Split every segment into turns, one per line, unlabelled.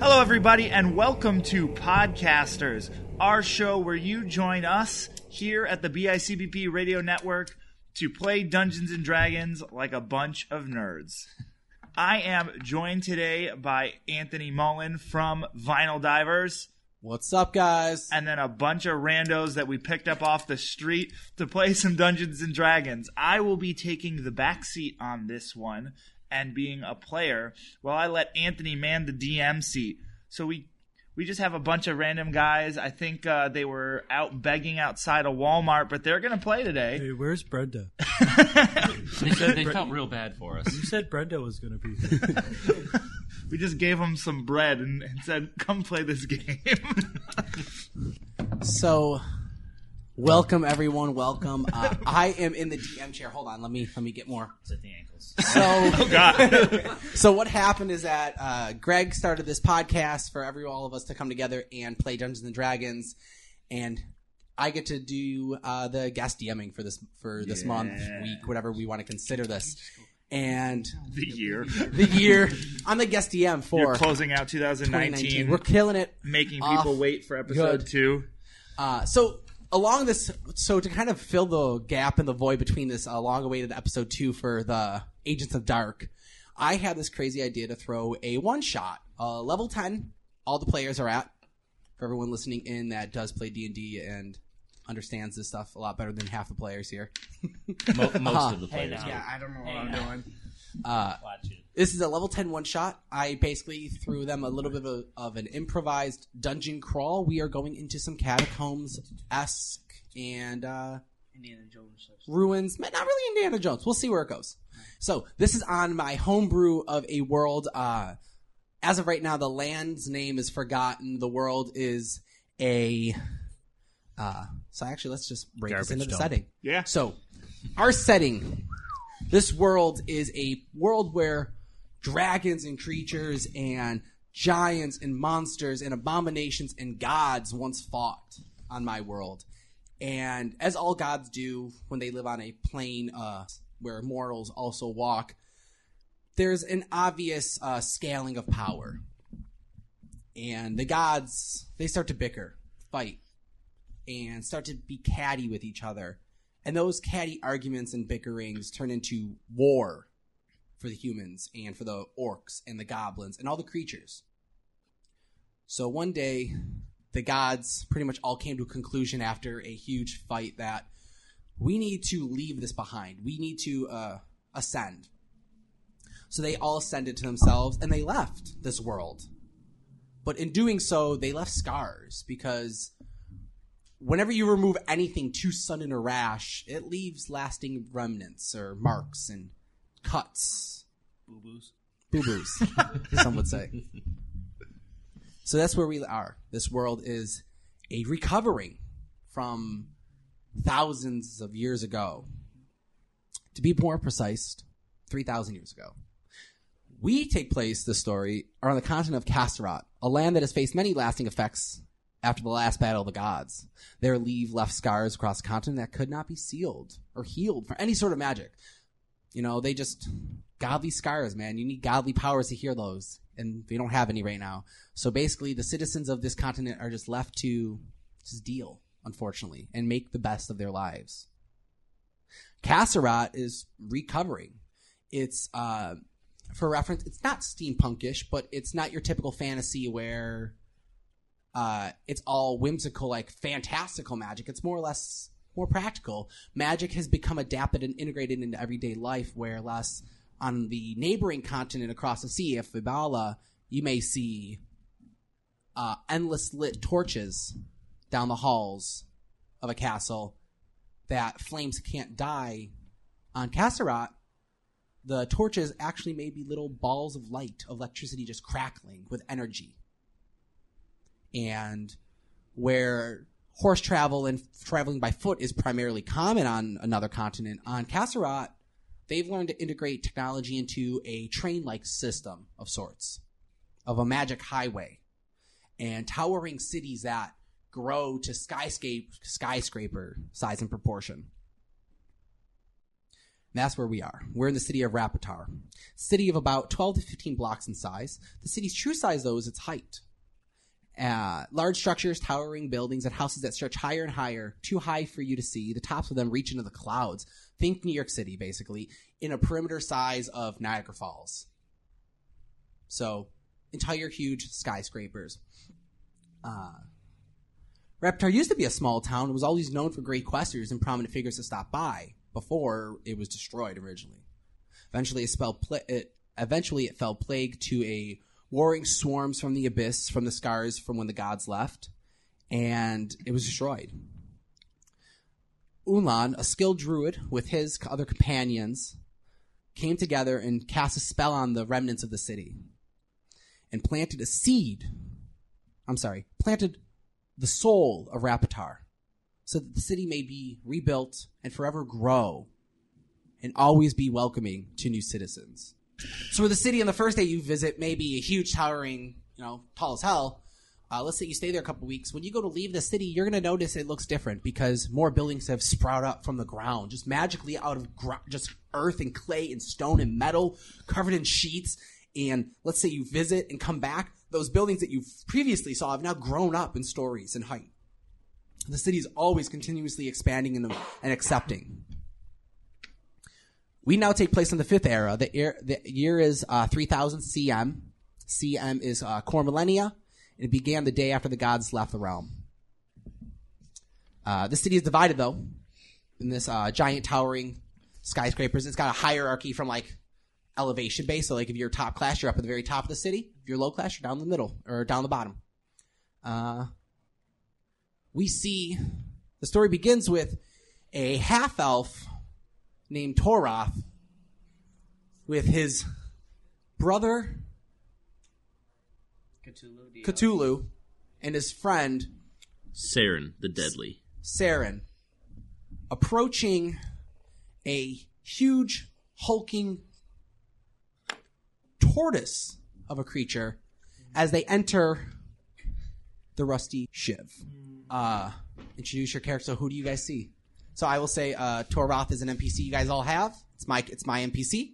Hello, everybody, and welcome to Podcasters, our show where you join us here at the BICBP Radio Network to play Dungeons and Dragons like a bunch of nerds. I am joined today by Anthony Mullen from Vinyl Divers
What's up, guys?
and then a bunch of randos that we picked up off the street to play some Dungeons and Dragons. I will be taking the back seat on this one and being a player while I let Anthony man the DM seat. So we we just have a bunch of random guys. I think uh, they were out begging outside a Walmart, but they're going to play today.
Hey, where's Brenda?
They said they felt real bad for us.
You said Brenda was going to be here.
We just gave them some bread and, and said, "Come play this game."
So, welcome everyone. Welcome. Uh, I am in the DM chair. Hold on. Let me let me get more.
at the ankles. Oh,
So,
God,
so what happened is that uh, Greg started this podcast for every all of us to come together and play Dungeons and Dragons, and I get to do uh, the guest DMing for this for this month, week, whatever we want to consider this, and
the year
the year. I'm the guest DM for
you're closing out 2019,
2019. We're killing it.
making
off
people wait for episode
good.
two.
Uh, so along this, so to kind of fill the gap and the void between this uh, long-awaited episode two for the Agents of Dark, I had this crazy idea to throw a one-shot, uh, level ten. All the players are at. For everyone listening in that does play D and D and understands this stuff a lot better than half the players here.
Mo- most of the players. do.
I don't know what
I'm
doing. This is a level 10 one shot. I basically threw them a little bit of, a, of an improvised dungeon crawl. We are going into some catacombs esque and uh, Indiana Jones ruins. but Not really Indiana Jones. We'll see where it goes. So, this is on my homebrew of a world. Uh, as of right now, the land's name is forgotten. The world is a. Uh, so, actually, let's just break
Garbage
this into the
dump.
setting.
Yeah.
So, our setting, this world is a world where dragons and creatures and giants and monsters and abominations and gods once fought on my world. And as all gods do when they live on a plane uh, where mortals also walk, there's an obvious uh, scaling of power. And the gods, they start to bicker, fight, and start to be catty with each other. And those catty arguments and bickerings turn into war for the humans and for the orcs and the goblins and all the creatures. So one day, the gods pretty much all came to a conclusion after a huge fight that we need to leave this behind. We need to uh, ascend. So they all ascended to themselves and they left this world. But in doing so, they left scars because whenever you remove anything too sudden or rash, it leaves lasting remnants or marks and cuts. Boo boos. Boo boos, some would say. So that's where we are. This world is a recovering from thousands of years ago. To be more precise, 3,000 years ago. We take place, the story, are on the continent of Kasterot, a land that has faced many lasting effects after the last battle of the gods. Their leave left scars across the continent that could not be sealed or healed for any sort of magic. You know, they just godly scars, man. You need godly powers to heal those, and they don't have any right now. So basically, the citizens of this continent are just left to just deal, unfortunately, and make the best of their lives. Kasserat is recovering. It's uh, for reference, it's not steampunkish, but it's not your typical fantasy where uh, it's all whimsical, like fantastical magic. It's more or less more practical. Magic has become adapted and integrated into everyday life, where less on the neighboring continent across the sea, if Ibala, you may see uh, endless lit torches down the halls of a castle that flames can't die. On Kasserat, the torches actually may be little balls of light, of electricity just crackling with energy and where horse travel and traveling by foot is primarily common on another continent, on Kasserat, they've learned to integrate technology into a train-like system of sorts, of a magic highway, and towering cities that grow to skyscape skyscraper size and proportion. And That's where we are. We're in the city of Rapatar. City of about 12 to 15 blocks in size. The city's true size, though, is its height. Uh, large structures, towering buildings, and houses that stretch higher and higher, too high for you to see. The tops of them reach into the clouds. Think New York City, basically, in a perimeter size of Niagara Falls. So, entire huge skyscrapers. Reptar used to be a small town and was always known for great questers and prominent figures to stop by before it was destroyed originally. Eventually, it, spell pla- it, eventually it fell plague to a warring swarms from the abyss, from the scars from when the gods left, and it was destroyed. Ulan, a skilled druid with his c- other companions, came together and cast a spell on the remnants of the city and planted a seed. I'm sorry, planted the soul of Rapatar, so that the city may be rebuilt and forever grow and always be welcoming to new citizens. So, where the city on the first day you visit may be a huge, towering, you know, tall as hell. Uh, let's say you stay there a couple weeks. When you go to leave the city, you're going to notice it looks different because more buildings have sprouted up from the ground, just magically out of gr- just earth and clay and stone and metal, covered in sheets. And let's say you visit and come back, those buildings that you previously saw have now grown up in stories and height. The city is always continuously expanding and, and accepting. We now take place in the fifth era. The year, the year is uh, 3000 CM. CM is uh, core millennia. It began the day after the gods left the realm. Uh, the city is divided, though, in this uh, giant towering skyscrapers. It's got a hierarchy from like elevation base. So, like, if you're top class, you're up at the very top of the city. If you're low class, you're down the middle or down the bottom. Uh, we see the story begins with a half elf named Toroth with his brother Cthulhu and his friend
Saren the Deadly.
Saren approaching a huge hulking tortoise of a creature as they enter the rusty shiv. Uh, introduce your character. So who do you guys see? So I will say uh, Toroth is an NPC you guys all have. It's my it's my NPC.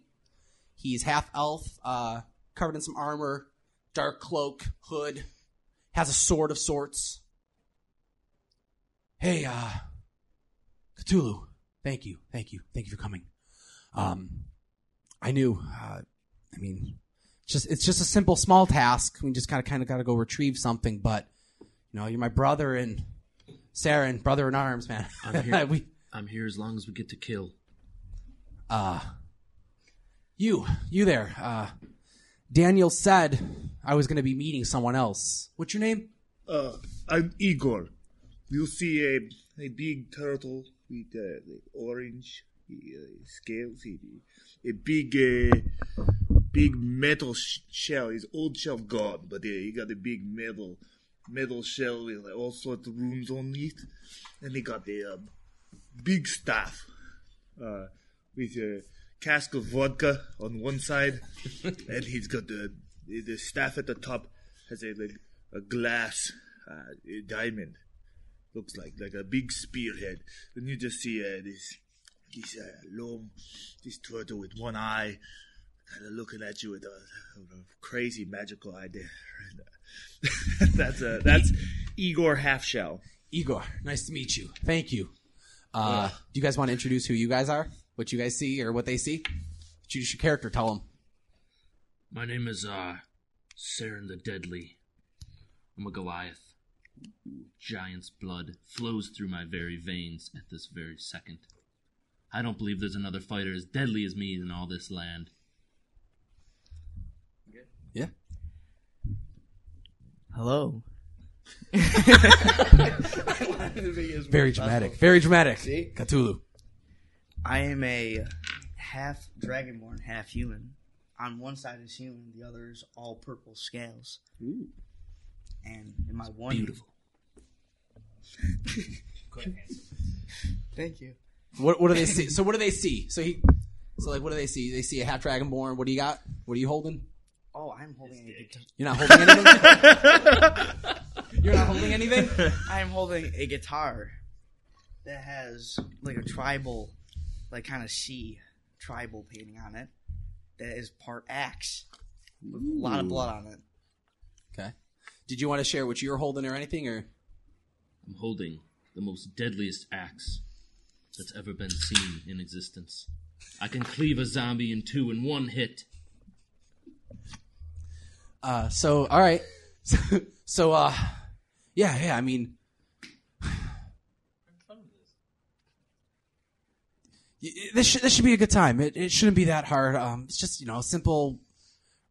He's half elf, uh, covered in some armor, dark cloak, hood, has a sword of sorts. Hey, uh, Cthulhu, thank you, thank you, thank you for coming. Um, I knew. Uh, I mean, it's just it's just a simple small task. We just kind of kind of got to go retrieve something, but you know, you're my brother and Sarah and brother in arms, man.
I'm here.
we
I'm here as long as we get to kill.
Uh, you you there. Uh, Daniel said I was going to be meeting someone else. What's your name?
Uh, I'm Igor. You see a, a big turtle with uh, the orange uh, scales, a, a big uh, big metal sh- shell. His old shell gone, but uh, he got a big metal metal shell with like, all sorts of runes on it, and he got a um, big staff uh, with a cask of vodka on one side, and he's got the the staff at the top has a like a glass uh, a diamond, looks like like a big spearhead. And you just see uh, this this uh, long this turtle with one eye, kind of looking at you with a, a crazy magical idea.
that's uh, that's Igor Halfshell.
Igor. Nice to meet you. Thank you. Uh, Do you guys want to introduce who you guys are? What you guys see or what they see? Introduce your character. Tell them.
My name is uh Saren the Deadly. I'm a Goliath. Giant's blood flows through my very veins at this very second. I don't believe there's another fighter as deadly as me in all this land.
Yeah.
Hello.
Very dramatic. Very dramatic. Cthulhu.
I am a half dragonborn, half human. On one side is human, the other is all purple scales. Ooh. And in my one.
Beautiful.
Thank you.
What, what do they see? So what do they see? So he, so like what do they see? They see a half dragonborn. What do you got? What are you holding?
Oh, I'm holding a guitar.
You're not holding anything. You're not holding anything.
I am holding a guitar that has like a tribal, like kind of sea tribal painting on it. That is part axe with a lot of blood on it.
Okay. Did you want to share what you're holding or anything or?
I'm holding the most deadliest axe that's ever been seen in existence. I can cleave a zombie in two in one hit.
Uh, so all right. So, so uh, yeah, yeah. I mean, Y- y- this should, this should be a good time. It, it shouldn't be that hard. Um, it's just you know simple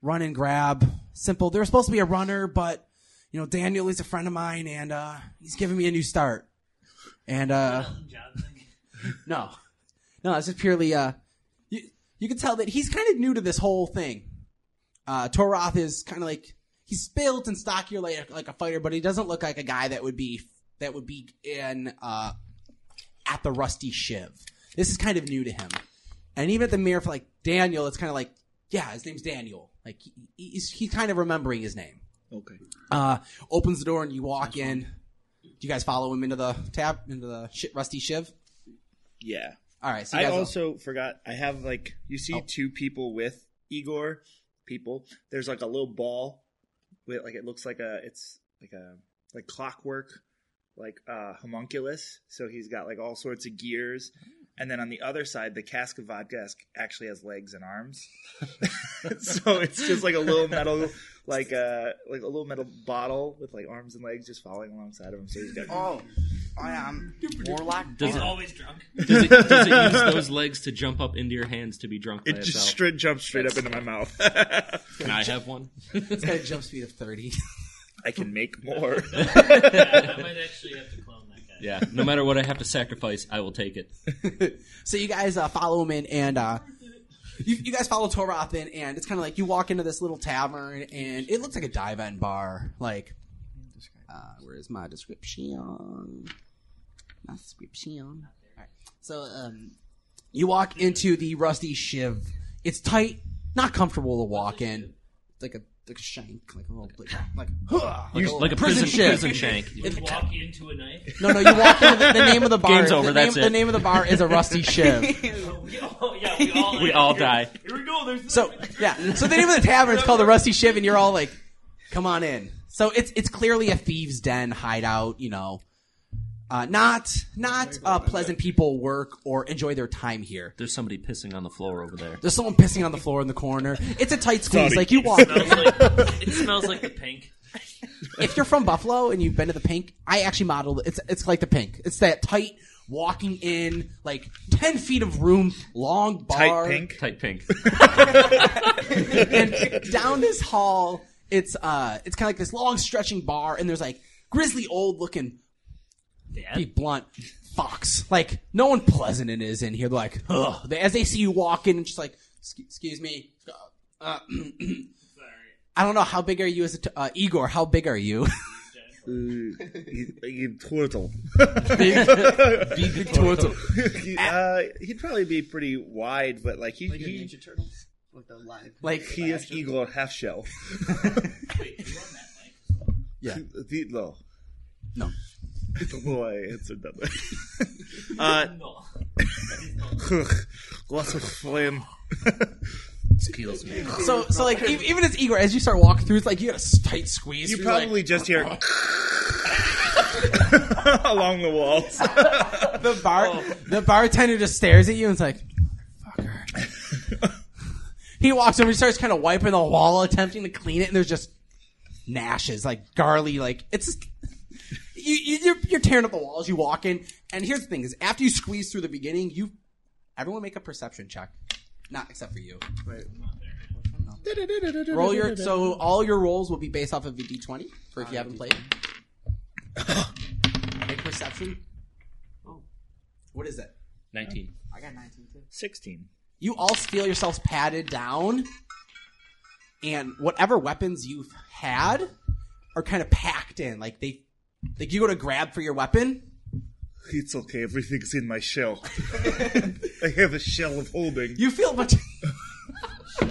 run and grab. Simple. There was supposed to be a runner, but you know Daniel is a friend of mine, and uh, he's giving me a new start. And uh, no, no, it's just purely uh, you, you can tell that he's kind of new to this whole thing. Uh, Toroth is kind of like he's built and stockier like, like a fighter, but he doesn't look like a guy that would be that would be in uh, at the Rusty Shiv. This is kind of new to him, and even at the mirror for like Daniel, it's kind of like yeah, his name's Daniel. Like he, he's he's kind of remembering his name.
Okay.
Uh, opens the door and you walk in. Do you guys follow him into the tab into the shit Rusty Shiv?
Yeah.
All right, so you
I
guys all-
also forgot. I have like you see
Oh.
two people with Igor. People, there's like a little ball with like it looks like a it's like a like clockwork like uh homunculus. So he's got like all sorts of gears. And then on the other side, the cask of vodka ask- actually has legs and arms. so it's just like a little metal, like uh, like a little metal bottle with like arms and legs just following alongside of him. So he's got
Oh, I am warlock.
Does it,
Always drunk.
does, it, does it use those legs to jump up into your hands to be drunk by
It just
itself?
straight jumps straight up into my mouth.
Can I have one?
it's got a jump speed of thirty.
I can make more.
I might actually have to clone that guy.
Yeah. No matter what I have to sacrifice, I will take it.
So you guys uh, follow him in, and uh, you, you guys follow Toroth in, and it's kind of like you walk into this little tavern, and it looks like a dive end bar. Like, uh, where's my description? My description. All right. So um, you walk into the Rusty Shiv. It's tight, not comfortable to walk in. It's like a like a shank, like a little like, like, like a,
Like a prison, prison shank.
Walk into a knife.
No, no, you walk in. The, the name of the bar.
Game's
the
over,
name-
that's
The
it.
name of the bar is a Rusty Shiv.
Oh, yeah, we all.
We all die.
Here we go. There's
So yeah, so the name of the tavern is called the Rusty Shiv, and you're all like, "Come on in." So it's it's clearly a thieves' den hideout, you know. Uh, not not uh, pleasant people work or enjoy their time here.
There's somebody pissing on the floor over there.
There's someone pissing on the floor in the corner. It's a tight squeeze. Like you walk.
It smells like, it smells like the pink.
if you're from Buffalo and you've been to the Pink, I actually modeled it's it's like the Pink. It's that tight walking in, like ten feet of room, long bar.
Tight pink.
Tight pink.
and down this hall, it's uh, it's kind of like this long stretching bar, and there's like grizzly old looking, be blunt, fox. Like no one pleasant it is in here. They're like, ugh. They, as they see you walk in, and just like, "Excu- excuse me. Uh, I don't know how big are you as a t- uh, Igor? How big are you?
He- he- turtle.
Turtle.
He-
Ah.
uh, he'd probably be pretty wide, but like he,
Like the
he-
Ninja Turtles with the live.
like
he is Igor half shell.
Yeah.
no.
No.
I don't know why I answered that way. uh, lots of flame.
Kills me.
so so like e- even as Igor, as you start walking through, it's like you got a s- tight squeeze.
You
You're like-
probably just hear along the walls.
the bar the bartender just stares at you and's like, motherfucker. he walks over, he starts kind of wiping the wall, attempting to clean it, and there's just nashes, like garly, like it's just, you, you you're, you're tearing up the walls. You walk in, and here's the thing: is after you squeeze through the beginning, you everyone make a perception check. Not except for you. No. Roll your so all your rolls will be based off of a d20 for if you haven't played. Make perception. What is it?
19.
I got 19 too.
Sixteen.
you all feel yourselves padded down, and whatever weapons you've had are kind of packed in. Like they, like you go to grab for your weapon.
It's okay. Everything's in my shell. I have a shell of holding.
You feel much.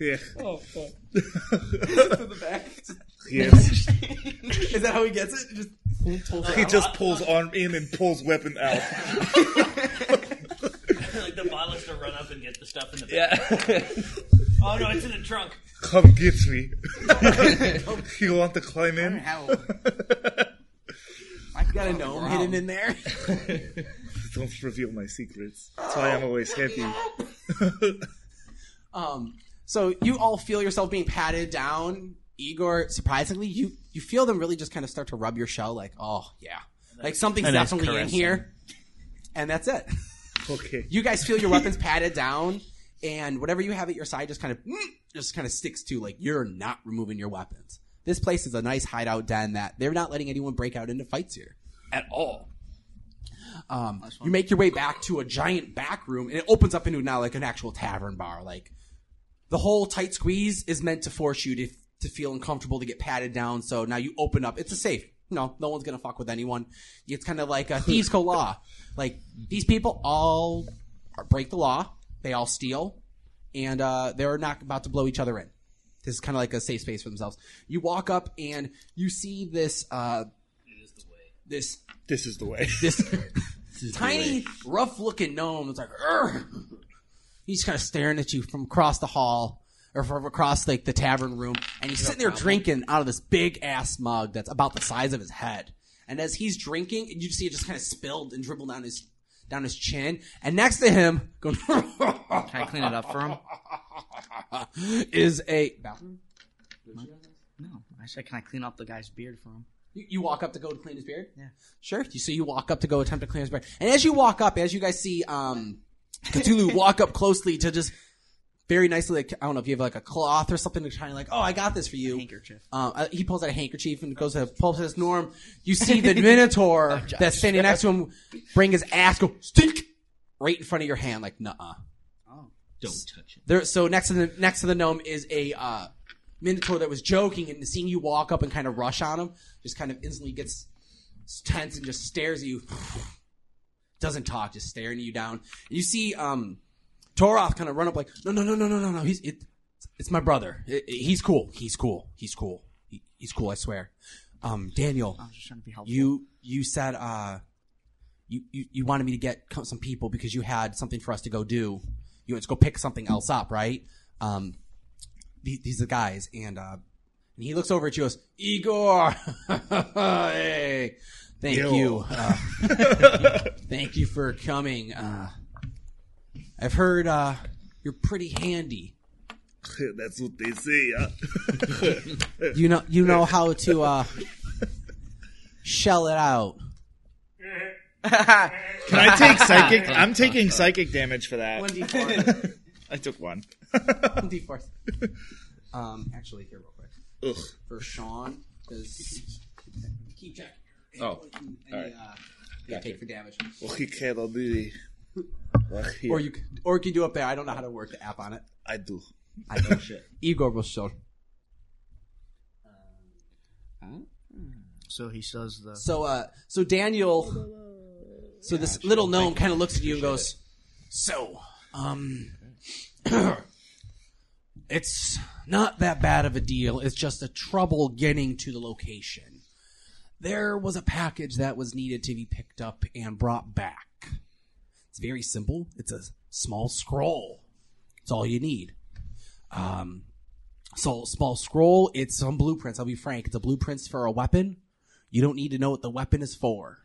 Yeah.
Oh fuck! to the back.
Yes.
Is that how he gets it? Just pulls it
He
out?
just pulls arm in and pulls weapon out.
like the bot has to run up and get the stuff in the back. oh no, it's in the trunk.
Come get me. you want to climb in?
Help.
You gotta know him hidden in there.
Don't reveal my secrets. That's why I'm always happy.
Um, so you all feel yourself being patted down. Igor, surprisingly, you you feel them really just kind of start to rub your shell, like, oh yeah, like something's
a nice
definitely in
caressing.
here, and that's it.
Okay.
You guys feel your weapons patted down, and whatever you have at your side just kind of just kind of sticks to like you're not removing your weapons. This place is a nice hideout den that they're not letting anyone break out into fights here at all. Um, you make your way back to a giant back room, and it opens up into now like an actual tavern bar. Like the whole tight squeeze is meant to force you to to feel uncomfortable to get patted down. So now you open up. It's a safe. No, no one's gonna fuck with anyone. It's kind of like a thieves' co law. Like these people all are, break the law. They all steal, and uh, they're not about to blow each other in. This is kind of like a safe space for themselves. You walk up and you see this. Uh, this
This is the way.
this tiny, rough looking gnome that's like, "Urgh." he's kind of staring at you from across the hall or from across like the tavern room, and he's sitting there drinking out of this big ass mug that's about the size of his head. And as he's drinking, you see it just kind of spilled and dribbled down his down his chin. And next to him, going
Can I clean it up for him?
is a bathroom.
No. I said, can I clean up the guy's beard for him?
You, you walk up to go to clean his beard.
Yeah.
Sure. You, so you walk up to go attempt to clean his beard, and as you walk up, as you guys see, um, Cthulhu walk up closely to just very nicely. Like, I don't know if you have like a cloth or something to try and like, oh, I got this for you.
Handkerchief.
Um, uh, he pulls out a handkerchief and goes to pulls his Norm. You see the Minotaur that's standing next to him bring his ass go stink right in front of your hand, like nuh-uh.
Oh.
Don't touch it.
There, so next to the next to the gnome is a uh, minotaur that was joking, and seeing you walk up and kind of rush on him, just kind of instantly gets tense and just stares at you. Doesn't talk, just staring you down. And you see um, Toroth kind of run up like, no, no, no, no, no, no, no. He's it, it's my brother. I- I- he's cool. He's cool. He's cool. He, he's cool. I swear. Um, Daniel,
I was just trying to be helpful.
you you said uh you, you you wanted me to get co- some people because you had something for us to go do you had to go pick something else up right um these, these are the guys and uh and he looks over at you and goes igor hey thank
Yo.
you uh, thank you for coming uh i've heard uh you're pretty handy
That's what they say, huh?
you know you know how to uh shell it out
Can I take psychic? I'm taking psychic damage for that.
1d4
I took one.
D4. Um, actually, here real quick
Ugh.
for Sean does keep check.
Oh,
Any,
right.
uh, yeah, take for damage,
Oh, he cannot do it. Well, here,
or you c- or you can do up there. I don't know how to work the app on it.
I do.
I know shit. Igor will show.
So he says the.
So, uh, so Daniel, so this little gnome kind of looks at you and goes, "So, um, it's not that bad of a deal. It's just a trouble getting to the location. There was a package that was needed to be picked up and brought back. It's very simple. It's a small scroll. It's all you need. Um." So small scroll, it's some blueprints. I'll be frank. It's a blueprints for a weapon, you don't need to know what the weapon is for.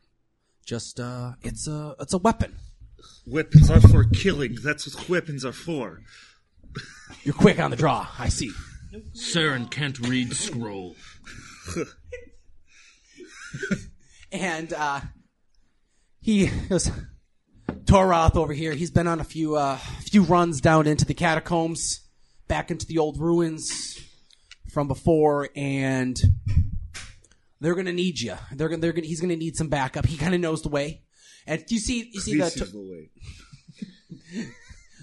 Just uh it's a it's a weapon.
Weapons are for killing. That's what weapons are for.
You're quick on the draw. I see.
Saren can't read scroll.
And uh he goes Toroth over here. He's been on a few uh few runs down into the catacombs, back into the old ruins from before and they're going to need you. They're going to they're going to he's going to need some backup. He kind of knows the way. And you see you see
This
the
is the way.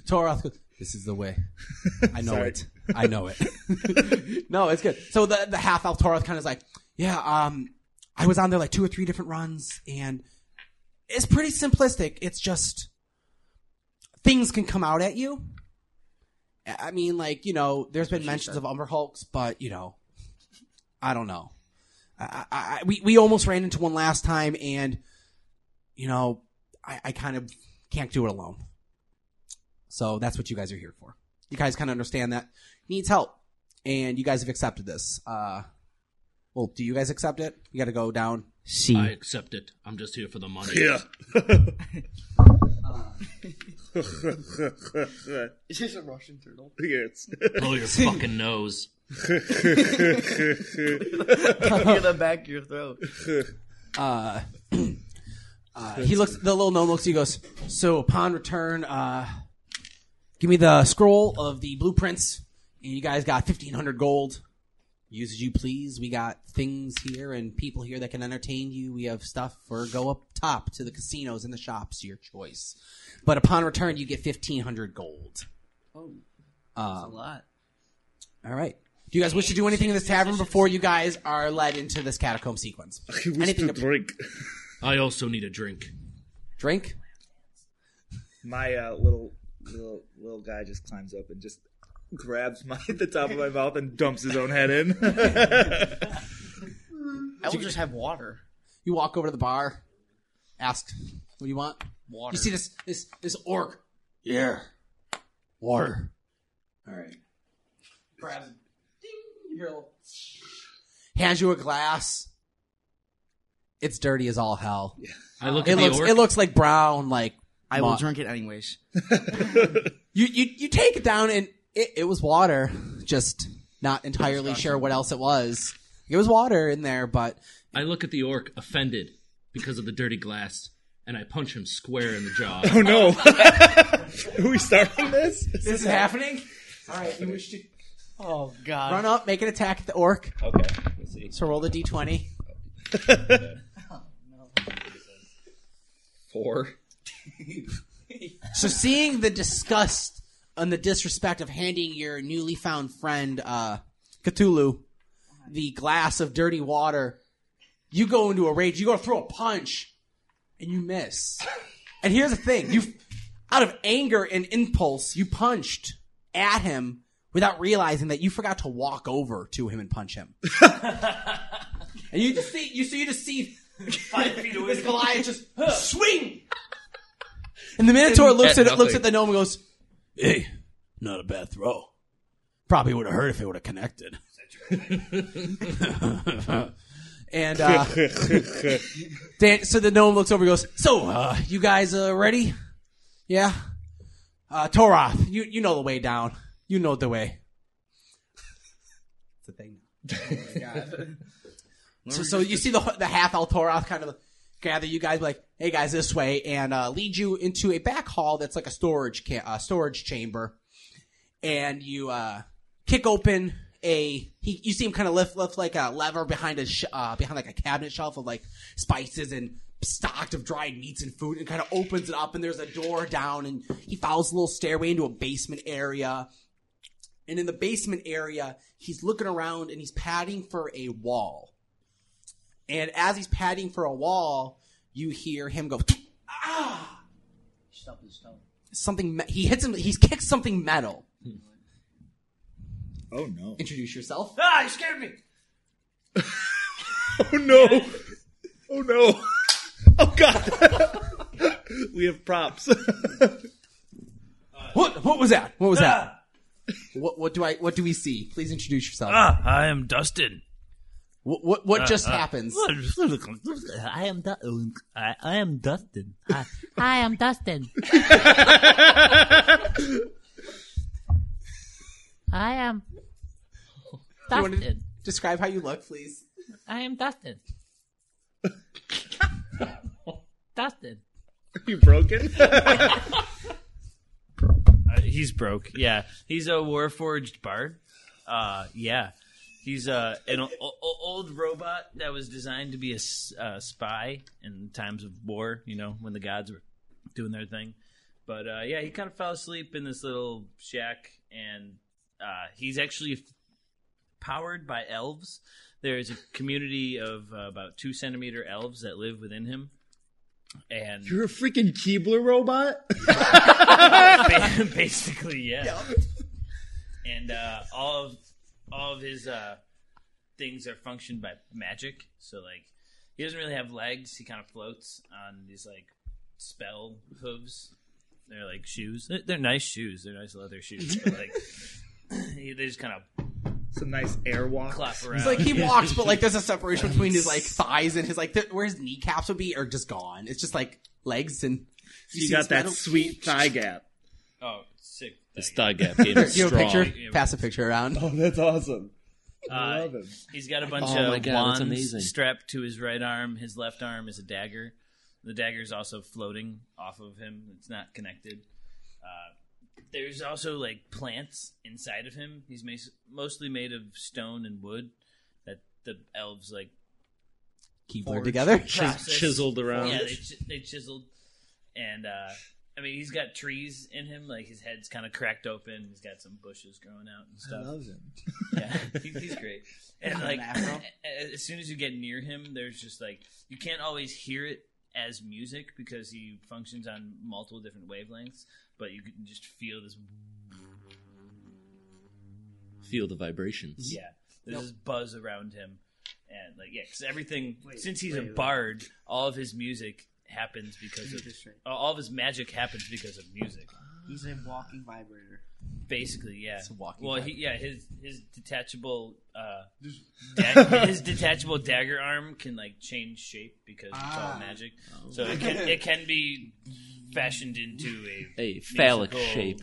Toroth goes, This is the way. I know
Sorry.
it. I know it. no, it's good. So the the half elf Torah kind of is like, yeah, um, I was on there like two or three different runs, and it's pretty simplistic. It's just things can come out at you. I I mean, like you know, there's been mentions of Umber Hulks, but you know, I don't know. I, I, I we we almost ran into one last time, and you know, I, I kind of can't do it alone. So that's what you guys are here for. You guys kind of understand that he needs help, and you guys have accepted this. Uh, well, do you guys accept it? You got to go down.
See,
I accept it. I'm just here for the money.
Yeah.
is this a Russian turtle?
yes.
Blow your fucking nose.
Near the back of your throat.
Uh, uh, he looks. The little gnome looks. at you, He goes. So upon return, uh, give me the scroll of the blueprints, and you guys got fifteen hundred gold. Use as you please. We got things here and people here that can entertain you. We have stuff for go up top to the casinos and the shops, your choice. But upon return, you get fifteen hundred gold.
Oh, a
Um,
lot.
all right. Do you guys wish to do anything in this tavern before you guys are led into this catacomb sequence?
he was
Anything
to
to-
drink.
I also need a drink.
Drink.
My uh, little little little guy just climbs up and just grabs my the top of my mouth and dumps his own head in.
I will just have water.
You walk over to the bar, ask, "What do you want?"
Water.
You see this this this orc? Yeah, water. All right. Grabs. it. Ding. You hear a little- Hands you a glass. It's dirty as all hell.
I look
It
at the
looks
orc.
it looks like brown. Like
I will
Ma-
drink it anyways.
you you you take it down and it, it was water. Just not entirely sure what else it was. It was water in there, but
I look at the orc offended because of the dirty glass, and I punch him square in the jaw.
Oh no! Are we starting this?
this is happening. All right, you wish to
Oh God.
run up, make an attack at the orc.
Okay. Let's see.
So roll the d20.
Four.
So seeing the disgust and the disrespect of handing your newly found friend uh, Cthulhu the glass of dirty water, you go into a rage. You go to throw a punch, and you miss. And here's the thing: you, out of anger and impulse, you punched at him without realizing that you forgot to walk over to him and punch him. and you just see you so you just see
Five feet away.
this Goliath just swing. And the Minotaur looks at,
At
looks
nothing.
at the gnome and goes, "Hey, not a bad throw. Probably would have hurt if it would have connected." and uh, Dan, so the gnome looks over and goes, "So, uh, you guys uh, ready? Yeah. Uh, Toroth, you you know the way down. You know the way. It's a thing. Oh So, so you see the the half Altoroth kind of gather you guys like, hey guys, this way, and uh, lead you into a back hall that's like a storage ca- uh, storage chamber, and you uh, kick open a he you see him kind of lift lift like a lever behind a sh- uh, behind like a cabinet shelf of like spices and stocked of dried meats and food and kind of opens it up and there's a door down and he follows a little stairway into a basement area and in the basement area he's looking around and he's padding for a wall and as he's padding for a wall, you hear him go, ah! Something, me- he hits him, he kicks something metal.
oh no!
Introduce yourself.
Ah, you scared me.
Oh no! Oh no! Oh god! we have props.
What, what was that? What was that?
Ah.
What, what do I, what do we see? Please introduce yourself.
Ah, I am Dustin.
what, what,
Ah,
what just happens?
I am du- I, I am Dustin. I,
Hi, I'm Dustin. I am
You wanna
Dustin.
Describe how you look, please.
I am Dustin. Dustin.
you broken?
Uh, he's broke. Yeah, he's a warforged bard. Uh, yeah, he's uh, an o- o- old robot that was designed to be a s- uh, spy in times of war. You know, when the gods were doing their thing, But uh, yeah, he kind of fell asleep in this little shack, and uh, he's actually f- powered by elves. There is a community of uh, about two centimeter elves that live within him, and
You're a freaking Keebler robot?
Ba- basically, yeah. And uh, all of all of his uh, things are functioned by magic. So like, he doesn't really have legs. He kind of floats on these like spell hooves. They're like shoes. They're, they're nice shoes. They're nice leather shoes. But like, he- they just kind of
Some nice airwalk.
plop around.
It's like he walks, but like there's a separation between his like thighs and his like th- where his kneecaps would be are just gone. It's just like legs and
You,
see
got
this
that
metal-
sweet thigh gap.
oh, sick.
This thigh gap being
You have a
strong.
picture? Pass a picture around.
Oh, that's awesome. I
Uh,
love him.
He's got a bunch
Oh my
of
God, that's
wands
amazing.
strapped to his right arm. His left arm is a dagger. The dagger is also floating off of him. It's not connected. Uh, there's also like plants inside of him. He's mas- mostly made of stone and wood that the elves like
Keyword together.
process.
chiseled around.
Yeah, they, chi- they chiseled, and uh, I mean he's got trees in him. Like his head's kind of cracked open. He's got some bushes growing out and stuff.
him.
Yeah, he's, he's great. And
Got
like,
an afro.
a- as soon as you get near him, there's just like you can't always hear it as music because he functions on multiple different wavelengths. But you can just feel this.
Feel the vibrations.
Yeah, there's this buzz around him, and like yeah, because everything
Wait,
since he's
wait,
a
wait.
bard, all of his music happens because of
This right.
all of his magic happens because of music.
He's a walking vibrator.
Basically, yeah.
It's a walking
well,
pipe.
he, yeah, his his detachable uh, dag- his detachable dagger arm can like change shape because it's all
Ah.
magic. So it can it can be fashioned into a
A phallic
musical
shape.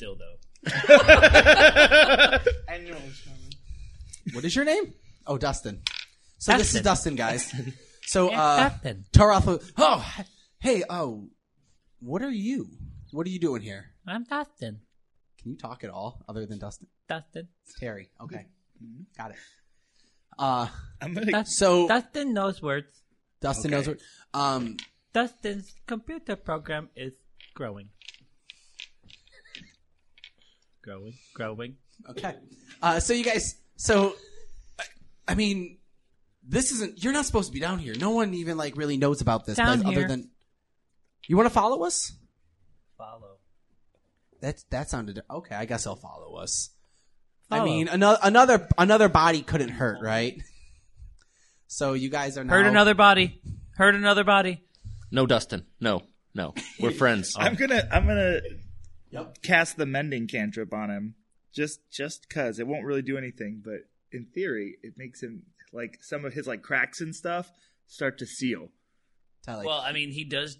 dildo.
I knew it was coming.
What is your name? Oh, Dustin. So this is Dustin, guys. So
Yeah,
uh,
Dustin.
Taroth. Oh, hey. Oh, what are you? What are you doing here?
I'm Dustin.
Can you talk at all other than Dustin?
Dustin.
It's Terry. Okay,
Mm-hmm.
got it. Uh,
I'm gonna.
Dust-
so
Dustin knows words.
Dustin knows what. Um,
Dustin's computer program is growing.
Growing, growing.
Okay. Uh, so you guys, so I, I mean, this isn't. You're not supposed to be down here. No one even like really knows about this.
Down
but Other
here.
than you want to follow us?
Follow.
That that sounded okay. I guess he'll follow us. I
Follow.
mean, another another another body couldn't hurt, right? So you guys are now
Hurt another body. Hurt another body.
No, Dustin. No, no. We're friends.
I'm gonna. I'm gonna
Yep.
cast the mending cantrip on him. Just, just cause it won't really do anything, but in theory, it makes him like some of his like cracks and stuff start to seal.
to, like-
well, I mean, he does.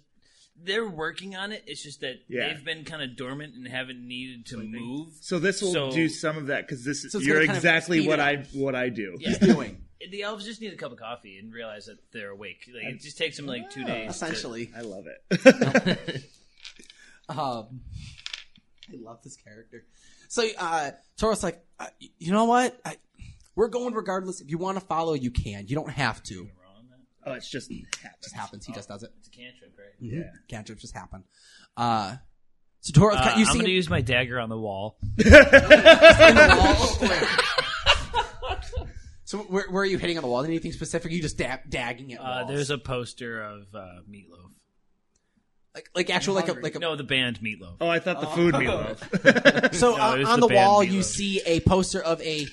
They're working on it. It's just that
Yeah.
they've been kind of dormant and haven't needed to move.
So this will
So-
do some of that because this.
So it's
you're
gonna kind of
exactly
speed
what
it
I what I do.
Yeah.
doing
The elves just need a cup of coffee and realize that they're awake. Like, it just takes them like two days. to-
essentially.
I love it.
Um, I love this character. So uh, Toro's like, uh, y- you know what? I, we're going regardless. If you want to follow, you can. You don't have to.
oh, it's just
just happens. He just does it.
It's a cantrip, right?
Yeah, cantrips just happen. Uh, so Toro,
Uh, I'm
you see
gonna
him
use my dagger on the wall.
in the wall. so where, where are you hitting on the wall? Anything specific? You just dab, dagging at
Uh,
walls.
there's a poster of uh, Meatloaf.
like, like actual like a like a.
No, the band Meatloaf.
Oh, I thought the food meatloaf.
so
no,
on-
it was
on
the
the,
band
wall,
Meatloaf.
you see a poster of a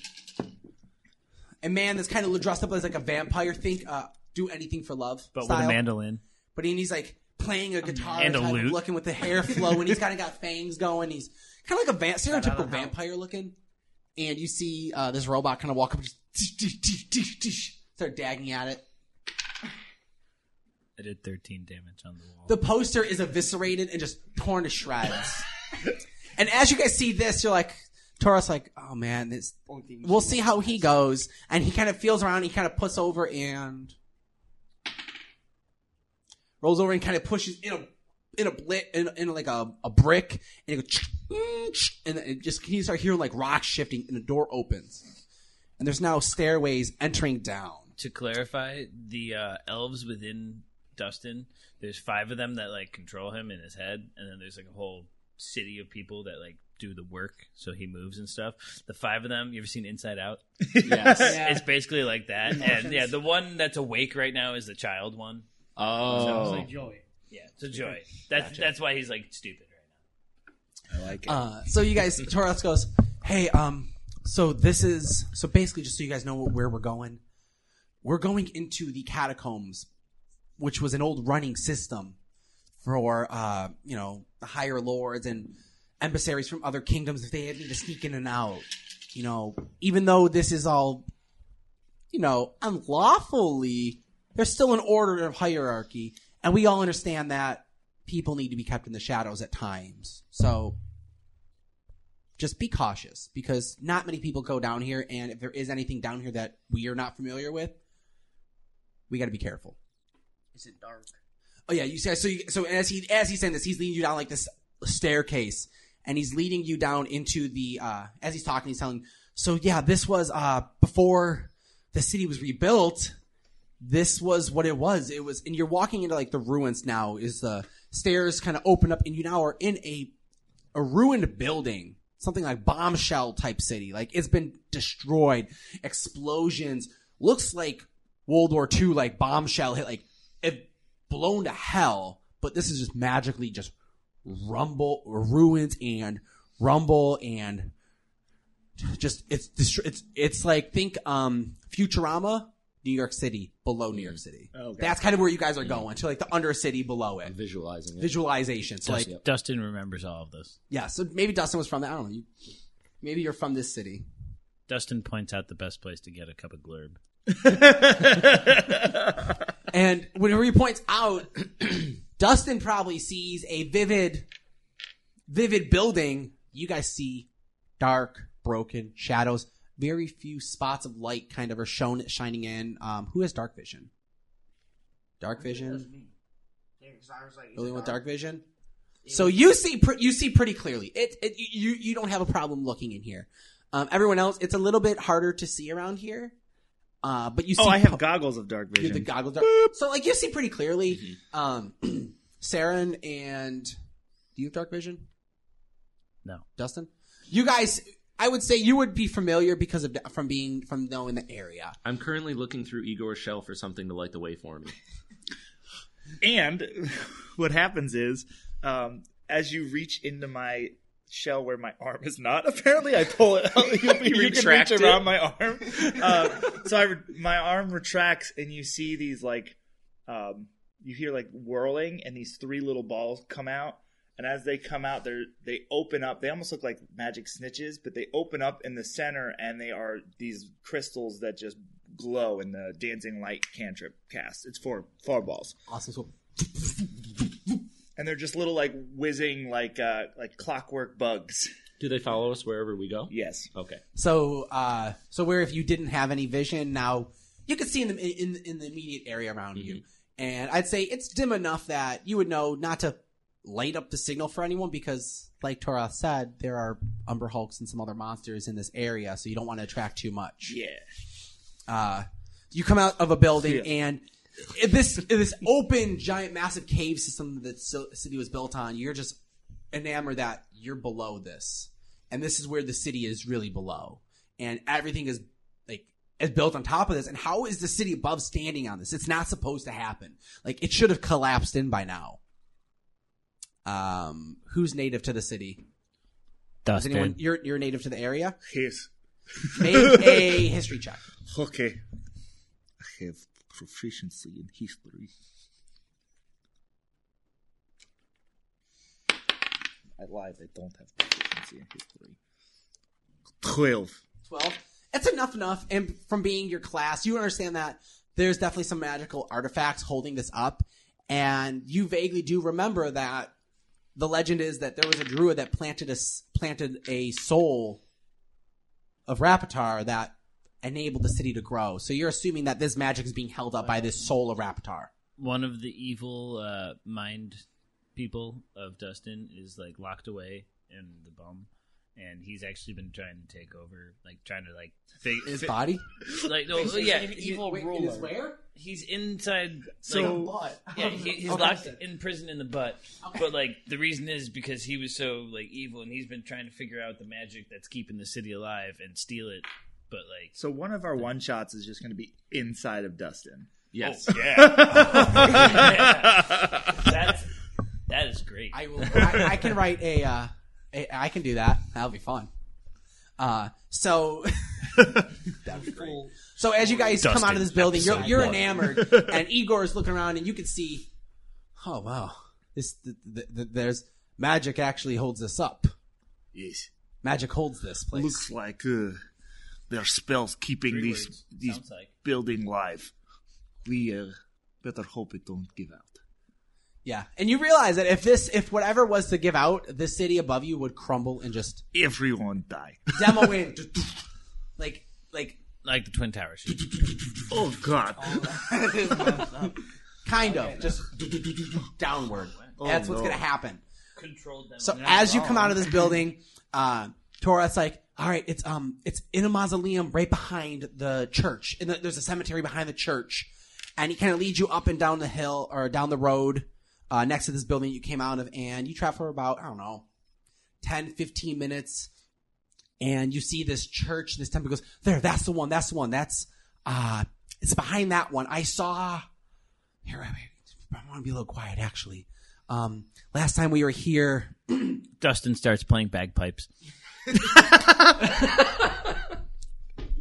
a man that's kind of dressed up as like a vampire. Think, uh, do anything for love,
but with
style.
a mandolin.
but he- and he's like playing a guitar
And a
type,
lute.
looking with the hair flowing. he's kind of got fangs going. He's kind of like a va- stereotypical vampire looking. And you see uh, this robot kind of walk up, and just tish, tish, tish, tish, tish, start dagging at it.
I did 13 damage on the wall.
The poster is eviscerated and just torn to shreds. and as you guys see this, you're like, Taurus, like, oh man, this. We'll see how he goes. And he kind of feels around. He kind of puts over and rolls over and kind of pushes in a in a blit in, in like a, a brick and it goes and it just can you start hearing like rock shifting and the door opens and there's now stairways entering down
to clarify, the uh, elves within Dustin. There's five of them that like control him in his head, and then there's like a whole city of people that like do the work so he moves and stuff. The five of them, you ever seen Inside Out?
Yes.
It's- It's basically like that. And
Emotions.
yeah, the one that's awake right now is the child one.
Oh.
So it's like- Yeah, it's a joy. That's
Gotcha.
that's why he's like stupid right now. I like
Uh, so you guys, Torres goes, "Hey, um, so this is so basically just so you guys know where we're going. We're going into the catacombs, which was an old running system for uh, you know the higher lords and emissaries from other kingdoms if they had to sneak in and out. You know, even though this is all, you know, unlawfully, there's still an order of hierarchy, and we all understand that." People need to be kept in the shadows at times. So, just be cautious because not many people go down here and if there is anything down here that we are not familiar with we got to be careful
Is it dark?
oh yeah you guys so you, so as he as he's saying this he's leading you down like this staircase and he's leading you down into the uh as he's talking he's telling so yeah this was uh before the city was rebuilt this was what it was it was and you're walking into like the ruins now is the stairs kind of open up and you now are in a a ruined building, something like bombshell type city. Like it's been destroyed, explosions. Looks like World War II, like bombshell hit, like it blown to hell. But this is just magically just rumble ruins and rumble and just it's destro- it's it's like think um Futurama, New York City below New York City.
Okay.
That's kind of where you guys are going to like the under city below it.
Visualizing it.
Visualization. So like
Dustin remembers all of this.
yeah, so maybe Dustin was from that. I don't know. You, maybe you're from this city.
Dustin points out the best place to get a cup of glurb.
and whenever he points out, Dustin probably sees a vivid, vivid building. You guys see dark, broken shadows. Very few spots of light kind of are shown shining in. Um, who has dark vision? Dark vision.
Yeah, 'cause I was like, is
The only
it
one with
dark?
dark vision. So you see, pre- you see pretty clearly. It, it you you don't have a problem looking in here. Um, everyone else, it's a little bit harder to see around here. Uh, but you see,
oh, I have goggles of dark
you
vision.
have the goggles. Dark. So like you see pretty clearly. Um, Saren and do you have dark vision?
No,
Dustin. You guys, I would say you would be familiar because of from being from knowing the area.
I'm currently looking through Igor's shell for something to light the way for me.
And what happens is, um, as you reach into my shell where my arm is not, apparently I pull it out. You, you can
retract
reach
it?
around my arm. Uh, so I, re- my arm retracts, and you see these like, um, you hear like whirling, and these three little balls come out. And as they come out, they they open up. They almost look like magic snitches, but they open up in the center, and they are these crystals that just glow in the dancing light cantrip cast. It's four four balls
Awesome. So
and they're just little like whizzing like uh like clockwork bugs.
Do they follow us wherever we go?
Yes.
Okay.
So, uh, so where if you didn't have any vision, now you could see in the in, in the immediate area around you. And I'd say it's dim enough that you would know not to light up the signal for anyone because, like Torah said, there are Umber Hulks and some other monsters in this area, so you don't want to attract too much.
Yeah.
Uh, you come out of a building
Yeah.
and. This this open giant massive cave system that the city was built on. You're just enamored that you're below this, and this is where the city is really below, and everything is like is built on top of this. And how is the city above standing on this? It's not supposed to happen. Like it should have collapsed in by now. Um, who's native to the city? Is
Dustin.
anyone you're you're native to the area?
Yes.
Make a history check.
Okay. I have proficiency in history. I lied. I don't have proficiency in history. Twelve.
12 it's enough enough and from being your class you understand that there's definitely some magical artifacts holding this up and you vaguely do remember that the legend is that there was a druid that planted a s- planted a soul of Rapitar that enabled the city to grow. So you're assuming that this magic is being held up by this soul of Rapitar.
One of the evil uh, mind people of Dustin is like locked away in the bum, and he's actually been trying to take over, like trying to like fi-
His
fi-
body?
Like no,
Basically,
yeah,
an evil
he-
Wait, in his ruler. where?
he's inside.
So-
like,
Butt.
yeah, he, he's
Okay.
locked in prison in the butt. But like the reason is because he was so like evil, and he's been trying to figure out the magic that's keeping the city alive and steal it. But like,
So one of our one shots is just going to be inside of Dustin.
Yes. Oh, yeah. That's- that is great.
I will. I, I can write a, uh, a. I can do that. That'll be fun. Uh, so. That'd be great. So as you guys come out of this
Dustin,
building, you're,
episode
you're
one.
enamored, and Igor is looking around, and you can see, oh wow, this th th th there's magic actually holds this up.
Yes.
Magic holds this place.
Looks like uh, their spells keeping these these building live. We uh, better hope it don't give out.
Yeah, and you realize that if this, if whatever was to give out, the city above you would crumble and just
Everyone die.
demo in, like like
like the Twin Towers.
oh God.
kind of just downward.
Oh,
That's what's
no.
gonna happen.
Controlled them.
So as you come out of this building, uh, Tora's like, "All right, it's um, it's in a mausoleum right behind the church, and the, there's a cemetery behind the church." And he kind of leads you up and down the hill or down the road uh, next to this building you came out of, and you travel for about I don't know, 10, 15 minutes, and you see this church, this temple. Goes there. That's the one. That's the one. That's uh, it's behind that one. I saw. Here, wait, wait, I want to be a little quiet actually. Um, last time we were here,
Dustin starts playing bagpipes.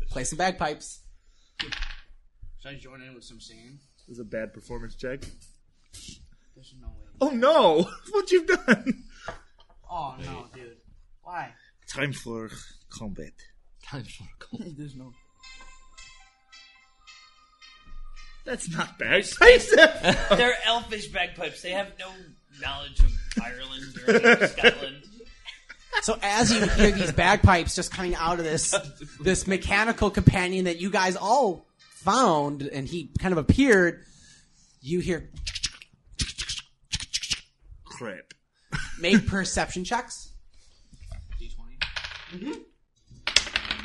play some bagpipes.
Should I join in with some singing?
This is a bad performance check.
There's no way.
Oh no! What you've done?
Oh no, dude. Why?
Time for combat.
Time for
There's no.
That's not
bagpipes. They're elfish bagpipes. They have no knowledge of Ireland or Scotland.
So as you hear these bagpipes just coming out of this this mechanical companion that you guys all found and he kind of appeared, you hear
crap.
make perception checks.
D20.
Mhm.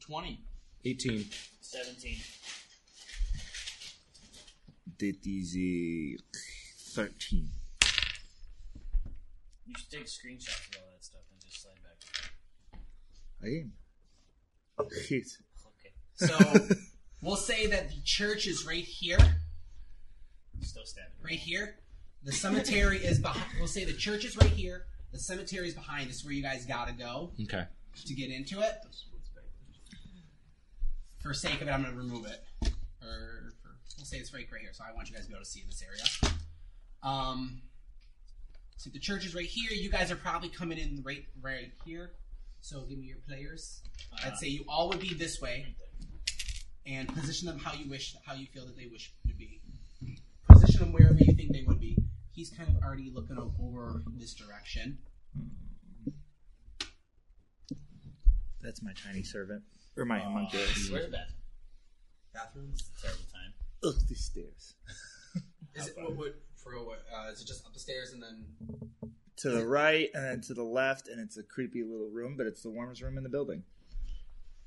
20.
18.
17.
That is a thirteen.
You should take screenshots of all that stuff and just slide back.
I am. Yes.
So we'll say that the church is right here,
Still stabbing.
right here. The cemetery is behind. We'll say the church is right here. The cemetery is behind. This is where you guys gotta go
Okay.
to get into it. For sake of it, I'm gonna remove it. Or for, we'll say it's right right here. So I want you guys to be able to see in this area. Um, so the church is right here. You guys are probably coming in right right here. So give me your players. I'd say you all would be this way, and position them how you wish, how you feel that they wish would be. Position them wherever you think they would be. He's kind of already looking o- over this direction.
That's my tiny servant. Or
Oh.
my monkey.
Where's that?
Bathrooms.
Terrible time.
Ugh, these stairs.
Is it what, what for? What, uh, is it just up the stairs and then?
To the right and then to the left, and it's a creepy little room, but it's the warmest room in the building.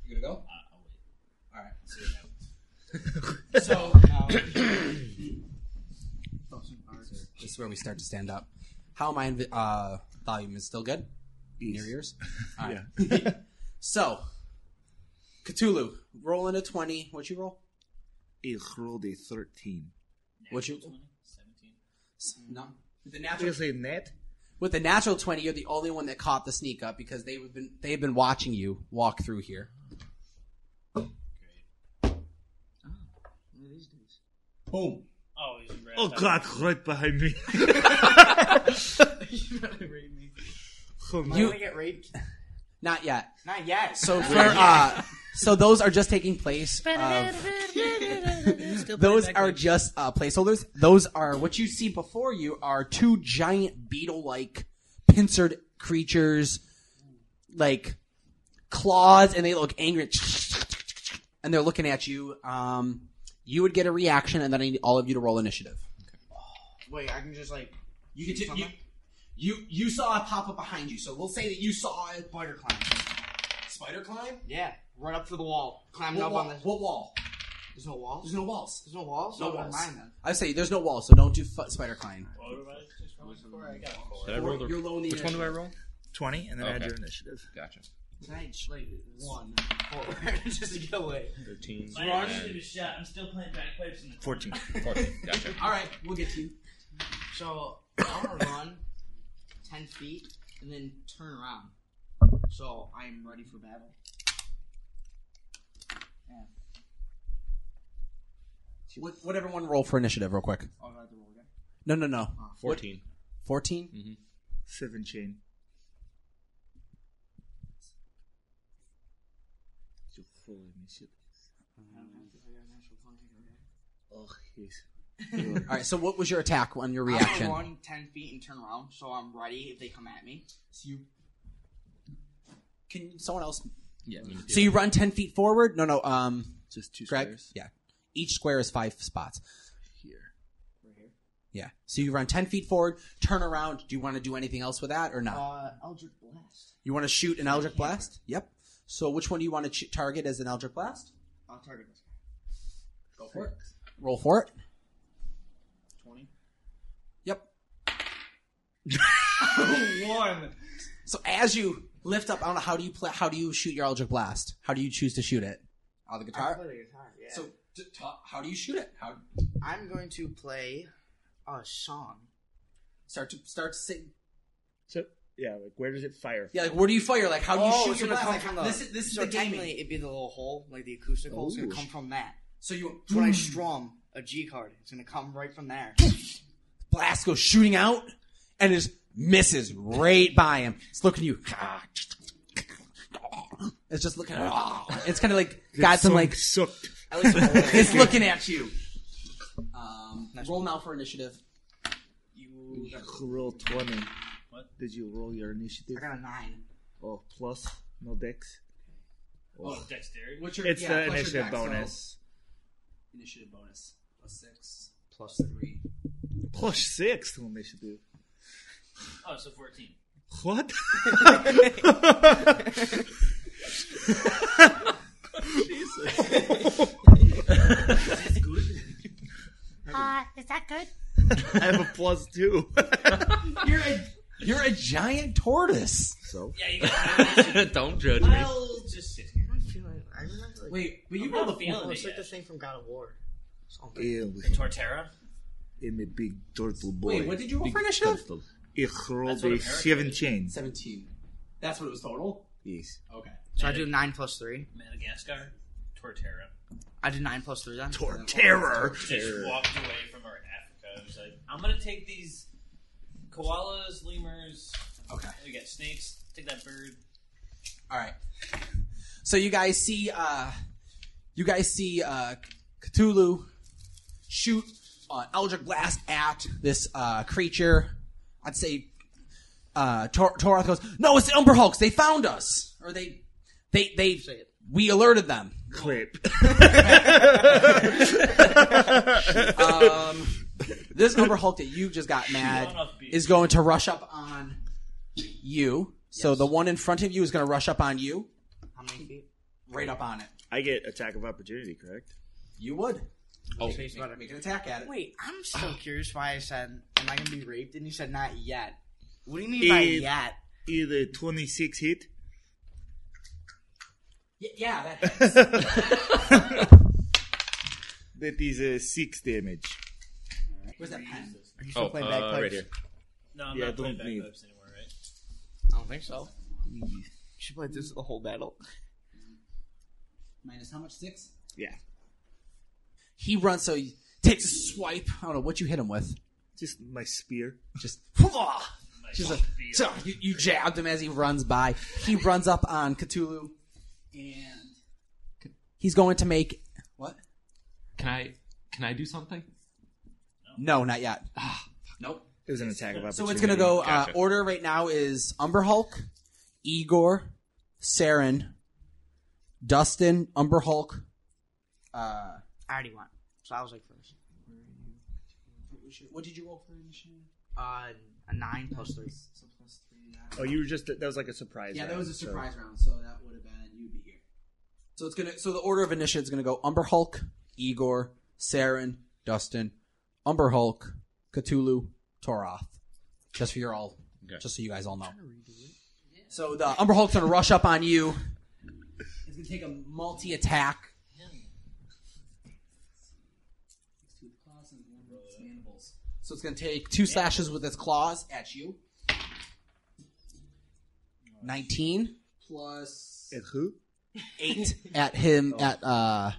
You gonna go?
I'll wait.
All right. See what happens. so. Um, Oh, this is where we start to stand up. How am I? Invi- uh, volume is still good. In your ears. All right. so, Cthulhu, rolling a twenty. What you roll?
I rolled a thirteen.
What you?
17.
S- No. With the
Did I
natural
say net?
with the natural twenty, you're the only one that caught the sneak up because they've been they've been watching you walk through here. Boom.
Oh, he's right
Oh
back.
God! Right behind me.
you better raid me.
Oh,
Am
no.
I gonna get raped?
Not yet.
Not yet.
So for uh, so those are just taking place. Of, those are just uh, placeholders. Those are what you see before you are two giant beetle-like pincered creatures, like claws, and they look angry, and they're looking at you. Um, you would get a reaction, and then I need all of you to roll initiative.
Wait, I can just like.
You
can
you, you you saw it pop up behind you, so we'll say that you saw it.
Spider climb.
Spider climb.
Yeah, right up to the wall. Climbed
What
up
wall?
on the.
What wall?
There's no walls. There's no walls. There's no walls.
No
Oh, never
walls.
mind then.
I say there's no wall, so don't do f- spider climb.
Did I roll the-
You're low in the
Which one do I
initiative.
roll?
20, and then add
Okay.
your initiative.
Gotcha.
Can I just, like one forward just to get away?
13.
My
and-
initiative is shot. I'm still playing bagpipes in the
14.
14. Gotcha.
All right, we'll get to you.
So I want to run ten feet and then turn around. So I'm ready for battle. Yeah.
What, what everyone roll for initiative, real quick?
Uh,
Oh, I have to roll again.
No, no, no.
14.
14?
Mm-hmm.
Seventeen.
I don't have to figure out natural twenty, okay.
Oh, yes.
All right, so what was your attack on your
I'm
reaction?
gonna run ten feet and turn around, so I'm ready if they come at me.
So you can someone else?
Yeah. I'm gonna do
So you run ten feet forward? No, no. Um,
Just two
Greg.
squares.
Yeah, each square is five spots.
Here.
Yeah. So you run ten feet forward, turn around. Do you want to do anything else with that or not?
Uh, Eldritch Blast.
you want to shoot an eldritch blast? Yep. So which one do you want to ch- target as an eldritch blast?
I'll target this guy.
Go for it. Roll for it.
Twenty.
Yep.
One.
So as you lift up, I don't know how do you play, how do you shoot your eldritch blast? How do you choose to shoot it? Out of the
I
guitar.
play Uh, the guitar. Yeah.
So t- ta- how do you shoot it? How
I'm going to play uh, a song.
start to start to sing?
So, yeah, like, where does it fire?
Yeah, like where do you fire? Like how do you
Oh,
shoot
it's
your
gonna
blast? Like,
come from
this is this is
so
the
technically
gaming.
It'd be the little hole, like the acoustical. It's gonna
Ooh.
come from that.
So you
So when I strum a G card, it's gonna come right from there.
blast goes shooting out and just misses right by him. It's looking at you. It's just looking. At, it's kind of like got some like.
sucked.
At least
It's looking at you. Um, roll now for initiative.
you.
Roll 20. What? Did you roll your initiative?
I got a nine.
Oh, plus? No dex?
Oh, dexterity.
What's your
It's
yeah,
the
plus your
initiative
dex, so-
bonus.
Initiative bonus plus six plus three.
Plus 6 to initiative.
Oh, so 14.
What?
Uh, is that good?
I have a plus 2.
You're a you're a giant tortoise.
so?
Yeah, you got
Don't judge me.
I'll just sit here.
I feel like I remember like
Wait, but
I'm
you
not
rolled a
feeling
four.
oh,
it
it's
yet.
like the thing from God of War. Something.
Yeah,
The Torterra.
I'm a big turtle boy.
Wait, what did you roll for initiative?
I rolled
That's what
a
America
17.
Seventeen. That's what it was total.
Yes.
Okay.
So I do nine plus three.
Madagascar. Torterra.
I do nine plus three then.
Or terror.
Just walked away from our Africa. I was like, I'm gonna take these koalas, lemurs.
Okay.
We got snakes. Take that bird.
All right. So you guys see, uh, you guys see uh, Cthulhu shoot an eldritch blast at this uh, creature. I'd say uh, Tor- Toroth goes, "No, it's the Umber Hulks. They found us, or they, they, they, we alerted them."
Clip.
Um, this Umber Hulk that you just got mad
Son of a bitch.
is going to rush up on you. So the one in front of you is going to rush up on you,
How many feet?
right up on it.
I get attack of opportunity, correct?
You would
Oh,
make, make an attack at it.
Wait, I'm still curious why I said, "Am I gonna be raped?" And you said, "Not yet." What do you mean by
It-
yet?
Either 26 hit.
Y- yeah, that
That is a 6 damage.
Where's that pen?
Oh, uh, right here.
No, I'm
Yeah,
not playing
don't leave.
bagpipes anymore, right?
I don't think so.
Hmm.
You should play this the whole battle.
Minus how much? Six.
Yeah.
He runs, so he takes a swipe. I don't know what you hit him with.
Just my spear.
Just, just a, so you, you jabbed him as he runs by. He runs up on Cthulhu, and he's going to make what?
Can I can I do something?
No, not yet.
Nope.
It was an attack of opportunity.
So it's going to go. Uh,
Gotcha.
order right now is Umber Hulk, Igor, Saren, Dustin, Umber Hulk. Uh,
I already won, so I was like first.
what did you roll for initiative?
Uh, a nine plus three.
So plus three.
Oh, you were just that was like a surprise.
Yeah, that
round,
was a
so-
surprise round, so that would have been you'd be here. So it's gonna. So the order of initiative is gonna go Umber Hulk, Igor, Saren, Dustin, Umber Hulk, Cthulhu, Toroth. Just for your all, just so you guys all know. So the Umber Hulk's gonna rush up on you. It's gonna take a multi attack. So it's gonna take two slashes with its claws at you. Nineteen plus
At who?
eight at him at uh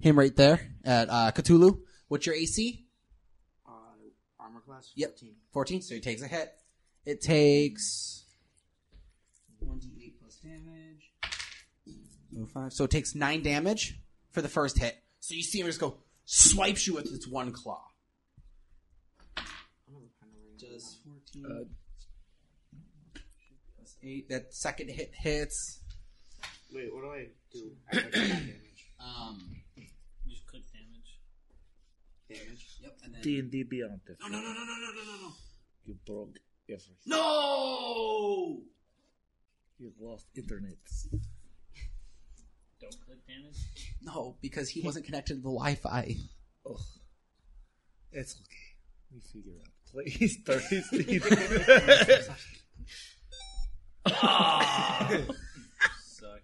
him right there at uh Cthulhu. What's your AC?
Armor class?
Yep. 14. So he takes a hit. It takes
1d8 plus damage.
Oh, five. So it takes nine damage for the first hit. So you see him just go swipes you with its one claw. Does 14 plus eight. That second hit hits.
Wait, what do I do? I have damage.
Um,
Just click damage.
damage. Yep. And then
D and D Beyond.
No, no, no, no, no, no, no, no.
You broke everything.
No!
You lost internet.
Don't click damage.
No, because he wasn't connected to the Wi-Fi.
Ugh. It's okay. We figure it out. Please, Thursday.
Suck.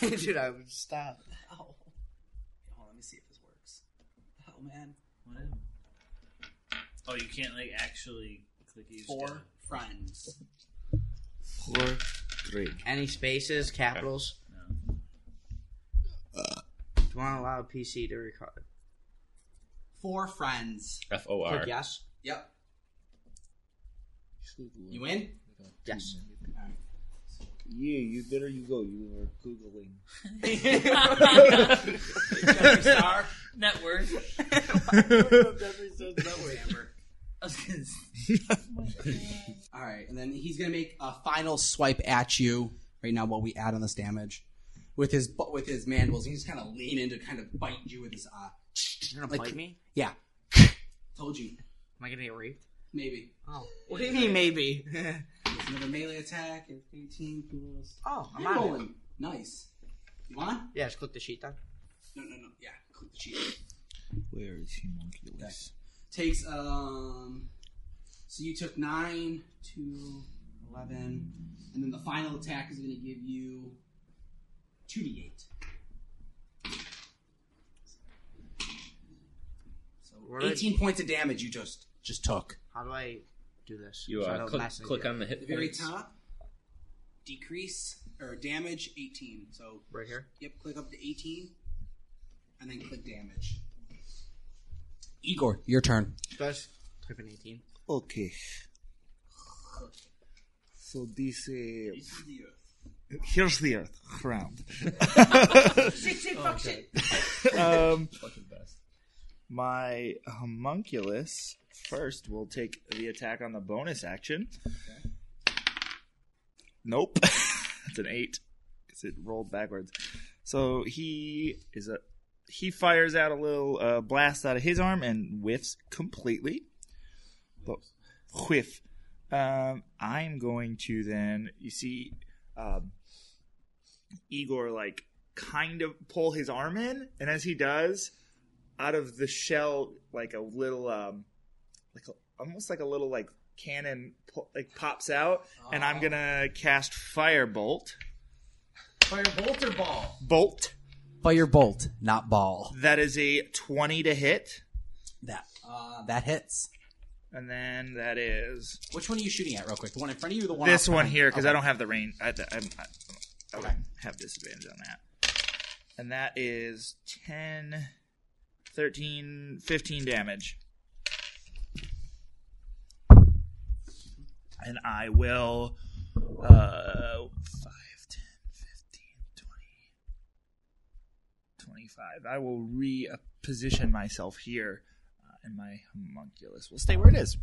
Dude, I would stop.
Ow. Hold on, let me see if this works. Oh man.
What is it? Oh, you can't like actually click each.
Four friends.
Poor Drake.
Any spaces, capitals?
No.
Do you want to allow a PC to record?
Four friends.
F O R.
Click yes.
Yep. You win?
Yes.
Yeah, you there you go. You were googling.
Star.
Net worth. I was gonna say-
All right, and then he's gonna make a final swipe at you right now. What we add on this damage with his bu- with his mandibles, he's kind of lean in to kind of bite you with his uh.
You're gonna
Like-
bite me?
Yeah, told you.
Am I gonna get raped?
Maybe
Oh. What do you mean, maybe?
It's another melee attack. It's Eighteen plus.
oh, I'm
I'm
on it.
rolling. Nice. You on?
Yeah, just click the sheet down.
No, no, no. Yeah, click the sheet. Where is he? Takes um. So you took nine to eleven, and then the final attack is going to give you two d eight. So
What did-
eighteen points of damage you just just took.
How do I do this?
You
So I
uh,
don't
click,
mess with
click
you.
on the
The
hit
very
points.
top decrease or damage eighteen. So
Right here?
Yep, click up to 18 and then click damage. Igor, your turn.
Guys, type in 18.
Okay. So this uh, here's the earth round. um, my homunculus first will take the attack on the bonus action. Nope, that's an eight because it rolled backwards. So he is a he fires out a little uh, blast out of his arm and whiffs completely. But whiff. Um, I'm going to then you see um, Igor like kind of pull his arm in, and as he does, out of the shell like a little um like a, almost like a little like cannon po- like pops out, and I'm gonna cast firebolt.
Firebolt or ball?
Bolt.
Firebolt, not ball.
That is a twenty to hit,
That uh, that hits.
and then that is
Which one are you shooting at, real quick? The one in front of you or the one
this
off
one
behind?
here because
Okay.
I don't have the range. I, I, I, I would
Okay.
have disadvantage on that. And that is 10, 13, 15 damage. And I will. Uh, 5, 10, 15, 20, 25. I will reposition myself here, uh, and my homunculus will stay where it is.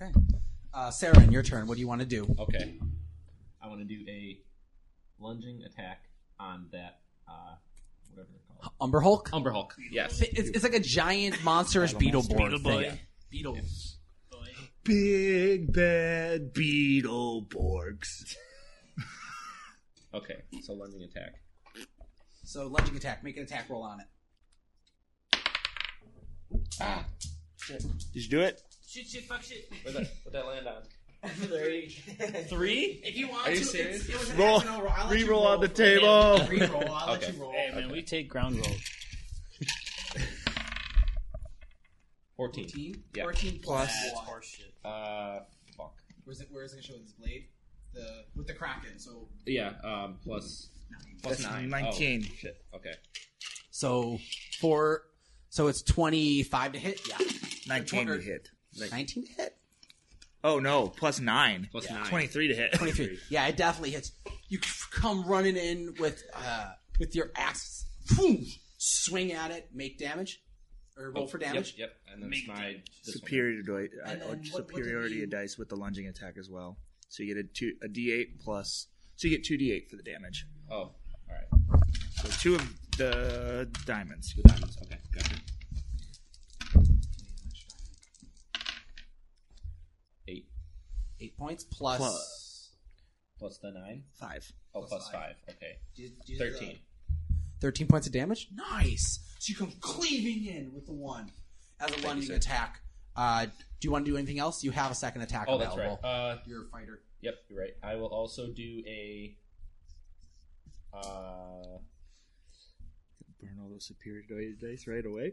Okay. Uh, Saren, your turn. What do you want to do?
Okay. I want to do a lunging attack on that, uh, whatever they're called.
Umber Hulk?
Umber Hulk. Yes.
It's, it's like a giant monsterish beetle board.
Beetle
thing.
boy.
Beetle.
Boy.
Big bad Beetleborgs.
Okay, so lunging attack.
So lunging attack. Make an attack roll on it.
Ah,
shit.
Did you do it?
Shoot, shoot, fuck, shit.
What'd that, what'd that land on?
Three.
Three?
If you want
Are
to,
you
it's-
serious?
it was an
Roll-
accidental roll. I'll let you
re-roll
roll
on the
for it.
table.
Yeah, Re-roll. I'll let
Okay.
you roll.
Hey, man, we take ground roll.
14.
14?
Yeah.
14 plus That's one.
horseshit.
Uh, fuck.
Where's it? Where is it gonna show with this blade? The with the kraken. So
Yeah, um, plus, plus
That's
9.
19.
Oh, shit, okay.
so four. So it's twenty five to hit. Yeah,
19 to hit.
Nineteen to hit.
Oh no, plus nine.
nine.
23 to hit.
23. Yeah, it definitely hits. You come running in with uh, with your axe, boom, swing at it, make damage, or roll
Oh,
for damage.
Yep, yep. and then it's my this one.
Superior to,
And
uh,
then what- what did
superiority
you-
of dice with the lunging attack as well. So you get a two a d8 plus. So you get two d8 for the damage.
Oh, all right.
So two of the diamonds.
The diamonds. Okay, gotcha. Eight
Eight points plus.
Plus. plus the nine.
Five.
Oh,
Plus
plus,
five.
five. Okay.
Did- did, uh,
Thirteen.
13 points of damage. Nice. So you come cleaving in with the one as a lunging
sir.
attack. Uh, do you want to do anything else? You have a second attack
oh, that's
available.
right. Uh,
You're a fighter.
yep, you're right. I will also do a. Uh,
Burn all those superiority dice right away.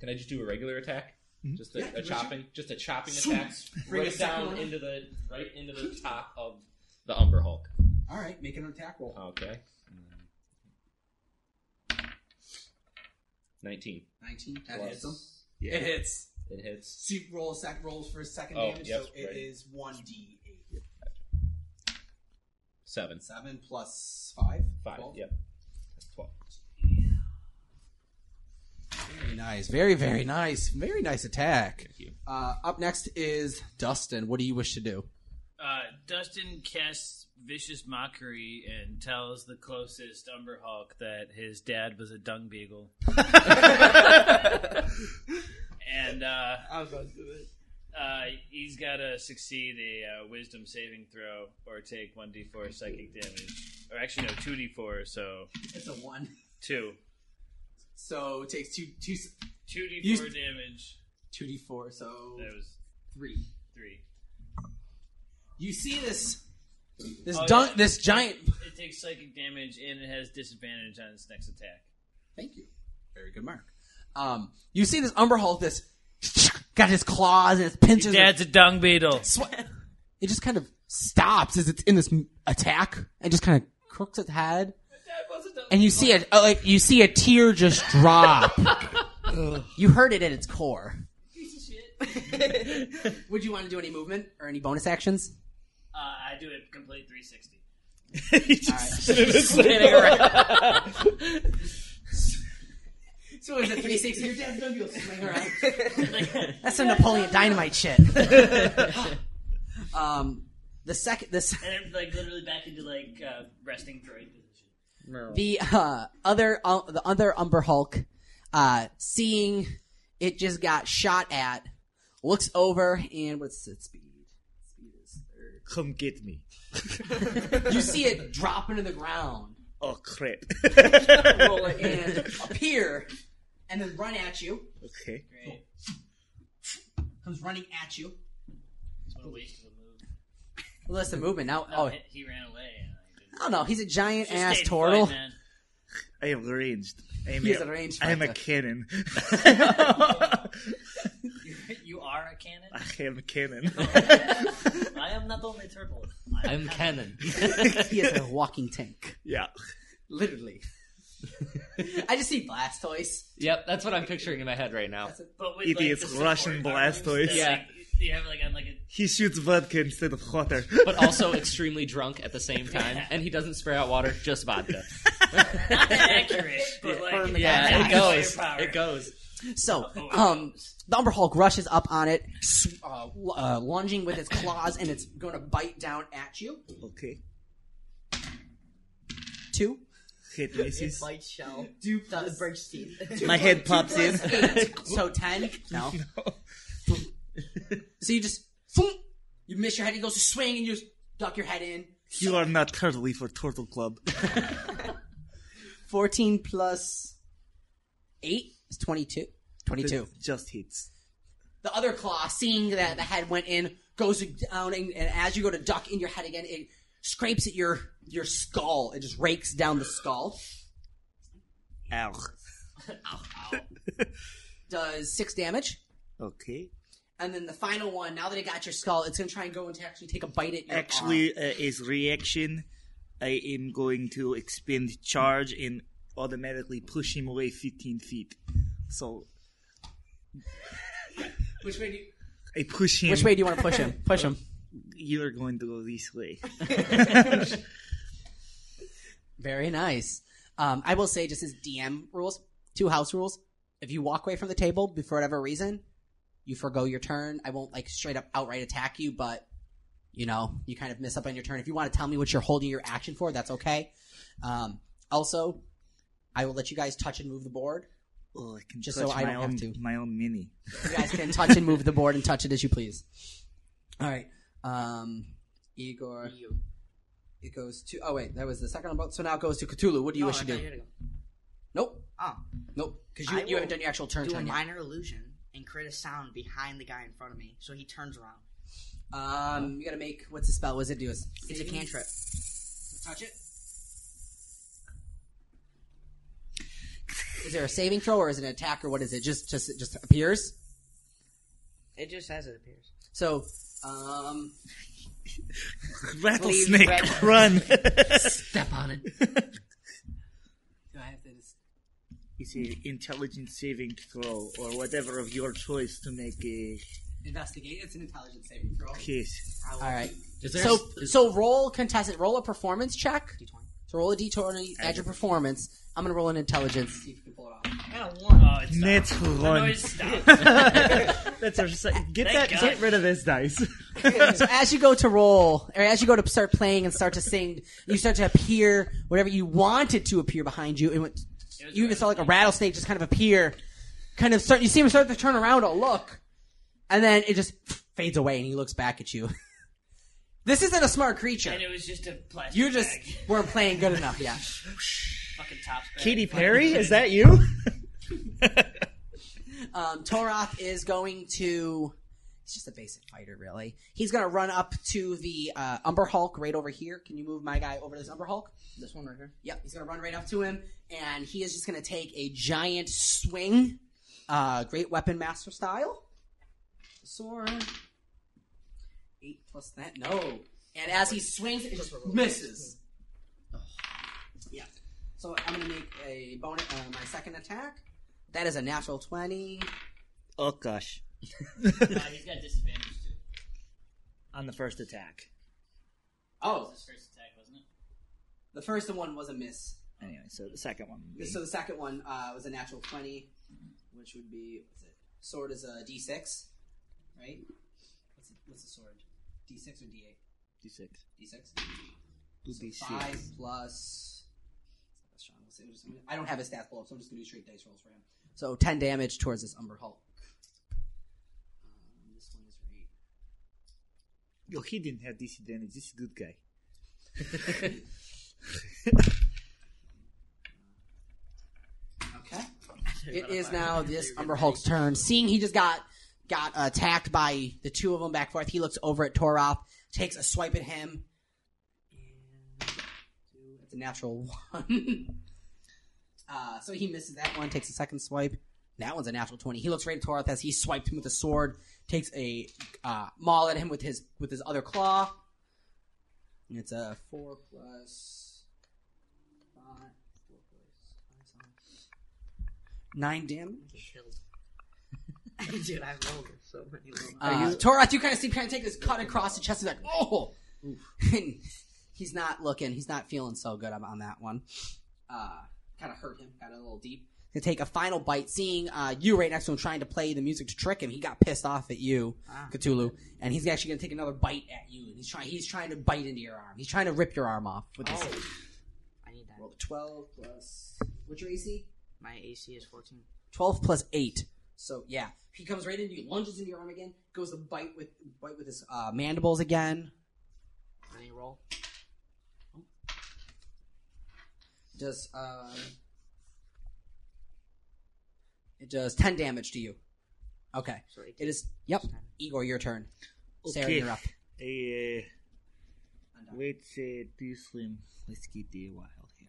can I just do a regular attack?
Mm-hmm.
Just a,
Yeah,
a
do it.
chopping, just a chopping
Zoom.
attack,
Bring a
right
second
down
one.
into the right into the top of the Umber Hulk.
All right, make an attack roll.
Okay. Nineteen.
19. Mm-hmm. That
Plus-
hits him.
Yeah.
It hits.
It hits.
So you roll a sec rolls for a second
Oh,
damage,
yep,
so it
right.
is one d eight.
Seven.
Seven plus five.
Five.
12.
Yep. That's twelve.
Very nice. Very very nice. Very nice attack.
Thank you.
Uh, up next is Dustin. What do you wish to do?
Uh, Dustin casts vicious mockery and tells the closest Umber Hulk that his dad was a dung beagle. and uh,
I was about to do it.
uh, he's got to succeed a uh, wisdom saving throw or take 1d4 psychic damage. Or actually, no, 2d4, so
It's a one.
2.
So it takes two two
2d4
You-
damage.
two d four. So
That was
three.
3.
You see this this
Oh,
dun-
yeah.
this giant.
It takes psychic damage and it has disadvantage on its next attack.
Thank you. Very good, Mark. Um, you see this Umber Hulk. This got his claws and his pinches. are
Dad's a dung beetle.
sw- it just kind of stops as it's in this m- attack and just kind of crooks its head. And you see it uh, like you see a tear just drop. you heard it at its core. Would you want to do any movement or any bonus actions?
Uh, I do a complete 360.
Spinning around. so is it 360? Your dad's gonna be swing around. That's some Napoleon Dynamite shit. um, the second this.
And I'm like literally back into like uh, resting droid position.
the uh, other uh, the other Umber Hulk, uh, seeing it just got shot at, looks over and what's its speed? Speed is
Come get me.
thirty. you see it drop into the ground,
Oh crap.
roll it, and appear, and then run at you.
okay.
Great.
Comes running at you.
What a waste of a move.
Well, that's the movement now.
No,
Oh,
he, he ran away. and I didn't-
I don't know. He's a giant
Just
ass
stayed
turtle.
fight, man.
I am ranged. I am
He is a ranged
I am a
fighter.
cannon.
You- you are a cannon.
I am a cannon.
I am not only turtle.
I'm Cannon.
he is a walking tank,
yeah.
literally. I just see Blastoise.
yep, that's what I'm picturing in my head right now.
But with,
Idiot's
like, the
Russian
support arms
Blastoise.
that,
Yeah.
like, you have like on like a
He shoots vodka instead of water.
But also extremely drunk at the same time, and he doesn't spray out water, just vodka.
not that accurate, but like
Yeah, it goes.
Firepower.
It goes.
So,
Oh,
um, the Umber Hulk rushes up on it, s- uh, l- uh, lunging with its claws, and it's going to bite down at you.
Okay.
Two.
Hit misses.
Bite shell.
Do plus,
Breaks teeth.
My head pops in.
plus eight. So ten. No. So you just, thump, you miss your head, it goes to swing, and you just duck your head in.
You are not turtley for Turtle Club.
14 plus 8 It's 22.
22.
Just hits.
The other claw, seeing that the head went in, goes down, and, and as you go to duck in your head again, it scrapes at your your skull. It just rakes down the skull.
Ow.
Does six damage.
Okay.
And then the final one, now that it got your skull, it's going to try and go and actually take a bite at your arm.
Actually, uh, as reaction, I am going to expend charge and automatically push him away 15 feet. So
Which way do you...
I push him.
Which way do you wanna push him? Push him.
You're going to go this way.
Very nice. Um, I will say, just as DM rules, two house rules. If you walk away from the table be- for whatever reason, you forgo your turn. I won't like straight up outright attack you, but you know you kind of miss up on your turn. If you want to tell me what you're holding your action for, that's okay. Um, also, I will let you guys touch and move the board.
Oh, I can
just
touch
so I
my
don't
own,
have to.
My own mini.
You guys can touch and move the board and touch it as you please. All right, um, Igor.
Oh,
It goes to. Oh wait, that was the second one. So now it goes to Cthulhu. What do you
No,
wish
Oh, I
to
thought
do?
you had to go.
Nope.
Oh.
Nope. Because you,
I
you haven't
will
done your actual turn
do
turn
a
yet.
minor illusion and create a sound behind the guy in front of me, so he turns around.
Um, you gotta make what's the spell? What does it do? It's,
It's a cantrip.
Touch it. Is there a saving throw or is it an attack or what is it? Just just it just appears.
It just as it appears.
So, um,
Rattlesnake, run.
Step on it. Do I have to just?
It's an intelligence saving throw or whatever of your choice to make a
Investigate. It's an intelligence saving throw.
case.
All right.
Is there-
So so roll contestant. Roll a performance check. So roll a d20. Add your performance. I'm gonna roll an intelligence. See if you can pull it off.
Oh, it
Net
stopped. The
one.
noise stopped.
That's our se- get
Thank
that.
God.
Get rid of this dice.
so as you go to roll, or as you go to start playing and start to sing, you start to appear whatever you wanted to appear behind you, and what- you even saw like a rattlesnake just kind of appear, kind of start. You see him start to turn around to look, and then it just fades away, and he looks back at you. this isn't a smart creature.
And it was just a plastic
You just
bag.
weren't playing good enough. Yeah.
Fucking top spin.
Katy
Perry, is that you?
Um, Toroth is going to. He's just a basic fighter, really. He's going to run up to the uh, Umber Hulk right over here. Can you move my guy over to this Umber Hulk?
This one right here.
Yep, he's going to run right up to him, and he is just going to take a giant swing, uh, Great Weapon Master style. Sword. Eight plus that, no. And as he swings, it just misses. Yeah. So I'm going to make a bonus, uh, my second attack. That is a natural 20.
oh gosh.
Uh, he's got disadvantage too.
On the first attack.
That
Oh,
was his first attack, wasn't it?
the first one was a miss.
Anyway, so the second one. would be-
So the second one uh, was a natural 20, which would be, what's it? Sword is a d6, right? What's, it, what's the sword? d6 or d8?
D6.
d6?
Would be
So
six.
5 plus. it's not that strong. Let's see, I'm just- I don't have his stats pulled up, so I'm just going to do straight dice rolls for him. So 10 damage towards this Umber Hulk. Um, this one is right.
Yo, he didn't have disadvantage. This is a good guy.
Okay. It is now this Umber Hulk's turn. Seeing he just got got attacked by the two of them back and forth, he looks over at Toroth, takes a swipe at him. And it's a natural one. uh, so he misses that one, takes a second swipe. That one's a natural twenty. He looks right at Toroth as he swiped him with a sword, takes a uh, maul at him with his with his other claw. And it's a four plus five, four plus five, seven, Nine damage.
Dude, I rolled so many. low-
Uh, Toroth, you kind of see kind of take this cut across the chest. He's like, oh, and he's not looking. He's not feeling so good on, on that one. Uh, kind of hurt him. Got a little deep. To take a final bite, seeing uh, you right next to him trying to play the music to trick him, he got pissed off at you,
Ah.
Cthulhu, and he's actually going to take another bite at you. And he's trying. He's trying to bite into your arm. He's trying to rip your arm off with this.
Oh. I need that.
Roll a twelve plus. What's your AC?
My AC is fourteen.
12 plus 8. So, yeah. He comes right into you, lunges into your arm again, goes to bite with bite with his uh, mandibles again.
Any roll?
Does, uh. It does 10 damage to you. Okay. it is. Yep. Igor, your turn. Sarah, you're up.
Hey, uh, let's uh, Eh, do some. Let's get the wild here.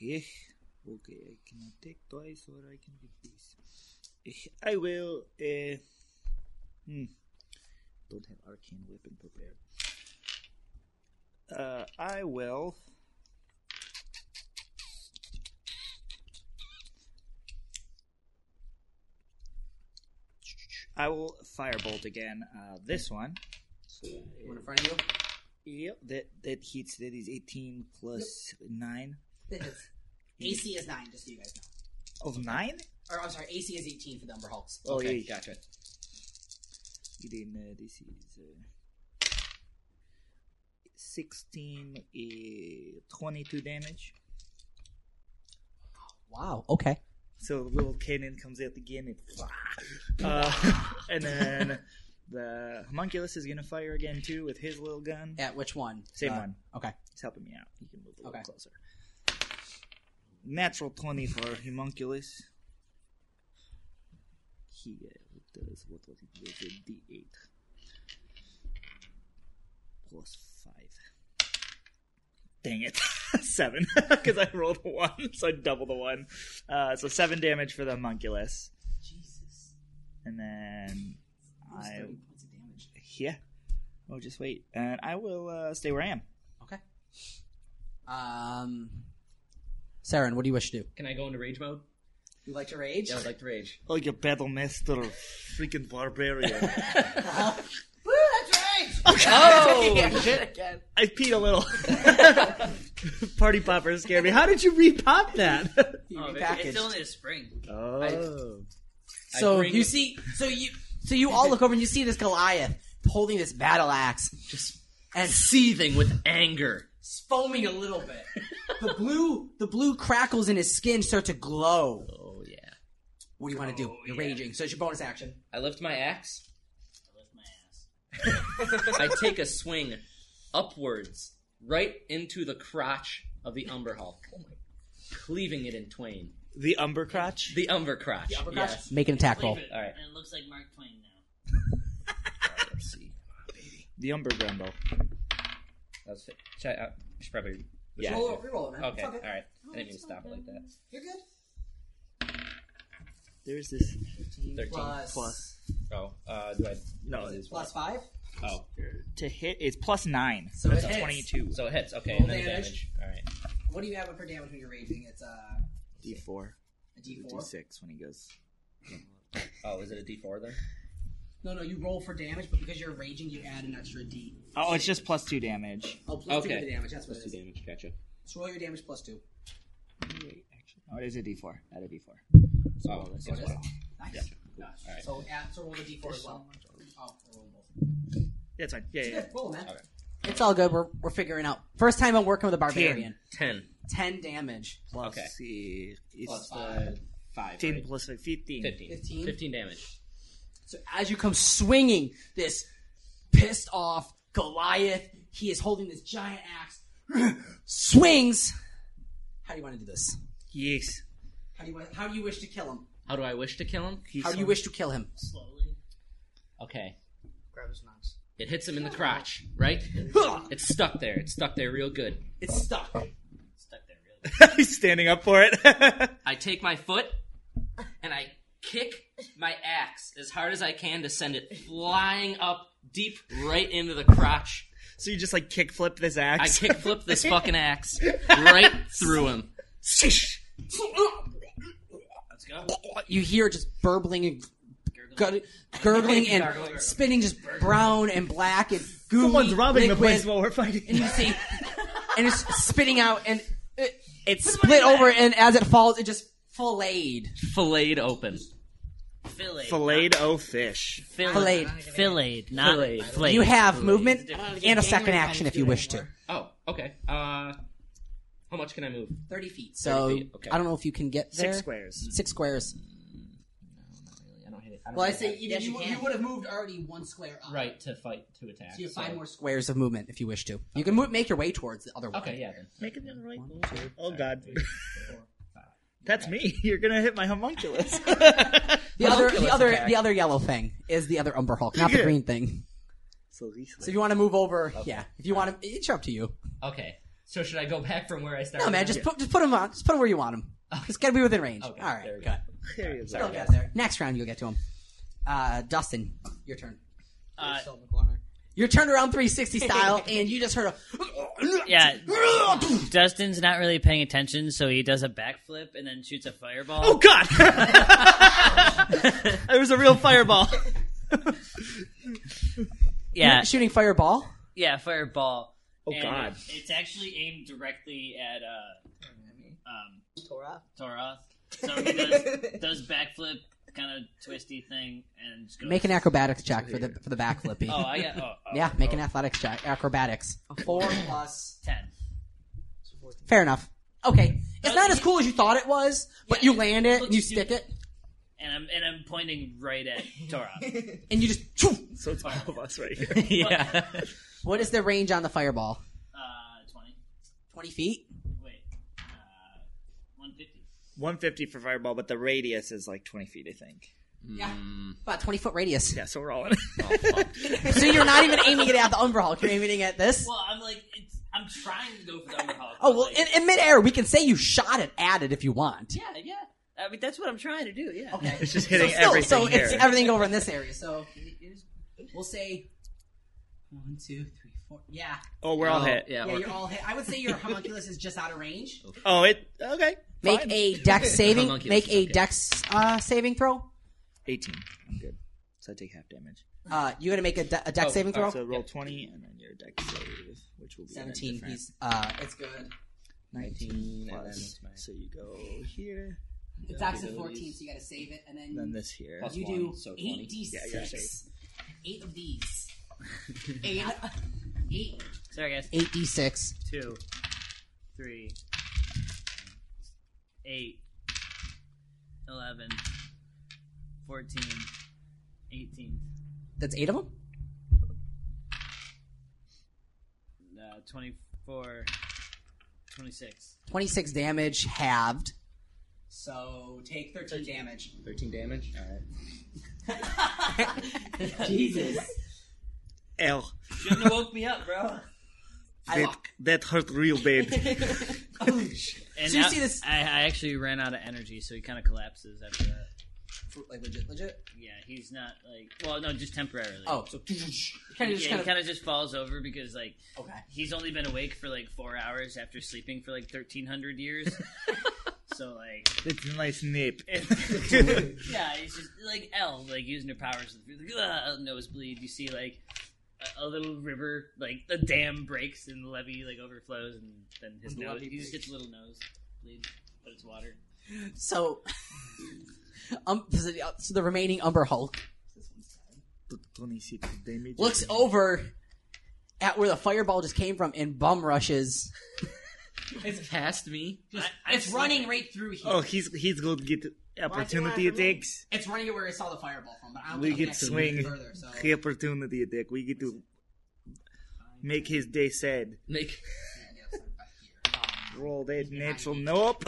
Yeah. Eh, okay, I can attack twice or I can do this. Eh, I will. Uh, hmm. Don't have arcane weapon prepared. Uh, I will. I will firebolt again. Uh, this one. So,
One in front of you.
Yep, that that hits. That is eighteen plus nine
AC is 9, just so you guys know.
of nine.
Or, I'm sorry, AC is 18 for the Umber Hulks.
Oh, yeah, yeah.
gotcha.
And then uh, this is uh, sixteen, uh, twenty-two damage.
Wow, okay.
So the little cannon comes out again. It, uh, and then the homunculus is gonna fire again too with his little gun.
At which one?
Same
Uh,
one.
Okay.
He's helping me out. You can move a little
Okay.
closer. Natural twenty for homunculus. He uh, what does what was it? Was it D eight plus five? Dang it, seven because I rolled a one, so I double the one. Uh, so seven damage for the homunculus.
Jesus.
And then
Almost
I
30 points of damage.
yeah. Oh, just wait, and I will uh, stay where I am.
Okay. Um, Saren, what do you wish to do?
Can I go into rage mode?
You like to rage?
Yeah, I'd like to rage.
Like a battle master, freaking barbarian.
Woo, that's right!
Oh!
shit again.
I peed a little. Party popper scared me. How did you repop that?
Oh,
repackaged.
it's still in his spring.
Oh.
So
I bring-
you see, so you, so you all look over and you see this Goliath holding this battle axe, just and
seething with anger,
foaming a little bit. the blue, the blue crackles in his skin start to glow.
Oh yeah.
What do you want to do? You're raging, so it's your bonus action.
I lift my axe. I lift my ass. I take a swing upwards, right into the crotch of the Umber Hulk,
Oh
cleaving it in twain.
The Umber crotch?
The Umber crotch.
The Umber crotch?
yes.
Make an attack roll.
All right.
And it looks like Mark Twain now.
Let's see.
The Umber Grumble.
That's it. Should I, uh, should probably.
Yeah.
should I
Roll
do?
it, reroll it, man.
Okay.
It's okay.
All right. I didn't mean to stop it like that.
You're good.
There's this.
Thirteen
Plus-
Oh, uh, do I?
No,
it's
Plus five.
Oh,
To hit, it's plus nine.
So
That's
it
a
hits.
22.
so it hits. Okay,
Roll
and then
damage.
damage. All right.
What do you have for damage when you're raging? It's uh,
D4.
a D4.
D6 when he goes.
Oh, is it a D four then?
No, no, you roll for damage, but because you're raging, you add an extra D.
Oh, it's just plus two damage.
Oh, plus two
Okay.
to the damage. That's what
Plus
it
two
is.
damage. Gotcha.
So roll your damage plus two.
Oh, it is a D4. Not a D4. So
Oh,
roll this
so
as
it is.
well.
Nice.
Yeah. All right.
So add, so roll the D4 as well. Oh, roll both.
That's fine. Yeah, yeah. yeah.
Good, roll, man.
Okay.
It's all good. We're, we're figuring out. First time I'm working with a barbarian.
Ten.
Ten, damage.
Plus,
Okay.
uh, it's
Plus
uh,
five. Five.
15
right?
plus 15.
15.
15?
15 damage.
So as you come swinging this pissed off Goliath, he is holding this giant axe. swings. How do you want to do this?
Yes.
How do you want, how do you wish to kill him?
How do I wish to kill him?
How do you wish to kill him?
Slowly.
Okay.
Grab his nuts.
It hits him in the crotch, right? It's stuck there. It's stuck there real good.
It's stuck.
Stuck there really.
He's standing up for it.
I take my foot and I kick my axe as hard as I can to send it flying up deep right into the crotch.
so you just like kick flip this
I
axe?
kick flip this fucking axe right through him.
Let's go.
You hear just burbling and gut- gurgling and spinning, just brown and black and gooey.
Someone's robbing
liquid.
the place while we're fighting.
and you see, and it's spitting out, and it, it split over, and as it falls, it just filleted.
Filleted open.
Fillet.
Filleted o fish.
Filleted.
Fillet, not
Fillet.
flay.
You have movement and a second action if you wish to.
Oh, okay. Uh, how much can I move?
Thirty feet. So
30 feet, okay.
I don't know if you can get there.
Six squares.
Six squares.
I don't hit it. I don't
Well, I
hit
say
it.
even
Yes,
you,
you can.
would have moved already one square up.
right to fight to attack.
So you have
so-
five more squares of movement if you wish to. You can move, make your way towards the other one.
Okay, yeah. Then.
Make it the right. Oh god.
That's me. You're gonna hit my homunculus.
The other, the other, the other yellow thing is the other Umber Hulk, not the
Yeah.
green thing. So if you want to move over, yeah. If you want to, it's up to you.
Okay. So should I go back from where I started?
No, man, just put just put him on. Just put him where you want him. It's got to be within range. All right,
there we
good.
There you go.
We'll
Sorry,
get
guys.
there. Next round, you'll get to him. Uh, Dustin, your turn.
Uh,
You're turned around 360 style, and you just heard a.
Yeah. Dustin's not really paying attention, so he does a backflip and then shoots a fireball.
Oh,
God! it was a real fireball. Yeah.
You're shooting fireball.
Yeah, fireball.
Oh,
And
God.
it- It's actually aimed directly at uh, um, Torah. Torah. So he does, does backflip, kind of twisty thing, and just goes.
Make an acrobatics check for the for the backflippy.
Oh, I got- oh, oh,
yeah, make an
oh.
athletics check. Acrobatics.
four plus ten.
Fair enough. Okay, it's not as cool as you thought it was, but you land it and you stick it,
And I'm and I'm pointing right at uh, Torah.
and you just.
so it's all of us right here. yeah.
What is the range on the fireball?
Uh, twenty.
20 feet?
Wait. Uh, one fifty.
150 for fireball, but the radius is like 20 feet, I think.
Yeah, about 20 foot radius.
Yeah, so we're all in.
so you're not even aiming it at the Umber Hulk. You're aiming it at this.
Well, I'm like, it's, I'm trying to go for the Umberhawk.
Oh well, in, in midair, we can say you shot it at it if you want.
Yeah, yeah. I mean, that's what I'm trying to do. Yeah.
Okay.
It's just hitting
so still,
everything
So
here.
it's everything over in this area. So we'll say one, two, three, four. Yeah.
Oh, we're all hit.
Yeah, you're all hit. I would say your homunculus is just out of range.
Oh, it. Okay.
Make
fine.
a dex saving.
Homunculus
make
is
a
okay.
dex uh, saving throw.
18. I'm good. So I take half damage.
Uh, you gonna make a, de- a dex
Oh,
saving
oh,
throw?
So roll 20 and then your dex save, which will be
Seventeen.
indifferent.
He's uh, it's good.
19 plus. So you go here.
The dex is fourteen, so you gotta save it, and then
Then this here.
you
Plus
do
one, so 20.
eight d
Yeah, you're
six.
safe.
Eight of these. Eight. Eight.
Sorry, guys.
Eight d six.
Two, three, eight, eleven, fourteen, eighteen,
That's eight of them.
uh, twenty-four, twenty-six.
26 damage halved. So take 13 damage.
13 damage?
Alright. Jesus.
L.
Shouldn't have woke me up, bro.
That, that hurt real bad.
Oh,
And
So you
now-
see this-
I, I actually ran out of energy, so he kind of collapses after that.
Like legit, legit.
Yeah, he's not like. Well, no, just temporarily.
Oh, so kind
Yeah,
of just
he
kind of
kind of just falls over because like
Okay.
he's only been awake for like four hours after sleeping for like thirteen hundred years. so like
It's a nice nip.
yeah, he's just like L, like using her powers. Like, ugh, nosebleed. You see like a, a little river, like the dam breaks and the levee like overflows, and then his
The
nose.
levee
He just gets a little nose bleed, but it's water.
so um so the, so the remaining Umber Hulk
T- 26 damage.
looks over at where the fireball just came from and bum rushes.
It's past me.
it's running right through here.
Oh, he's he's going to get opportunity attacks.
It's running where I saw the fireball from, but I don't
We
think I can
get
actually
swing
move further. So
the opportunity attack. We get to make his day sad.
Make
roll that natural. Nope.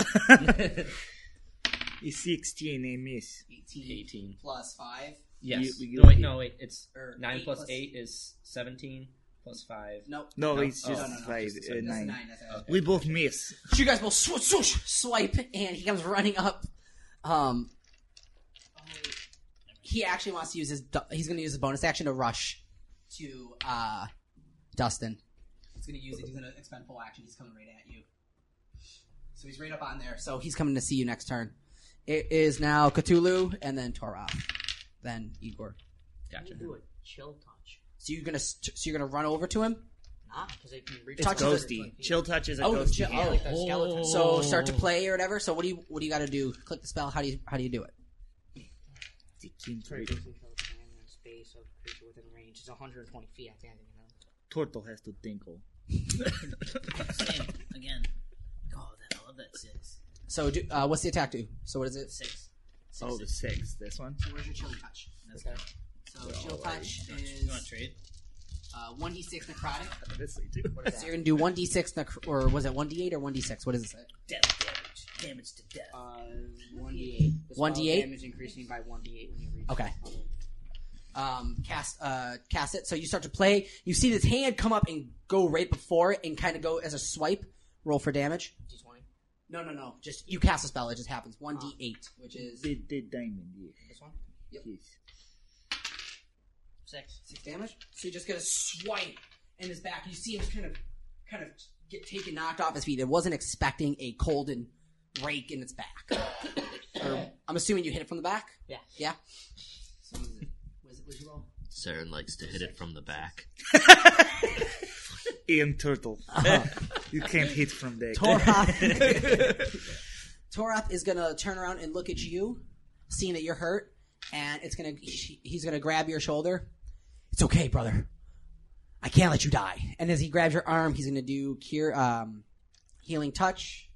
He's sixteen. I miss.
18, plus five.
Yes.
You- you-
no, wait, no, wait. It's
Or
9
eight
plus
plus-
8 is 17 plus 5.
Nope.
No, it's just
no, no,
five.
just
uh,
a- just a
nine.
nine, that's a-
We both miss.
So you guys will swoosh, swoosh, swipe, and he comes running up. Um, he actually wants to use his. du- He's going to use his bonus action to rush to uh, Dustin. He's going to use it. He's going to expend full action. He's coming right at you. So he's right up on there. So he's coming to see you next turn. It is now Cthulhu and then Torah, then Igor.
Gotcha. Do a chill touch.
So you're gonna so you're gonna run over to him.
Not because it can reach.
It's Touch is a-
ghosty. Chill touch is a
oh,
ghosty.
chill-
hand.
oh, So start
Oh.
to play or whatever. So what do you what do you got to do? Click the spell. How do you how do you do it?
Space of creature within range is 120 feet. I think. You know.
Turtle has to tinkle.
Same again. Oh, that, I love that six.
So do, uh, what's the attack do? So what is it?
Six.
oh, the six. This one.
So where's your chilling touch?
That's
okay. So chill touch is uh,
You want to trade?
one d six necrotic.
This I do.
So you're gonna do one d six nec- or was it one d eight or one d six? What is it?
Death damage.
damage to death.
Uh,
One d eight.
1d8?
Damage increasing by one d eight when you reach.
Okay. Um, cast, uh, cast it. So you start to play. You see this hand come up and go right before it, and kind of go as a swipe. Roll for damage.
twenty.
No, no, no. Just you cast a spell. It just happens. One d eight, which is
The, the diamond, yeah.
This one.
Yep.
Six.
Six damage. So you just get a swipe in his back. You see him kind of, kind of get taken, knocked off his feet. It wasn't expecting a Colden rake in its back. Or- I'm assuming you hit it from the back.
Yeah.
Yeah. So was it? Was it? Was your roll?
Saren likes to hit it from the back.
And turtle.
Uh-huh.
you can't hit from there.
Toroth. Toroth is gonna turn around and look at you, seeing that you're hurt, and it's gonna he- he's gonna grab your shoulder. It's okay, brother. I can't let you die. And as he grabs your arm, he's gonna do cure um, healing touch.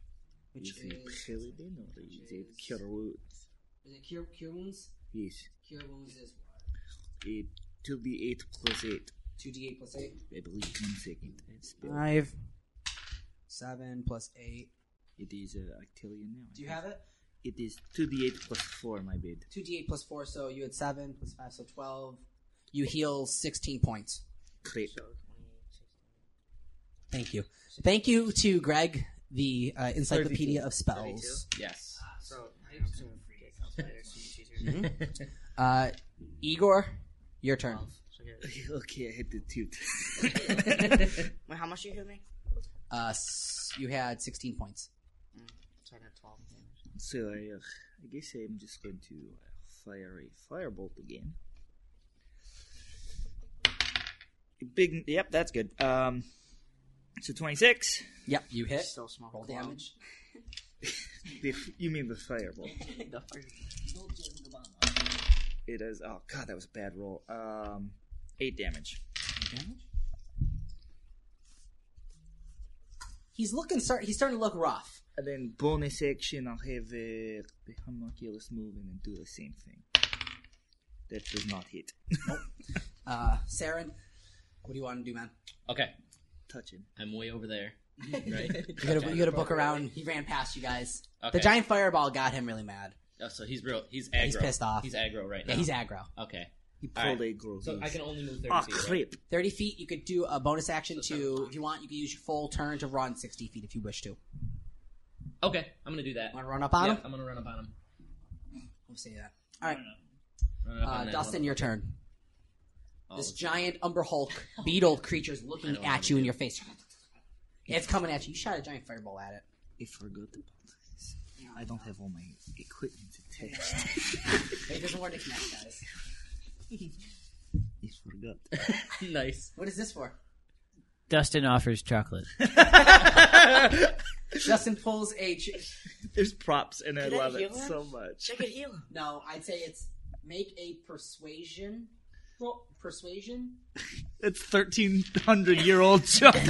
Which
Is
is,
it paladin or is it cure wounds?
is it cure cure wounds?
Yes.
Cure wounds is
It to be eight plus eight.
two d eight plus eight.
I believe one second. I spell.
Five, seven plus eight.
It is. Uh, I tell you now.
Do you have it?
It is two d eight plus four. My bad.
Two d eight plus four, so you had seven plus five, so twelve. You heal sixteen points.
Creep.
Thank you. Thank you to Greg, the uh, Encyclopedia of
32?
Spells.
Yes. so I'm just gonna free kick out later, so it's easier.
Hmm?
Mhm. Uh, Igor, your turn.
So good.
okay, I hit the toot.
Wait, how much you heal me?
Uh, s- you had 16 points.
Mm, so I got twelve. damage.
so I, uh, I guess I'm just going to uh, fire a firebolt again. Big. Yep, that's good. Um, so twenty six.
Yep, you hit.
Still small.
Roll
clone.
damage.
you mean the firebolt?
The first-
It is. Oh god, that was a bad roll. Um, eight damage.
He's looking. Start. He's starting to look rough.
And then bonus action, I'll have uh, the homunculus move in and do the same thing. That does not hit.
Uh, Saren, what do you want to do, man?
Okay.
Touch him.
I'm way over there. Right?
You gotta, you gotta book around. He ran past you guys.
Okay.
The giant fireball got him really mad.
Oh, so he's real. He's aggro.
Yeah, he's pissed off.
He's aggro right now.
Yeah, he's aggro.
Okay.
He
All
pulled aggro.
So I can only move 30 feet. right?
30 feet, you could do a bonus action to, if you want, you could use your full turn to run 60 feet if you wish to.
Okay, I'm gonna do that.
Wanna run up on
Yeah,
him?
I'm gonna run up on him.
We'll say that. All right.
Run up
Uh,
on that
Dustin,
one.
your turn.
Oh,
this giant Umber Hulk beetle creature's
I
looking
know what
at
I'm
you in your face. It's coming at you. You shot a giant fireball at it.
I forgot about this. I don't have all my equipment attached.
But it doesn't work to connect, guys.
I forgot.
nice.
What is this for?
Dustin offers chocolate.
Justin pulls a. Ch-
There's props, and I
Did I
love
heal
it
him?
so much.
Check it heal him.
no, I'd say it's make a persuasion. Roll persuasion
It's thirteen hundred year old chocolate.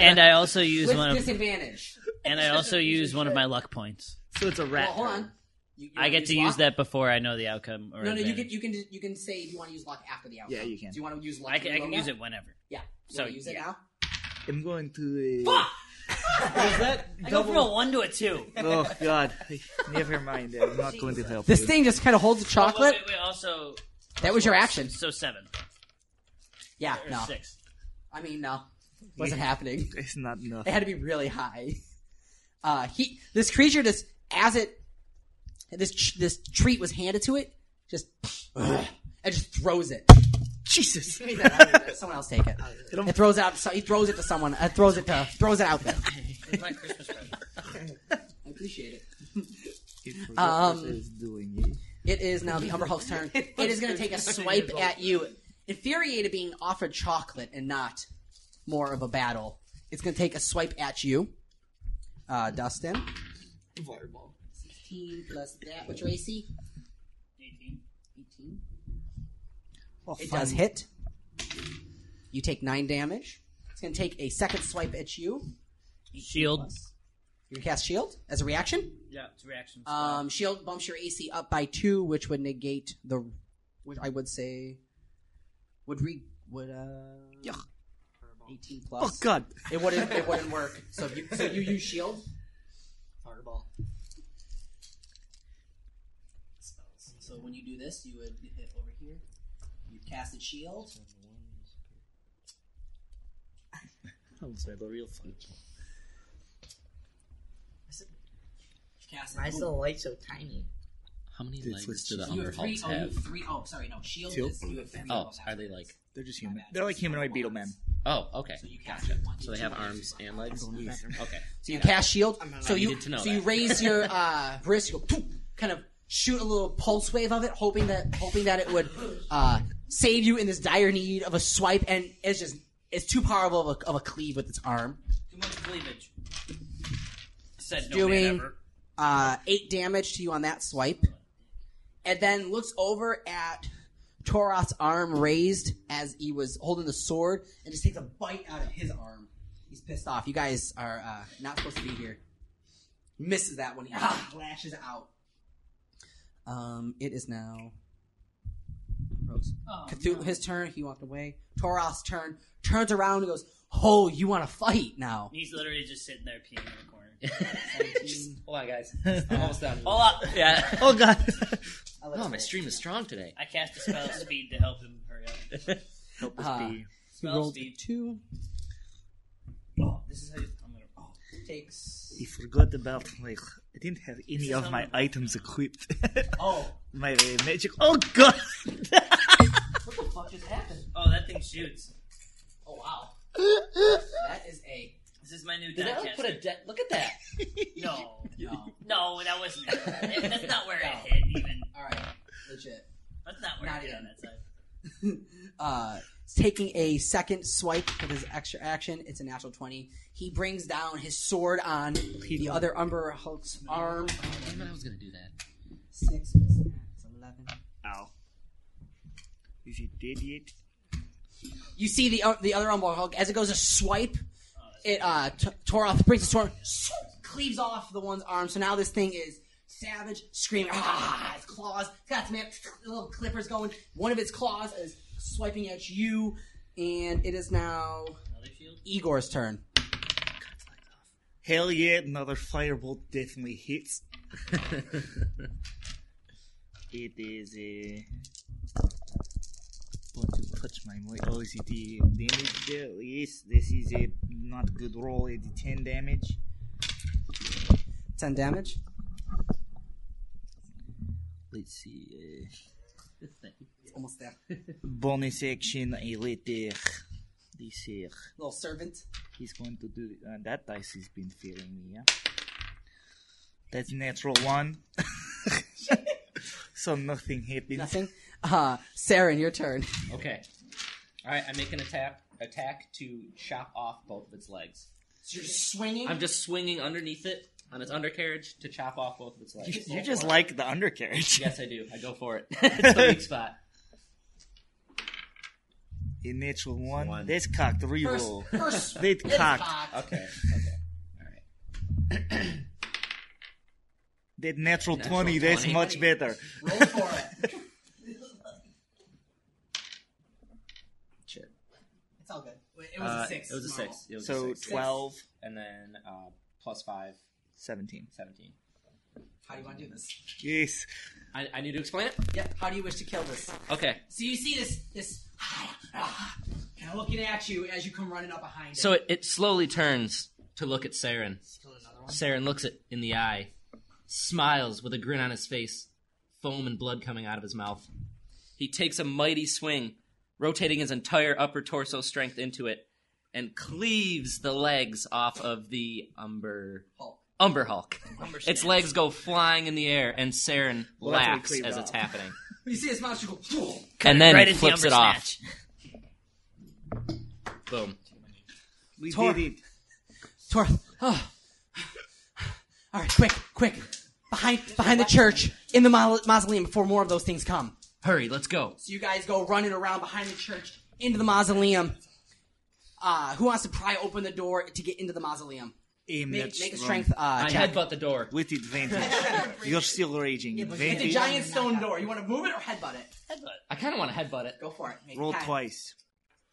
and I also use
with
one of
disadvantage.
and I also use one of my luck points.
so it's a
Well,
Oh,
rat.
hold on. You, you
I
wanna
get to use
luck?
that before I know the outcome. Or
No, no, you
advantage.
can you can you can say if you want to use luck after the outcome.
Yeah, you can.
Do you want to use luck?
I can,
when
I
you
can
roll
use
that?
it whenever.
Yeah.
So,
So use it
yeah.
now.
I'm going to. Uh, Was that
I go from a one to a two.
Oh god. Never mind. I'm not going to help.
This
you.
thing just kind of holds the
Oh,
chocolate.
wait, wait, wait, also,
That was your action.
so seven
Yeah,
or
no.
six.
I mean, no. Wasn't happening.
It's not enough.
It had to be really high. Uh, he, this creature just, as it, this ch- this treat was handed to it, just, and just throws it.
Jesus.
Give me that. I'll do that. Someone else take it. It throws it out. So he throws it to someone. It throws it to throws it out there.
It's my Christmas present.
I appreciate it.
It forgot
Um,
what I was doing.
It is now the Umber Hulk's turn. It is going to take a swipe at you. Infuriated being offered chocolate and not more of a battle, it's going to take a swipe at you, uh, Dustin.
Fireball.
16 plus that. What's your AC?
18.
18. It does hit. You take 9 damage. It's going to take a second swipe at you.
Shield.
You can cast Shield as a reaction.
Yeah, it's reaction.
Um, shield bumps your AC up by two, which would negate the, which I would say, would re would uh
Yuck.
eighteen
Oh
plus.
god.
It wouldn't it wouldn't work. So if you so you use shield.
fireball.
Spells. So when you do this, you would hit over here. You cast a shield.
real fun.
You cast a
Why is the light so tiny?
How many legs
It's like
do the
you
Umber
have three,
Hulks
oh, you have
have?
three, oh, sorry, no. Shield
Two?
is you have three
Oh,
levels
are they like?
They're just human. They're like humanoid beetle men.
Oh, okay.
So you cast
Gotcha.
one,
So they
two,
have
three.
arms and legs.
going to the bathroom.
Okay.
So you
Got it.
cast shield. So
I
you
needed to know
so
that.
you raise your uh, wrist, you go, "Poof," kind of shoot a little pulse wave of it, hoping that hoping that it would uh, save you in this dire need of a swipe, and it's just it's too powerful of a, of a cleave with its arm.
Too much cleavage. Said no man
doing
ever.
uh, eight damage to you on that swipe, and then looks over at Toroth's arm raised as he was holding the sword, and just takes a bite out of his arm. He's pissed off. You guys are uh, not supposed to be here. Misses that one. Ah, lashes out. Um, it is now Rose.
Oh,
Cthulhu, his turn. He walked away. Toroth's turn. Turns around and goes, "Oh, you want to fight now?"
He's literally just sitting there peeing in the corner.
Just-
hold on, guys. I'm almost done.
Hold up. Yeah.
Oh god.
I like
No,
it.
my stream is strong today.
I cast a spell of speed to help him hurry up.
Help
Uh, he
Spell
rolled a
speed.
two.
Oh, this is how you, I'm gonna. Oh,
takes.
He forgot about my. I didn't have any of my items equipped.
oh.
My uh, magic. Oh god.
What the fuck just happened?
Oh, that thing shoots.
Oh wow. that is a.
This is my new
Did
die
I put a
caster.
de- look at that?
No,
No.
no, that wasn't it. That- That's not where it hit. Even
All right. Legit.
that's not where
Not
it hit
even.
on that side.
Uh, taking a second swipe with his extra action. It's a natural twenty. He brings down his sword on the other Umber Hulk's arm.
Damn it, I was gonna do that.
Six. plus that, It's eleven.
Ow. Is he dead yet?
You see the uh, the other Umber Hulk as it goes a swipe. It uh, t- Toroth brings the sword, cleaves off the one's arm. So now this thing is savage, screaming. Ah, its claws. It's got some little clippers going. One of its claws is swiping at you, and it is now Igor's turn.
Hell yeah! Another firebolt definitely hits. it is a. uh, Want to touch my mo- oh, is it the damage? there? Yes, this is a not good roll. It's ten damage.
Ten damage.
Let's see. Uh,
It's almost there.
bonus action. I let there. This here.
Little servant.
He's going to do uh, that. Dice has been failing me. Yeah. That's natural one. so nothing happens.
Nothing. Uh, Saren, your turn.
Okay. All right, I make an attack attack to chop off both of its legs.
So you're just swinging.
I'm just swinging underneath it on its undercarriage to chop off both of its legs.
You,
Oh,
you just like the undercarriage.
Yes, I do. I go for it. it's the weak spot.
A natural one. That's cocked. Reroll.
First- first-
That's
it's
cocked.
cocked.
Okay.
That natural,
Natural
20, That's
20.
much better.
Roll for it.
Shit.
It's all good. Wait, It was
Uh,
a six.
It was a
normal.
six. It was
So
a six.
12.
and then uh, plus five,
17.
17.
How do you want to do this?
Yes.
I, I need to explain it.
Yep. How do you wish to kill this?
Okay.
So you see this this kind of looking at you as you come running up behind.
So
it.
it, it slowly turns to look at Saren.
Kill another one.
Saren looks it in the eye, smiles with a grin on his face, foam and blood coming out of his mouth. He takes a mighty swing, rotating his entire upper torso strength into it, and cleaves the legs off of the Umber
Hulk.
Umber Hulk.
Number
Its
six.
legs go flying in the air, and Saren
Well, that's what he
laughs
cleaved
as
off.
it's happening,
You see this monster go. Phew!
and then
right at the
flips
Umber
it off.
snatch.
Boom.
We
Tor-
did it.
Torth. Oh. All right, quick, quick, behind behind the church in the mauso- mausoleum before more of those things come.
Hurry, let's go.
So you guys go running around behind the church into the mausoleum. Uh, who wants to pry open the door to get into the mausoleum?
Aim
Make,
that
make a
strong.
strength uh,
I
check.
headbutt the door.
With advantage. You're still raging.
It's a
Advantage.
giant stone door. You want to move it or headbutt it?
I kind of want to headbutt it.
Go for it. Make
Roll
time.
twice.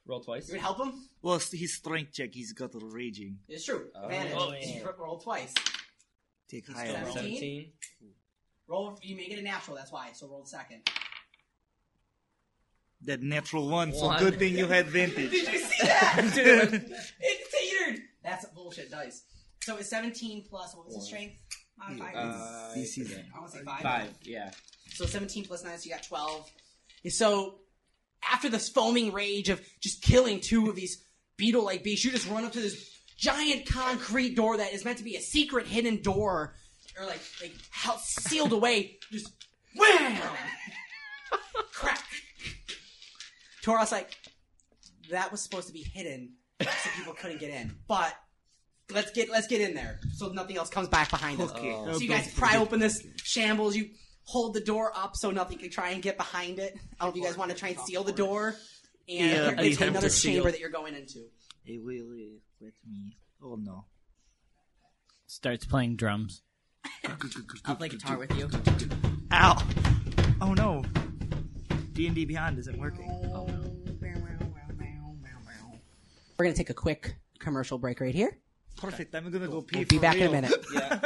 Roll twice.
You would help him?
Well, s- his strength check, he's got raging.
It's true. Advantage.
Oh, yeah.
You roll twice.
Take
He's
higher.
still rolling. Roll. You make it a natural. That's why. So roll second.
That natural one, so
One.
good thing you had vintage.
Did you see that? Dude, it teetered. That's bullshit dice. So it's 17 plus what was the
One.
strength? Modifier.
Uh,
It's-
I forgot.
I want to say five.
Five, yeah.
So 17 plus nine, so you got 12. And So after this foaming rage of just killing two of these beetle-like beasts, you just run up to this giant concrete door that is meant to be a secret hidden door, or like like held, sealed away. Just wham, crack. Toros like that was supposed to be hidden so people couldn't get in, but. Let's get let's get in there so nothing else comes back behind us.
Okay.
So you guys pry open this shambles. You hold the door up so nothing can try and get behind it. I don't know if you guys want to try and seal the door. And
Yeah,
apparently it's
attempt
another
to
chamber
seal.
that you're going into.
It will uh, let me. Oh no.
Starts playing drums.
I'll play guitar with you.
Ow! Oh no. D and D Beyond isn't working.
Oh.
We're gonna take a quick commercial break right here.
Perfect. I'm gonna go pee.
We'll be
for
back in
real.
a minute.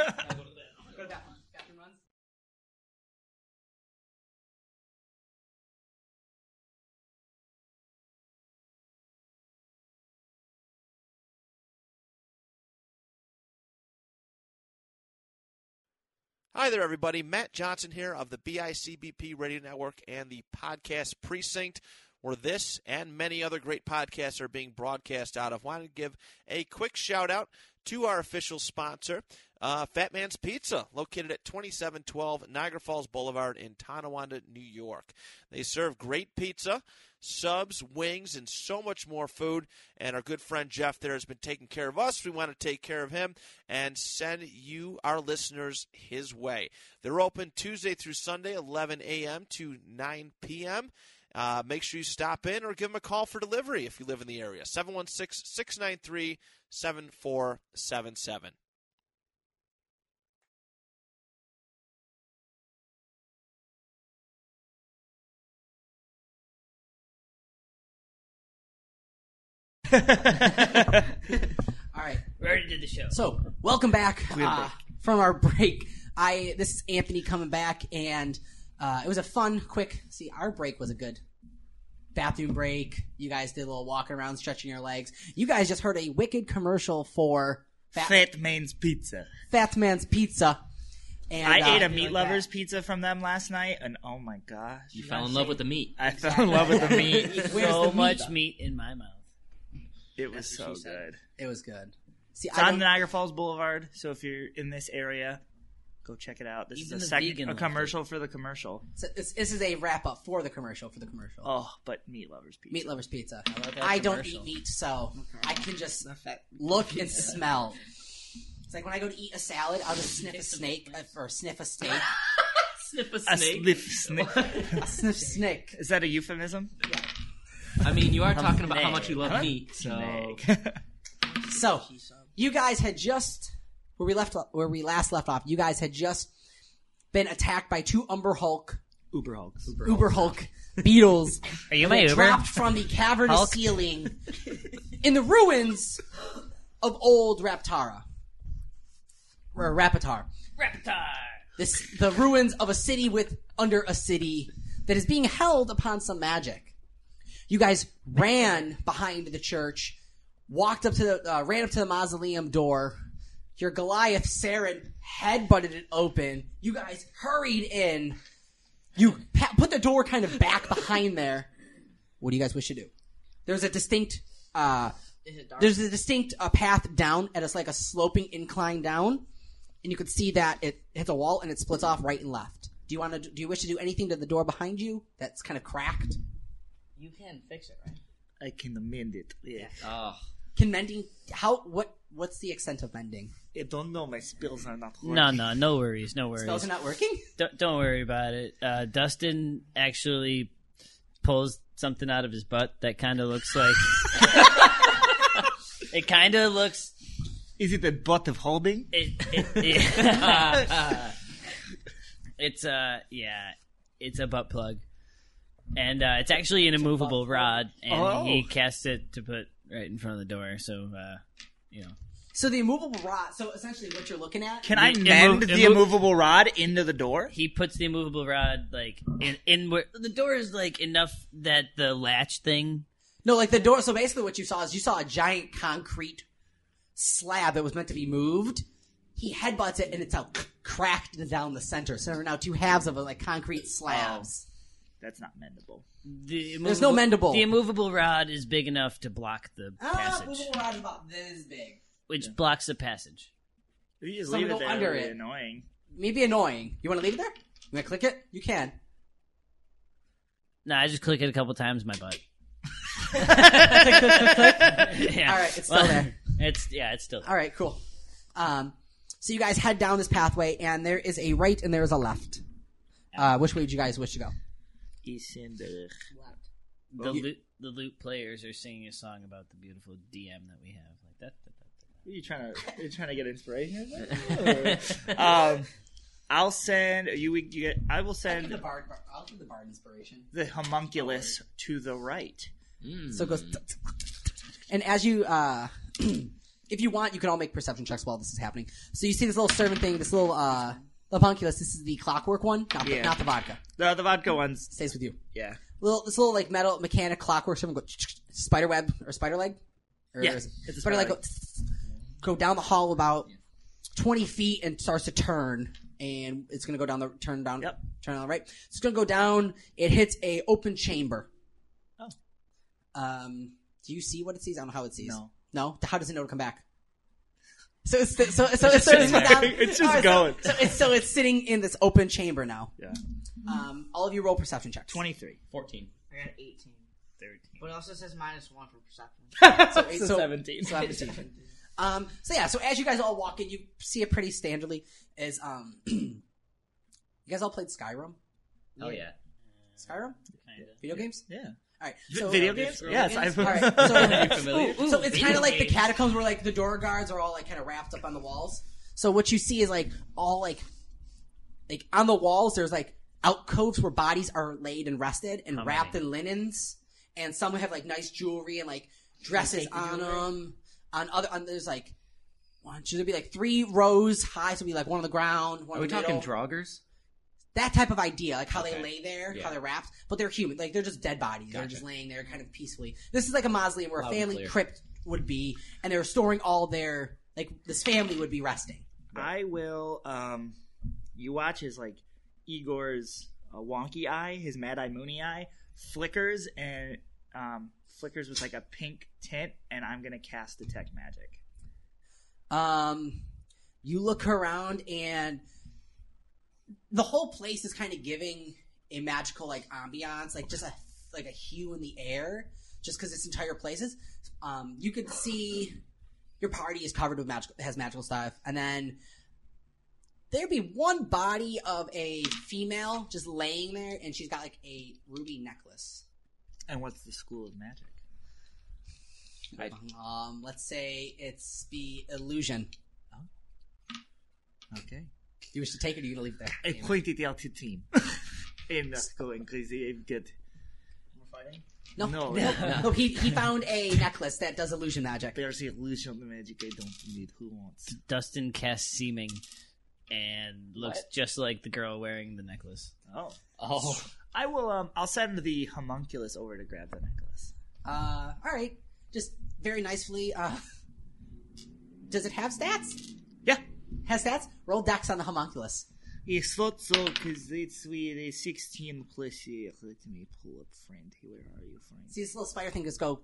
Hi there, everybody. Matt Johnson here of the BICBP Radio Network and the Podcast Precinct, where this and many other great podcasts are being broadcast out of. Want to give a quick shout out to our official sponsor, uh, Fat Man's Pizza, located at 2712 Niagara Falls Boulevard in Tonawanda, New York. They serve great pizza subs, wings, and so much more food. And our good friend Jeff there has been taking care of us. We want to take care of him and send you, our listeners, his way. They're open Tuesday through Sunday, 11 a.m. to 9 p.m. Uh, make sure you stop in or give them a call for delivery if you live in the area. 716 693 7477.
All right.
We already did the show.
So, welcome back
We had a
uh, from our break. I this is Anthony coming back, and uh, it was a fun, quick. See, our break was a good bathroom break. You guys did a little walking around, stretching your legs. You guys just heard a wicked commercial for Fat,
Fat Man's Pizza.
Fat Man's Pizza. And
I
uh,
ate a meat lovers pizza from you from them last night, and oh my gosh!
You fell in love with the meat.
I fell in love with the meat.
so much meat in my mouth.
It was so
That's what she
good.
It was good. See,
it's
I
on
don't-
Niagara Falls Boulevard, so if you're in this area, go check it out. This
Even
is
the
a second
vegan
a
loved
commercial for the commercial.
So this, this is a wrap up for the commercial. For the commercial.
Oh, but meat lovers pizza.
Meat lovers pizza. I,
love that
don't
commercial.
eat meat, so I can just look and smell. It's like when I go to eat a salad, I'll just sniff a snake uh, or sniff a snake.
sniff a
A
snake.
sniff snake.
a sniff snake.
Is that a euphemism?
I mean, you are
A
talking about how much you
snake.
love meat, so
So you guys had just where we left where we last left off. You guys had just been attacked by two Umber Hulk
Uber Hulks.
Uber, Hulk beetles.
Are you my
that
Uber?
Dropped from the cavernous
Hulk?
ceiling in the ruins of old Raptara or Rapitar.
Reptar.
This the ruins of a city with under a city that is being held upon some magic. You guys ran behind the church, walked up to the uh, ran up to the mausoleum door. Your Goliath Saren headbutted it open. You guys hurried in. You pa- put the door kind of back behind there. What do you guys wish to do? There's a distinct uh,
Is it dark?
there's a distinct uh, path down, and it's like a sloping incline down, and you can see that it hits a wall and it splits off right and left. Do you want to? Do you wish to do anything to the door behind you that's kind of cracked?
You can fix it, right?
I can amend it. Yeah.
Uh,
Can mending? How? What? What's the extent of mending?
I don't know. My spills are not.
No, no, no worries, no worries.
Spells are not working.
Don't, don't worry about it. Uh, Dustin actually pulls something out of his butt that kind of looks like. it kind of looks.
Is it the butt of holding?
It, it- yeah. it's uh yeah, it's a butt plug, and uh, it's actually an immovable rod, and
Oh.
he casts it to put right in front of the door. So uh, you know,
So the immovable rod. So essentially, what you're looking at.
Can I mend the immovable rod into the door?
He puts the immovable rod like in, in where the door is like enough that the latch thing.
No, like the door. So basically, what you saw is you saw a giant concrete slab that was meant to be moved. He headbutts it, and it's out cracked down the center. So there are now two halves of like concrete slabs.
That's not mendable.
The
There's no mendable.
The immovable rod is big enough to block the
Ah,
passage,
immovable rod's about this big.
which blocks the passage.
You
just Something leave it go there, under it'll be it.
Annoying.
Maybe annoying. You want to leave it there? You want to click it? You can.
No, I just click it a couple times. My butt.
All right, it's still
Well,
there.
It's yeah, it's still.
All right, cool. Um, so you guys head down this pathway, and there is a right and there is a left. Uh, which way do you guys wish to go?
The
You-
loot, the loot players are singing a song about the beautiful DM that we have. Like that. that- that-
Are you trying to? Are you trying to get inspiration? or- um, I'll send you. We get. I will send
give
the,
the bard, I'll give the bard inspiration.
homunculus to the right.
So it goes. And as you, uh, if you want, you can all make perception checks while this is happening. So you see this little servant thing, this little uh, homunculus. This is the clockwork one, not, the,
Yeah.
not the vodka.
The, the vodka one
stays with you.
Yeah.
Little this little like metal mechanic clockwork servant go spider web or spider leg. Or
Yeah,
is it-
it's a
spider leg. Go,
spider
go down the hall about twenty feet and starts to turn, and it's gonna go down the turn down turn on the right. It's gonna go down. It hits a open chamber.
Oh.
Um, do you see what it sees? I don't know how it sees.
No.
No. How does it know to come back? So it's so so
It's
so it's,
just
so it's,
sitting
down,
there. It's just
All so-
going.
So, it's so it's sitting in this open chamber now.
Yeah. Mm-hmm.
Um, all of you roll perception checks.
Twenty three.
14.
I got 18.
13.
But it also says minus 1 for perception.
So, so- 17. Um, so yeah, so as you guys all walk in, you see it pretty standardly. Is um, you guys all played Skyrim?
Oh yeah.
Skyrim? Video games?
Yeah.
All right.
V- video games? Yes,
I've.
I've-
All right.
Are you
So,
familiar?
Ooh, ooh, so it's
Video
kind of like the
games.
catacombs where like the door guards are all like kind of wrapped up on the walls. So what you see is like all like, like on the walls there's like alcoves where bodies are laid and rested and
How
wrapped in linens, and some have like nice jewelry and like dresses
take the
on
jewelry?
them. On other, on, there's like one, two, there'd be like three rows high, so it'd be like one on the ground, one
Are we
in the middle
talking draugers?
that type of idea, like how they
Okay.
lay there,
Yeah.
how they're wrapped, but they're human, like they're just dead bodies. They're
Gotcha.
just laying there, kind of peacefully. This is like a mausoleum where
Loud
a
and
family
clear.
crypt would be, and they're storing all their like this family would be resting.
I will. Um, you watch his like Igor's uh, wonky eye, his mad eye moony eye flickers and um, flickers with like a pink tint, and I'm gonna cast detect magic.
Um, you look around, and the whole place is kind of giving a magical like ambiance, like just a like a hue in the air, just because this entire place is. Um, you can see your party is covered with magical has magical stuff, and then there'd be one body of a female just laying there, and she's got like a ruby necklace.
And what's the school of magic?
Um, let's say it's the illusion.
Okay.
You wish to take it, or you gonna leave it there?
A pointed out team in the school in crazy good.
No,
No,
no,
no.
no. he, he found a necklace that does illusion magic.
There's illusion magic. I don't need. Who wants?
Dustin casts seeming, and looks
What?
just like the girl wearing the necklace.
Oh.
Oh.
I will. Um, I'll send the homunculus over to grab the necklace.
Uh, all right, just very nicely. Uh, does it have stats?
Yeah,
has stats. Roll dex on the homunculus.
It's not so because it's with a 16 plus. uh, Let me pull up, friend. Where are you, friend?
See this little spider thing just go,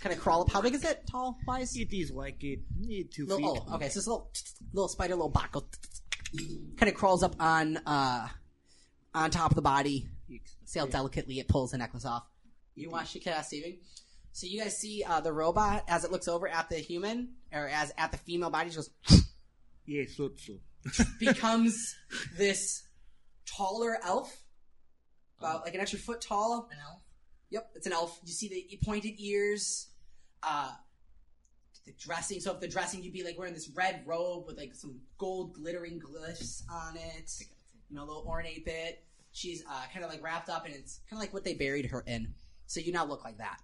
kind of crawl up. How big is it? Tall wise?
It is like it. Need two feet.
Little, oh, okay. So this little little spider, little bot, go, kind of crawls up on uh on top of the body. See how delicately it pulls the necklace off. You watch the cast saving. So you guys see uh, the robot as it looks over at the human or as at the female body, just goes,
Yeah, not so.
becomes this taller elf, about like an extra foot tall. Oh. An elf. Yep, it's an elf. You see the e, pointed ears, uh, the dressing. So if the dressing, you'd be like wearing this red robe with like some gold glittering glyphs on it. You know, a little ornate bit. She's uh, kind of like wrapped up, and it's kind of like what they buried her in. So you now look like that.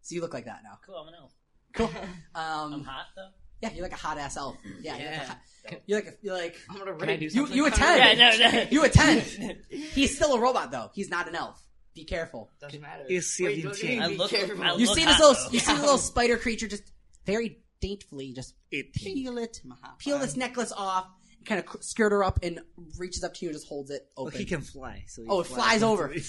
So you look like that now.
Cool, I'm an elf.
Cool. Um,
I'm hot though.
Yeah, you're like a hot ass elf. Yeah, you're like a
Yeah.
hot, you're like a, you're like
I'm gonna
Can
rape
I do
you.
something? you. You
Come on.
attend.
Yeah, no, no.
You attend. He's still a robot though. He's not an elf. Be careful.
Doesn't matter.
It's Wait, CVT. don't you mean
be careful? I
you
look
see this
hot,
little
though.
you see the little spider creature just very daintily just peel it peel this necklace off. Kind of skirt her up and reaches up to you and just holds it
Well,
open.
he can fly, so he
oh, it
flies
flies over,
into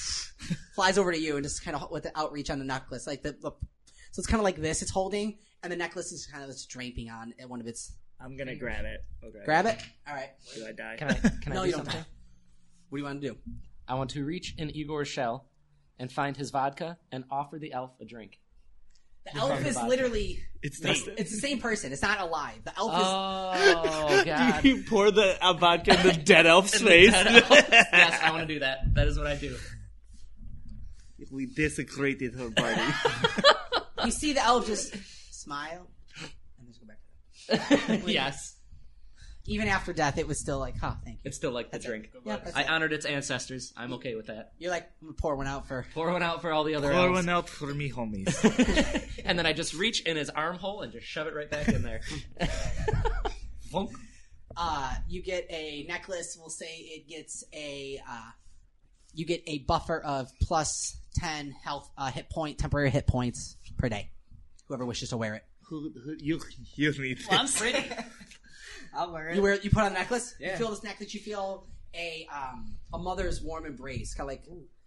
flies over to you and just kind of with the outreach on the necklace, like the, the so it's kind of like this. It's holding, and the necklace is kind of just draping on at one of its.
I'm gonna grab it. Okay.
Grab it. All right.
Do I die?
Can
Can I-
I? no,
do
you don't.
something?
Die. What do you want to do?
I want to reach in Igor's shell and find his vodka and offer the elf a drink.
The elf is literally.
It's
the,
not-
it's the same person. It's not alive. The elf
Oh
is.
god.
You
pour the uh, vodka in the
dead elf's face.
yes, I want to do that. That is what I do.
We desecrated her body.
Oh.
you see the elf just smile and just go back to them.
Yes.
Even after death, it was still like, huh, thank you.
It's still like the drink.
Yeah, that's
I
it.
honored its ancestors. I'm okay with that.
You're like, I'm gonna pour one out for.
Pour one out for all the other
Pour
elves.
one out for me, homies.
and then I just reach in his armhole and just shove it right back in there. Vonk.
Uh, you get a necklace. We'll say it gets a. Uh, you get a buffer of plus ten health uh, hit point temporary hit points per day. Whoever wishes to wear it.
who, who, you, you need
Well, I'm
this.
pretty.
I'll wear it.
You wear you put on a necklace.
Yeah.
You feel this necklace. You feel a um, a mother's warm embrace, kind of like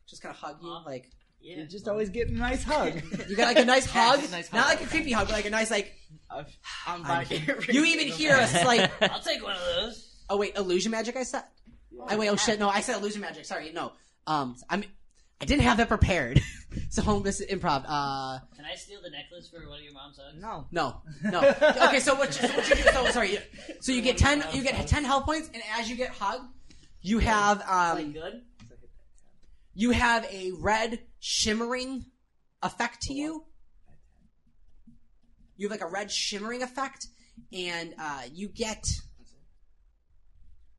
just kind of hug you,
Uh-huh.
like
yeah.
you
just always getting a nice hug.
You got like a nice
Yeah,
hug,
it's a nice
not
hug.
like a creepy hug, but like a nice like.
I'm
I'm-
back here.
you even hear us like.
I'll take one of those.
Oh wait, illusion magic. I said. I wait. Oh shit. No, I said illusion magic. Sorry. No. Um, I'm. I didn't have that prepared. so home this is improv. Uh,
Can I steal the necklace for one of your mom's hugs?
No.
no, no. okay, so what? You, so what you do? So sorry. you- So you get ten. You get ten health points, and as you get hugged, you have um.
good.
You have a red shimmering effect to you. You have like a red shimmering effect, and uh, you get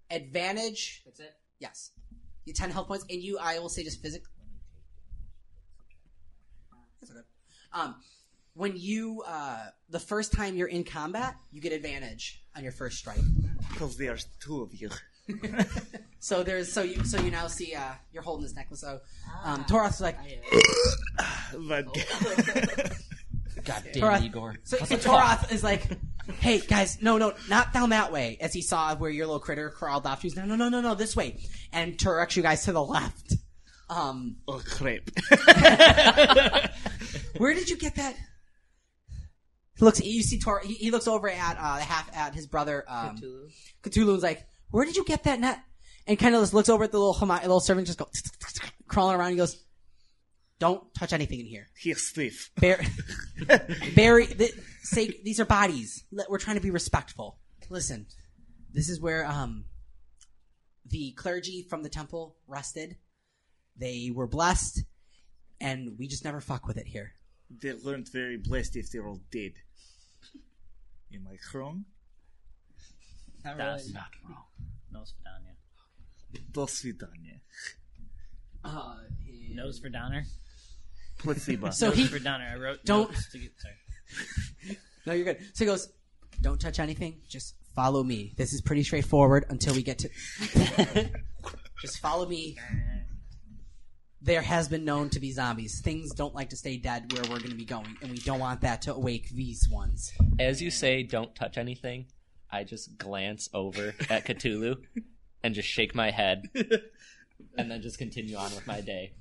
advantage.
That's it.
Yes, you ten health points, and you. I will say just physically. That's okay. Um, when you uh, the first time you're in combat, you get advantage on your first strike.
Because there's two of you.
So there's so you so you now see uh, you're holding this necklace. So um, Toroth's like,
But
God
damn Igor.
So,
What
so
the fuck?
Toroth is like, hey guys, no, no, not down that way. As he saw where your little critter crawled off, he's no, no, no, no, no, this way, and directs you guys to the left. Um,
oh crap!
where did you get that? He looks. You see, Tor. He, he looks over at uh, half at his brother. Um,
Cthulhu.
Cthulhu's like, "Where did you get that net?" And kind of just looks over at the little hama- little servant, just go crawling around. He goes, "Don't touch anything in here.
Here's Steve.
Bury, bury. Th- say these are bodies. Let- We're trying to be respectful. Listen, this is where um the clergy from the temple rested. They were blessed, and we just never fuck with it here."
They weren't very blessed if they were dead. Am I wrong?
Not
That's
really.
not
wrong. Nose for Danya.
Do свидания.
Uh,
Nose for Donner.
Placebo.
So
Nose
he-
for Donner. I wrote.
Don't-
notes To get, sorry.
No, you're good. So he goes, "Don't touch anything. Just follow me. This is pretty straightforward until we get to." just follow me. There has been known to be zombies. Things don't like to stay dead where we're going to be going, and we don't want that to awake these ones.
As you say, don't touch anything. I just glance over at Cthulhu and just shake my head, and then just continue on with my day.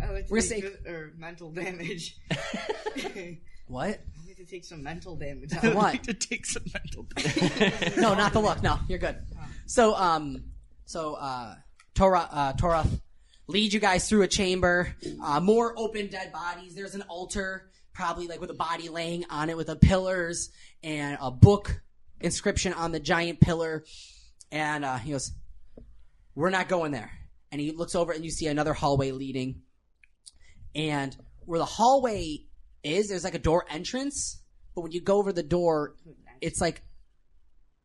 I Oh, like to
We're
take
safe.
phy- or mental damage. I
What?
like to take some mental damage.
For what?
to take some mental
no, not the look. No, you're good. So, um, so uh, Torah, uh, Torah, lead you guys through a chamber. Uh, more open dead bodies. There's an altar, probably like with a body laying on it, with the pillars and a book inscription on the giant pillar. And uh, he goes, "We're not going there." And he looks over, and you see another hallway leading. And where the hallway is, there's like a door entrance. But when you go over the door, it's like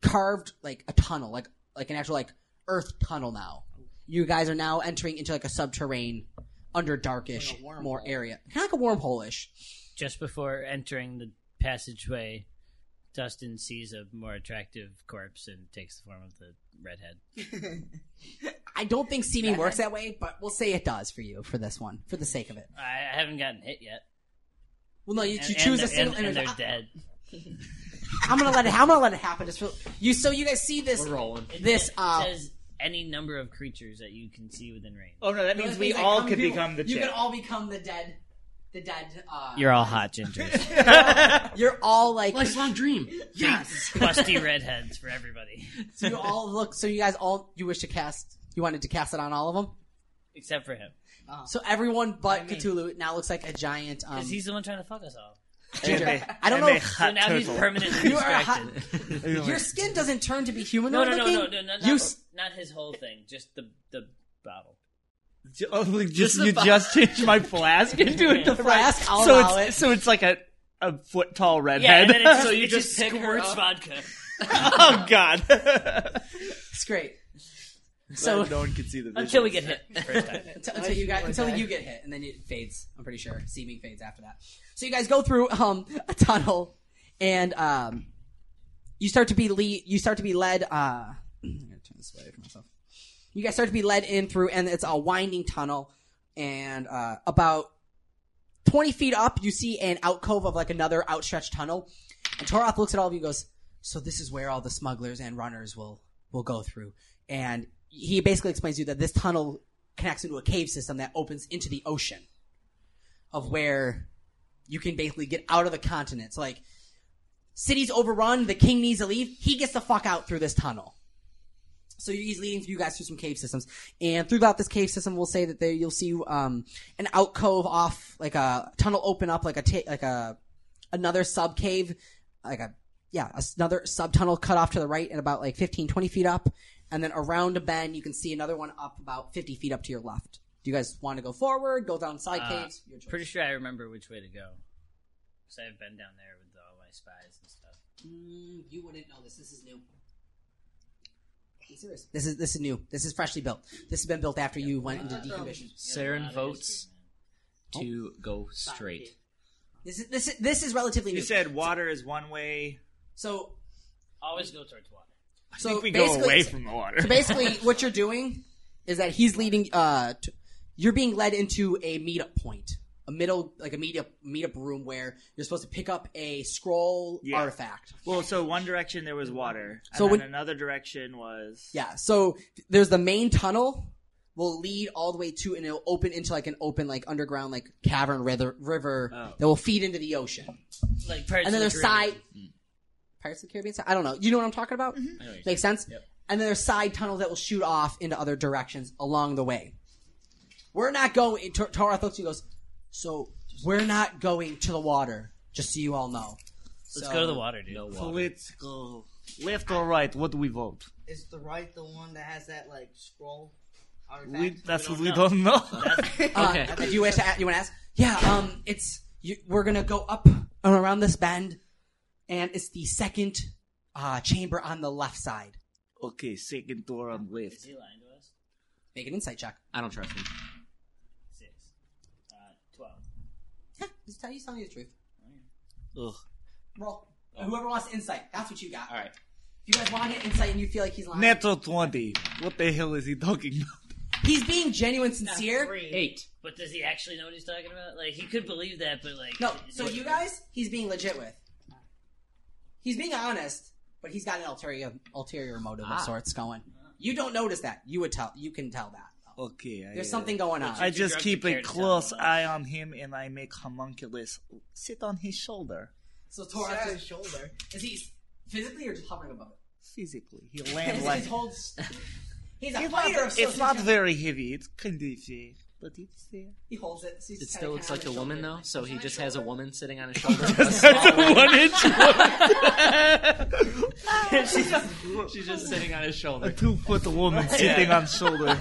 carved like a tunnel, like like an actual like earth tunnel now. You guys are now entering into like a subterranean, under darkish more area, kind of like a wormhole ish.
Just before entering the passageway, Dustin sees a more attractive corpse and takes the form of the redhead.
I don't think seeming works that way, but we'll say it does for you for this one, for the sake of it.
I, I haven't gotten hit yet.
Well, no, you, you
And- and
choose a
they're-
single
and,
image.
and they're dead.
I'm gonna let it. I'm gonna let it happen. Just for you. So you guys see this? This.
It
Uh,
says any number of creatures that you can see within range.
Oh no, that
No,
means
that
we
means, like,
all
some
could
people-
become the
you
chick.
could all become the dead. The dead. Uh,
You're all hot gingers,
you're all like
lifelong dream.
Yes,
busty redheads for everybody,
so you all look. So you guys all you wish to cast. You wanted to cast it on all of them.
except for him,
So everyone but
Oh. What do you
Cthulhu now looks like a giant. Um,
because he's the one trying to fuck us all.
ginger. I don't know. if-
So now he's permanently
You are a hot-
distracted.
Your skin doesn't turn to be human.
No, no, no,
looking.
no, no, no,
You
not,
s-
not his whole thing. Just the the bottle.
Oh, like, just
Just the
you
bo-
just changed my flask into it.
The flask, I'll
so
allow
it's so it's like a a foot tall
Yeah,
redhead.
and then it's, so you
It
just,
pick her
squirts
up.
vodka.
oh God!
It's great. So
no one can see the
Until we
visuals.
get hit the first time.
until, until you guys until you get hit, and then it fades. I'm pretty sure seeming fades after that. So you guys go through um, a tunnel, and um, you start to be lead, you start to be led. Uh, I'm gonna turn this way for myself. You guys start to be led in through, and it's a winding tunnel. And uh, about 20 feet up, you see an alcove of like another outstretched tunnel. And Toroth looks at all of you and goes, So this is where all the smugglers and runners will, will go through. And he basically explains to you that this tunnel connects into a cave system that opens into the ocean, of where you can basically get out of the continent. So, like, cities overrun, the king needs to leave, he gets the fuck out through this tunnel. So he's leading you guys through some cave systems, and throughout this cave system, we'll say that there you'll see um, an alcove off, like a tunnel open up, like a ta- like a another sub cave, like a yeah another sub tunnel cut off to the right, and about like 15, 20 feet up, and then around a bend you can see another one up about fifty feet up to your left. Do you guys want to go forward, go down side
Uh,
caves?
pretty sure I remember which way to go, because I've been down there with all my spies and stuff.
Mm, you wouldn't know this. This is new. Be serious. This is this is new. This is freshly built. This has been built after you went into decommission.
Saren votes to go straight.
This is this is, this is relatively new.
You said water is one way.
So
Always go towards water.
I
So
think we go
basically-
away from the water.
So basically, what you're doing is that he's leading. Uh, t- you're being led into a meetup point, a middle like a meetup meetup room where you're supposed to pick up a scroll
Yeah.
artifact.
Well, so one direction there was water, and
So
then
when-
another direction was
Yeah. So there's the main tunnel will lead all the way to and it'll open into like an open like underground like cavern river, river that will feed into the ocean.
Like Pirates
and then
of
there's
Oh. the
side
Caribbean. Mm.
Pirates of the Caribbean. side? I don't know. You know what I'm talking about?
Mm-hmm.
Makes sense. And then there's side tunnels that will shoot off into other directions along the way. We're not going. Tor- Torah looks at you and goes, "So we're not going to the water, just so you all know."
Let's
So-
go to the water, dude.
Let's go left or right. What do we vote?
Is the right the one that has that like scroll? artifact?
We, that's what we don't know.
Uh, Do you wish to ask, you want to ask? Yeah. Um. It's you, we're gonna go up and around this bend, and it's the second uh, chamber on the left side.
okay, second door on left.
Is he lying to us?
Make an insight check.
I don't trust him.
Six. Uh, twelve.
Just tell you telling you the truth.
Oh,
Ugh.
Roll. Whoever wants insight, that's what you got. All
right.
If you guys want to get insight and you feel like he's lying,
Natural twenty. What the hell is he talking about?
he's being genuine, sincere.
Eight. But does he actually know what he's talking about? Like he could believe that, but like
No. So you guys, he's being legit with. He's being honest, but he's got an ulterior ulterior motive
Ah.
of sorts going. You don't notice that. You would tell. You can tell that.
Okay, I, uh,
There's something going on.
I just keep a close eye on him, and I make homunculus sit on his shoulder
So Torah
Sat
his shoulder. Is he physically or just hovering above it?
physically. He
It's
land
his
like
whole s- He's a
It's not,
fighter of
it's
social-
not very heavy. It's kind of heavy, but it's there.
He holds it. So he's
It
just
still
kinda
looks
kinda
like a woman though, so he just has a woman sitting on his shoulder.
she's, just,
she's just sitting on his
A
shoulder.
two foot woman sitting on shoulder.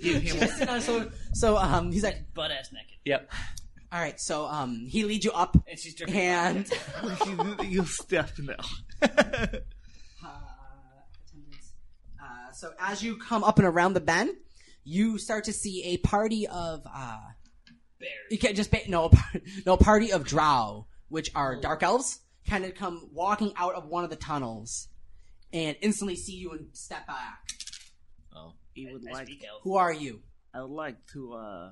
Give him
Just sitting on his shoulder. So um, he's like,
butt ass naked.
Yep.
all right. So um, he leads you up,
And she's dripping.
and
you step now.
Uh, so as you come up and around the bend, you start to see a party of uh, you can't just ba- no a par- no a party of drow which are dark elves, kind of come walking out of one of the tunnels and instantly see you and step back.
Oh.
He would
I
like.
speak elf. Who are you?
I would like to uh,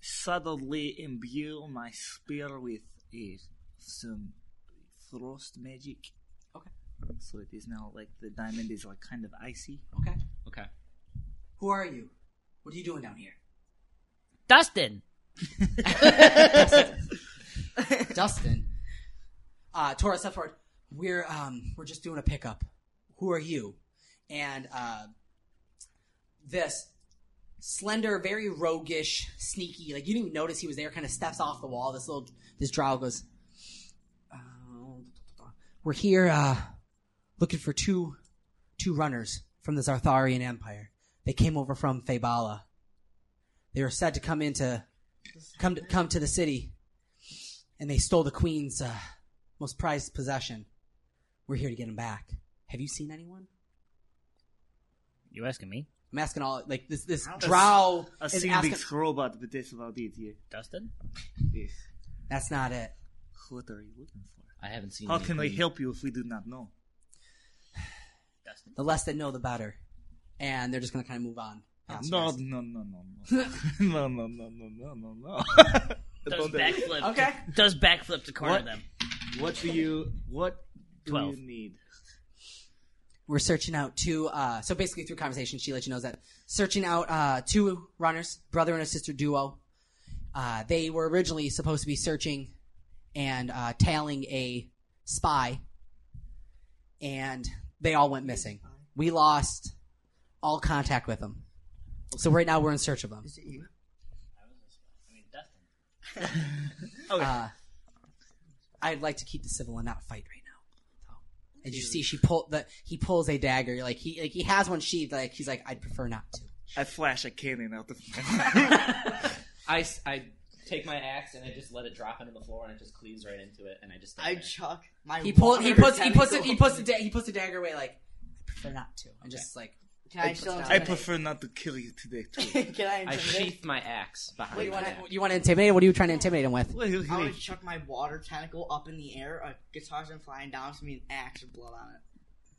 suddenly imbue my spear with uh, some frost magic.
Okay.
So it is now like the diamond is like kind of icy.
Okay.
Okay.
Who are you? What are you doing down here?
Dustin.
Dustin. Uh, Tora Sefford, we're um, we're just doing a pickup. Who are you? And uh, this slender, very roguish, sneaky, like you didn't even notice he was there. Kind of steps off the wall. This little this drow goes. Uh, we're here uh, looking for two two runners from the Zartharian Empire. They came over from Fabala. They were said to come into come to, come to the city, and they stole the queen's uh, most prized possession. We're here to get them back. Have you seen anyone?
You asking me?
I'm asking all like this this
I've
drow
I've
is
seen
asking.
big robot, but that's about it. Yeah.
Dustin.
Yes.
That's not it.
What are you looking for?
I haven't seen
How can we
Mm-hmm.
anything.
help you if we do not know?
The less they know, the better. And they're just gonna kind of move on. past
no,
you
no, no, no, no, no, no, no, no, no, no, no.
Does backflip.
Okay.
Does backflip to corner
What-
them.
What do you? What do
Twelve.
you need?
we're searching out two. Uh, so basically, through conversation, she let you know that searching out uh, two runners, brother and a sister duo. Uh, they were originally supposed to be searching and uh, tailing a spy, and they all went missing. We lost all contact with them. So right now we're in search of them.
Is it you?
Uh, I'd like to keep the civil and not fight right now. So, and you see, she pull the he pulls a dagger. Like he like he has one sheathed. Like he's like, I'd prefer not to.
I flash a cannon out the.
I, s- I take my axe and I just let it drop into the floor and it just cleaves right into it and I just.
I chuck my.
He pull he puts he puts it he puts the da- he puts the dagger away. Like I prefer not to. I'm just like.
Can I still
I prefer not to kill you today. Too.
Can I
I
intimidate?
sheath my axe behind
What do you
my
want?
back.
To, you want to intimidate? him? What are you trying to intimidate him with?
I would chuck my water tentacle up in the air. A guitar's been flying down to me, an axe with blood on it.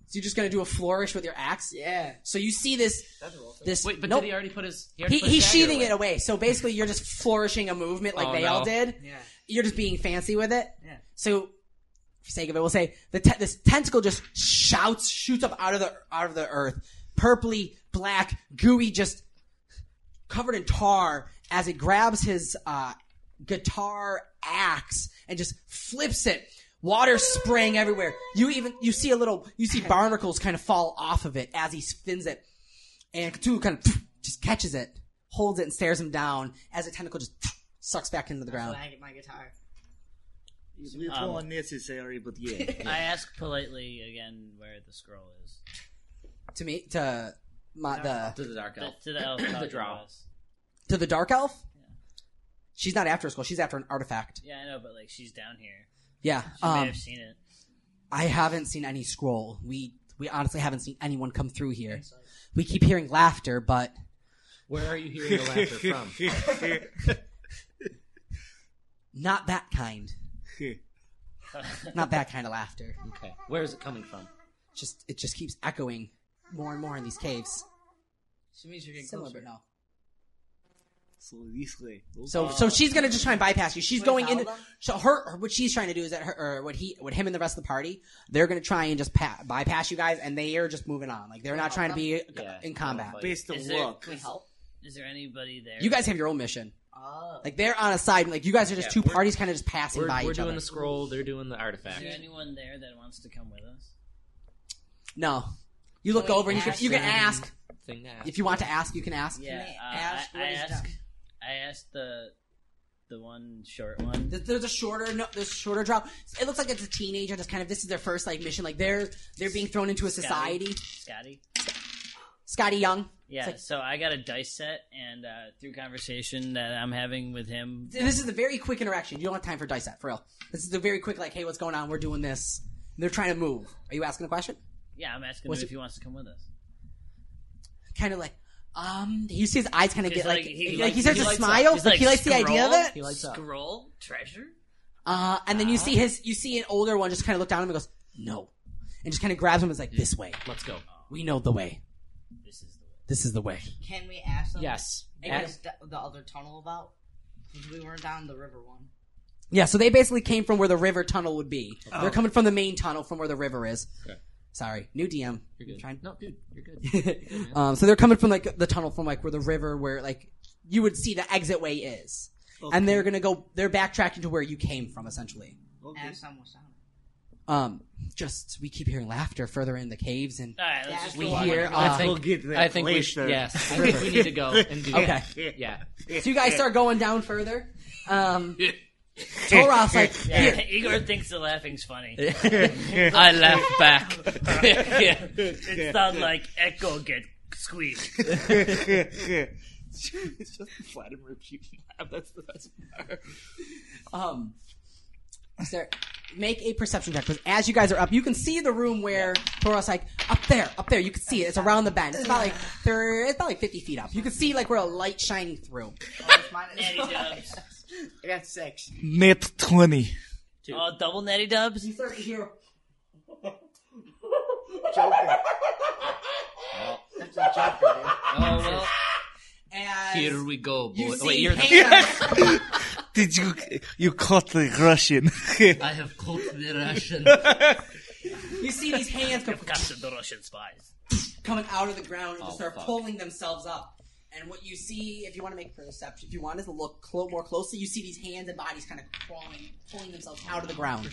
So you're just gonna do a flourish with your axe?
Yeah.
So you see this?
That's awesome.
This.
Wait, but
nope.
did he already put his? He already
He,
put his
he's
dagger
sheathing
away.
it away. So basically, you're just flourishing a movement like
Oh,
they
no.
all did.
Yeah.
You're just being fancy with it.
Yeah.
So, for sake of it, we'll say the te- this tentacle just shouts, shoots up out of the out of the earth, purpley, black, gooey, just covered in tar as it grabs his uh, guitar axe and just flips it. Water spraying everywhere. You even you see a little you see barnacles kind of fall off of it as he spins it, and Cthulhu kind of just catches it, holds it, and stares him down as a tentacle just sucks back into the ground.
When I get my guitar.
Little
Um,
unnecessary, but yeah.
I ask politely again where the scroll is.
to me to my, the
to the dark elf.
To the elf.
the drow.
to the dark elf. She's not after a skull. She's after an artifact.
Yeah, I know, but like she's down here.
Yeah,
She may
um,
have seen it.
I haven't seen any scroll. We we honestly haven't seen anyone come through here. We keep hearing laughter, but
Where are you hearing the laughter from?
not that kind. Not that kind of laughter.
okay. Where is it coming from?
Just it just keeps echoing more and more in these caves.
She means you're getting
Similar,
closer.
but no.
So this way.
So so she's gonna just try and bypass you. She's
Wait,
going
how
in.
long?
So her, her what she's trying to do is that her or what he what him and the rest of the party they're gonna try and just pa- bypass you guys, and they are just moving on. Like they're not trying to be
Yeah,
in combat.
Based on
Is there,
luck.
is, is there anybody there?
You guys have your own mission.
Oh.
Like they're on a side. Like you guys are just
Yeah,
two
we're-
parties, kind of just passing
We're,
by
we're
each
doing
other.
the scroll. They're doing the
Is
artifact.
there anyone there that wants to come with us?
No, you look
Can we
over and you can,
ask
you can
them?
ask
Thing to ask.
if you want to ask. You can ask.
Yeah,
Can I
uh,
ask
I,
what
I
he's
asked.
done?
I asked the the one short one.
Th- There's a shorter, no, there's a shorter drop. It looks like it's a teenager. Just kind of this is their first like mission. Like they're they're being thrown into a
Scotty.
society.
Scotty.
Scotty Young.
Yeah,
It's like-
so I got a dice set, and uh, through conversation that I'm having with him,
this is a very quick interaction. You don't have time for dice set for real. This is a very quick like, hey, what's going on? We're doing this. And they're trying to move. Are you asking a question?
yeah, I'm asking
Was
him
it-
if he wants to come with us.
Kind of like, um, you see his eyes kind of
He's
get like,
like-
he,
he
like, he
likes-
starts
he
to
likes-
smile.
he's
Like, he
like,
likes the idea of
scroll?
it.
He likes up.
Scroll treasure.
Uh, and then you see his, you see an older one just kind of look down at him and goes, no. And just kind of grabs him and is like, this way.
Let's go.
We know the way. This is the way.
Can we ask them?
Yes.
Hey,
Ask-
what's the, the other tunnel about? 'Cause we were down the river one.
Yeah, so they basically came from where the river tunnel would be.
Oh.
They're coming from the main tunnel from where the river is.
Okay.
Sorry, new DM.
You're good.
Trying-
No, dude, you're good.
um, so they're coming from like the tunnel from like where the river, where like you would see the exit way is,
Okay.
and they're gonna go. They're backtracking to where you came from, essentially.
Ask them what's down.
Um, just we keep hearing laughter further in the caves, and
All right, let's just
we
go on.
hear.
Let's
uh,
go get that
I think we sh-
later.
yes, I think we need to go and do
okay.
that. Yeah.
So you guys start going down further. Um, Toros like
Yeah,
here.
Igor thinks the laughing's funny.
I laugh back. Yeah.
It's not like echo get squeezed.
it's just Vladimir Putin laugh. That's the best part.
Um, sir, make a perception check because as you guys are up, you can see the room where Thoros like up there, up there. You can see it. It's around the bend. It's about like there. It's about like fifty feet up. You can see like where a light shining through.
Natty dubs.
I got six.
Net 20.
Oh, double netty dubs.
Joker.
That's a joker, dude.
Oh well.
And
Here we go, boy.
you see
Wait, you're
hands-
the.
Did you you caught the Russian?
I have caught the Russian.
You see these hands come,
captured the Russian spies.
coming out of the ground and
Oh,
just start
fuck.
pulling themselves up. And what you see, if you want to make perception, if you want is to look clo- more closely, you see these hands and bodies kind of crawling, pulling themselves out of the ground.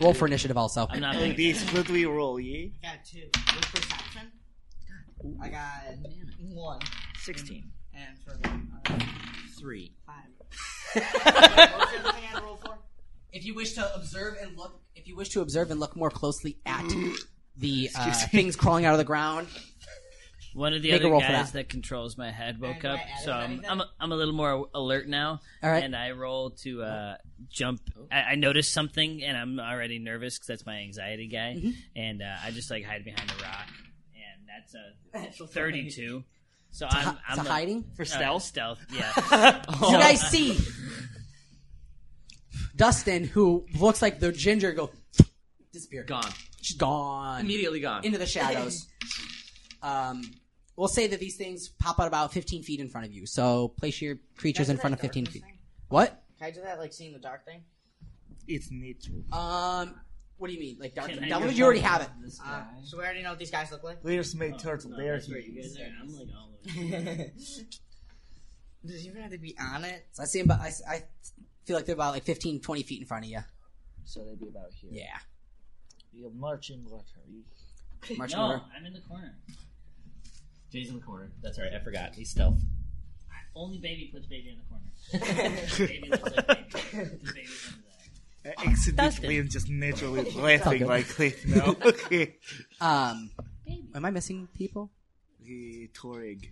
Roll for initiative also.
I'm not
Like this, what we roll, yeah?
I got two. With perception, I got one. Sixteen. And for uh,
Three.
five. what was the other thing I had to roll for?
If you wish to observe and look, if you wish to observe and look more closely at the uh,
Excuse me.
things crawling out of the ground,
One of the
Make a
other
roll for
guys
that.
that controls my head woke
do I
up,
add
so
it
I'm, I'm a- I'm a little more alert now.
All right.
and I roll to uh, jump. I, I notice something, and I'm already nervous because that's my anxiety guy,
Mhm.
and uh, I just like hide behind a rock, and that's a 32. So I'm,
hi-
I'm
to
a-
hiding? For
uh,
stealth?
Stealth, Oh. yeah. uh,
you guys see Dustin, who looks like the ginger, go disappear.
Gone.
She's gone.
Immediately gone.
Into the shadows. um, we'll say that these things pop out about 15 feet in front of you. So place your creatures
Can I
in
do
front
that
of 15
darkness
feet. What?
Can I do that, like seeing the dark thing?
It's nature.
Um, what do you mean? Like dark?
Can I
That
do
one,
a
you already have
photo
it.
of Uh, so we already know what these guys look like.
There's
Oh,
my turtle. There's my
I'm like all
Does he even have to be on it?
So I see them, but I, I feel like they're about like 15, 20 feet in front of you.
So they'd be about here.
Yeah.
You're marching water.
March
no,
over.
I'm in the corner.
Jay's in the corner. That's right. I forgot. He's stealth.
Only baby puts baby in the corner. baby looks like baby. The baby comes
I accidentally and just naturally laughing like this now. Okay.
Um, am I missing people?
The Torig.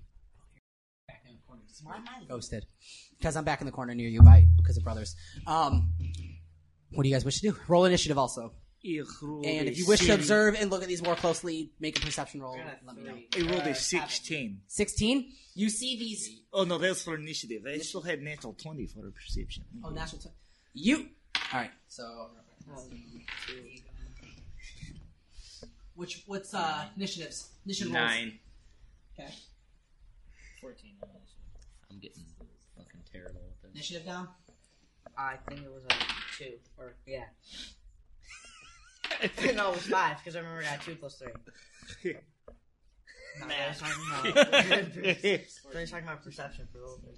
Ghosted. Because I'm back in the corner near you by because of brothers. Um, what do you guys wish to do? Roll initiative also. And if you wish to observe and look at these more closely, make a perception roll. and Let me know.
I rolled
Uh,
a 16.
16? You see these.
Oh, no, that's for initiative. I still had natural 20 for perception.
Oh, natural. T- you. All right. So. Which what's uh initiatives? Initiative rolls.
Nine.
Okay.
Fourteen.
I'm getting fucking terrible with this.
Initiative down.
I think it was a two or yeah. no, it was five because I remember I got two plus three. No, I was talking about, I was talking about perception for a little bit.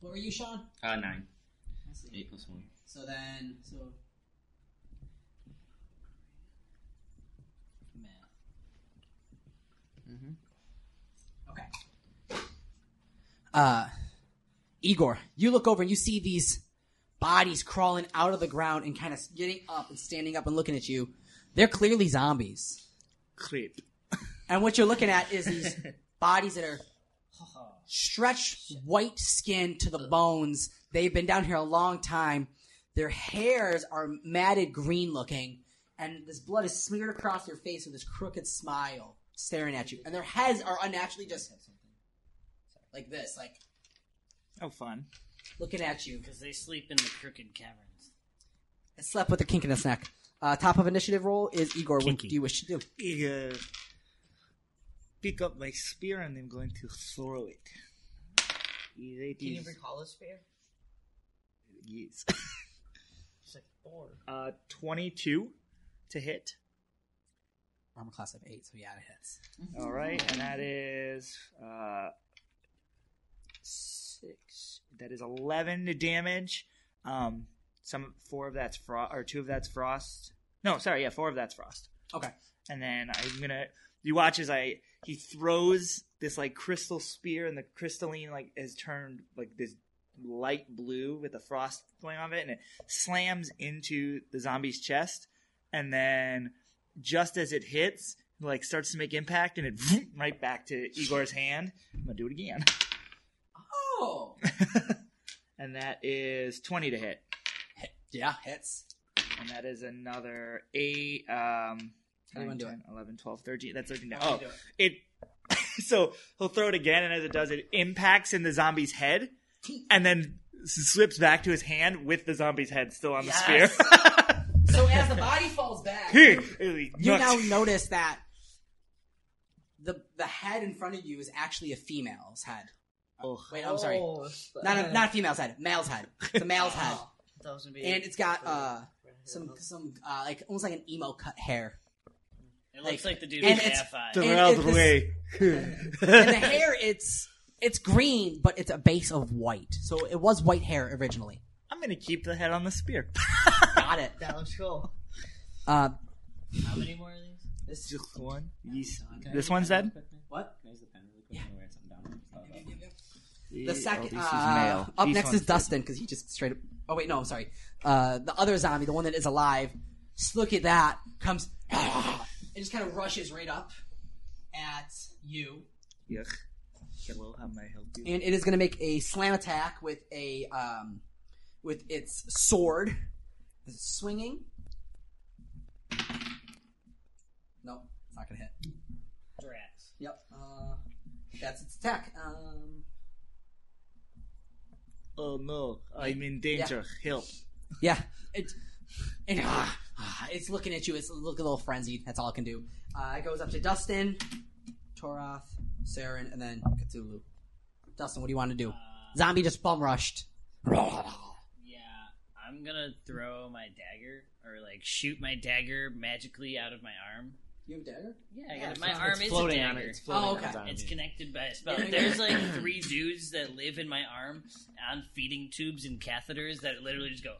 What were you, Sean?
Uh, nine. Eight plus one.
So then, so Okay. Uh, Igor, you look over and you see these bodies crawling out of the ground and kind of getting up and standing up and looking at you. They're clearly zombies.
Creep.
And what you're looking at is these bodies that are stretched white skin to the bones. They've been down here a long time. Their hairs are matted green looking, and this blood is smeared across their face with this crooked smile staring at you. And their heads are unnaturally just like this, like
Oh, fun.
looking at you.
Because they sleep in the crooked caverns.
It slept with a kink in its neck. Uh, top of initiative roll is Igor.
Kinky.
What do you wish to do?
uh,
Igor, pick up my spear and I'm going to throw it. It
Can you
is-
recall a spear?
Yes.
It's like four.
Uh, 22 to hit.
Armor class of eight, so yeah, it hits.
All right, and that is uh, six.
That is 11 to damage. Um, some four of that's frost, or two of that's frost. No, sorry, yeah, four of that's frost.
Okay.
And then I'm gonna. You watch as I he throws this like crystal spear, and the crystalline like is turned like this light blue with the frost going on it, and it slams into the zombie's chest, and then just as it hits, like starts to make impact, and it right back to Igor's hand. I'm gonna do it again.
Oh,
and that is 20 to hit.
Yeah, hits.
And that is another 8, um,
How do you wanna
9,
do
10, 11, 12, 13. That's 13
How
now.
do
Oh,
you
it. so he'll throw it again, and as it does, it impacts in the zombie's head and then s- slips back to his hand with the zombie's head still on the
Yes.
spear.
so as the body falls back,
Hey,
you
hey,
now
nuts.
notice that the the head in front of you is actually a female's head.
Oh.
Wait, I'm sorry,
Oh.
not a, not a female's head, male's head. It's a male's head,
That was gonna be-
and it's got uh some some uh, like almost like an emo cut hair.
It looks like the dude
and
with
it's-
half eyes.
and
Throughout
it's
the
this-
way.
and the hair, it's it's green, but it's a base of white. So it was white hair originally.
I'm going to keep the head on the spear.
Got it.
That looks cool.
Uh,
How many more of these?
This just one. These,
Can I use
this
the
one's dead.
pen real quick?
What?
Can I use the pen really quick? I'm gonna write something down. I just thought about it.
the second
oh, this is
uh,
male.
up
These
next
ones
is Dustin because he just straight up. Oh wait, no, I'm sorry. Uh, the other zombie, the one that is alive, just look at that. Comes it just kind of rushes right up at you,
Yuck. Hello, how may I help you?
and it is going to make a slam attack with a um, with its sword, Is it swinging. No, it's not going to hit.
Drax.
Yep, uh, that's its attack. Um,
Oh no, I'm in danger. Help.
Yeah. It, it, ah, ah, it's looking at you. It's look a little frenzied. That's all it can do. Uh, it goes up to Dustin, Toroth, Saren, and then Cthulhu. Dustin, what do you want to do? Zombie just bum rushed.
Yeah, I'm gonna throw my dagger or like shoot my dagger magically out of my arm.
You have a dagger?
Yeah, I
Yeah,
got it.
it's
my
not-
arm
it's
is
floating
a
on
dagger.
it. It's floating Oh, on okay. the
It's
zombie.
connected by a spell.
Yeah, yeah.
There's like three dudes that live in my arm on feeding tubes and catheters that literally just go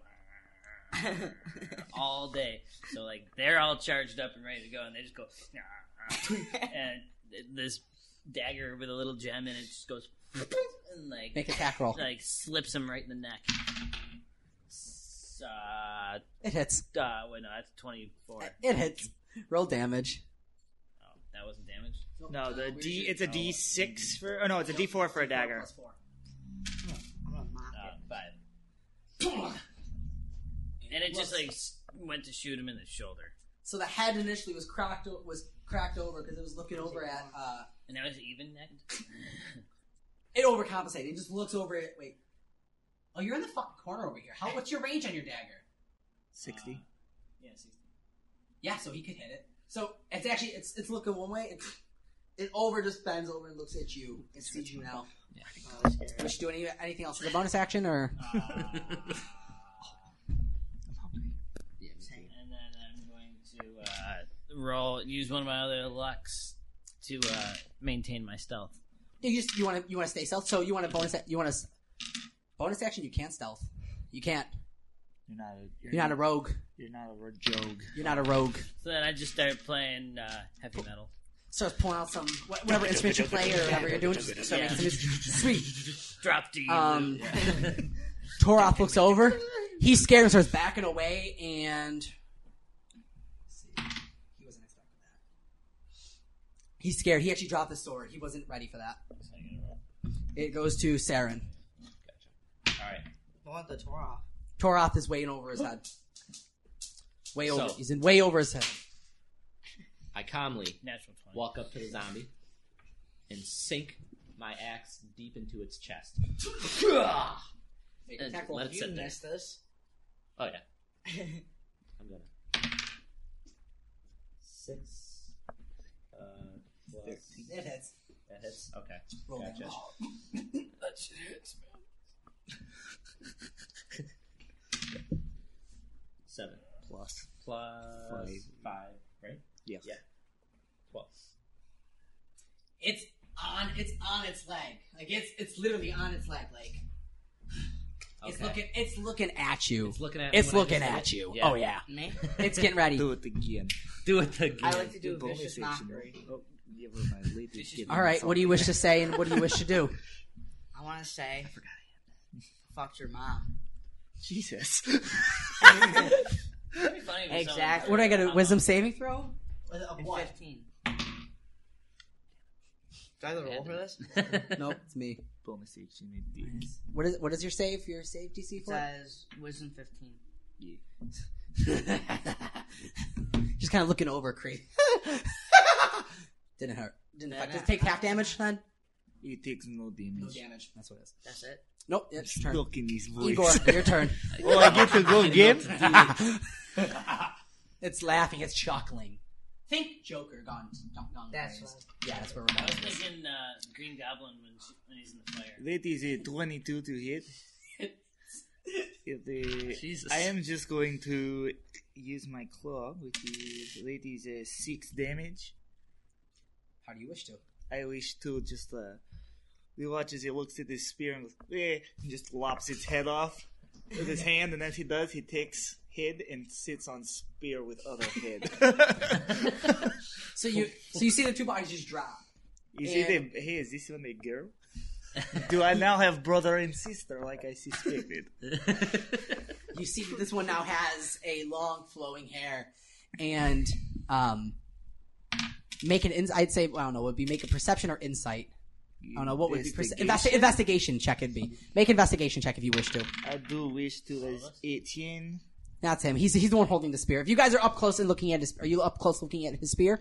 all day. So like they're all charged up and ready to go, and they just go and this dagger with a little gem in it just goes and like
Make attack roll.
like slips him right in the neck. S- Uh,
It hits.
Uh, wait, no, that's twenty four.
It hits. Roll damage.
Oh, That wasn't damaged.
No, the D. It's a D six for. Oh no, it's a D four for a dagger.
Uh, five. And it just like s- went to shoot him in the shoulder.
So the head initially was cracked o- was cracked over because it was looking over at. Uh,
and now it's even necked.
it overcompensated. It just looks over it. Wait. Oh, you're in the fucking corner over here. How? What's your range on your dagger?
Sixty.
Yeah, sixty.
Yeah, so he could hit it. So it's actually it's it's looking one way. It, it over just bends over and looks at you. It sees you now. Uh, wish to do any, anything else as a bonus action or?
And then I'm going to uh, roll. Use one of my other lucks to uh, maintain my stealth.
you just you want to you want to stay stealth. So you want to bonus a- you want to bonus action. You can't stealth. You can't.
You're not. A,
You're not a rogue.
You're not a ro- jogue.
You're not a rogue.
So then I just started playing uh, heavy metal.
Starts pulling out some wha- whatever instrument you play or whatever you're doing. Just start making some music. Sweet.
Drop D.
Um,
Yeah.
Toroth looks over. He's scared and starts backing away. And he's scared. He actually dropped the sword. He wasn't ready for that. It goes to Saren.
All right.
I want the Torah.
Toroth is way over his head. Way
So-
over. He's in way over his head.
I calmly
Natural
walk up to the zombie and sink my axe deep into its chest.
Uh,
Attack roll.
let it
You
sit there.
missed
this.
Oh yeah. I'm gonna. Six. Uh, plus-
It hits.
That hits. Okay.
Roll that
Gotcha.
ball.
that shit hits, man. Seven.
Plus.
Plus
Five.
five, right?
Yes.
Yeah. Twelve.
It's on. It's on its leg. Like it's it's literally on its leg. Like it's
Okay.
looking. It's looking at you.
It's looking at.
It's
what I
looking
just
at
did.
you. Oh yeah.
Me?
It's getting ready.
Do it again.
Do it again.
I like to do a
bonus
vicious
action.
mockery.
Oh, give her my latest gift.
All right. What do you wish to say and what do you wish to do?
I want to say. I forgot Fucked your mom.
Jesus.
That'd be funny if someone-
Exactly. What do I got? to Wisdom saving throw.
With a what? Fifteen. Do I have to roll for this?
nope. It's me.
Bonus action indeed.
What is what is your save? Your save DC
It
for?
says wisdom fifteen.
Uh, Just kind of looking over, Cree. Didn't hurt. Didn't
Yeah,
affect.
nah.
Does it take half damage then?
It takes no damage.
No damage. That's what it is.
That's it.
Nope. It's your turn.
Look in his voice.
Igor, your turn.
oh, I get to go again?
it's laughing. It's chuckling. Think Joker gone. gone, gone
That's
crazed.
what-
yeah. That's where
I
we're
was
going. with this.
thinking uh, Green Goblin when, she, when he's in the fire.
That is a 22 to hit. If the-
Jesus.
I am just going to use my claw, which is that is a six damage.
How do you wish to?
I wish to just uh, we watch as he looks at his spear and goes, eh, and just lops its head off with his hand, and as he does, he takes head and sits on spear with other head.
So you so you see the two bodies just drop.
You see,
And-
the, hey, is this one a girl? Do I now have brother and sister like I suspected?
You see that this one now has a long flowing hair, and um, make an. Ins- I'd say I don't know. Would be make a perception or insight. I don't know what would be perce- investi-
Investigation?
investigation check. It'd be make investigation check if you wish to.
I do wish to as 18.
That's him. He's he's the one holding the spear. If you guys are up close and looking at his, are you up close looking at his spear?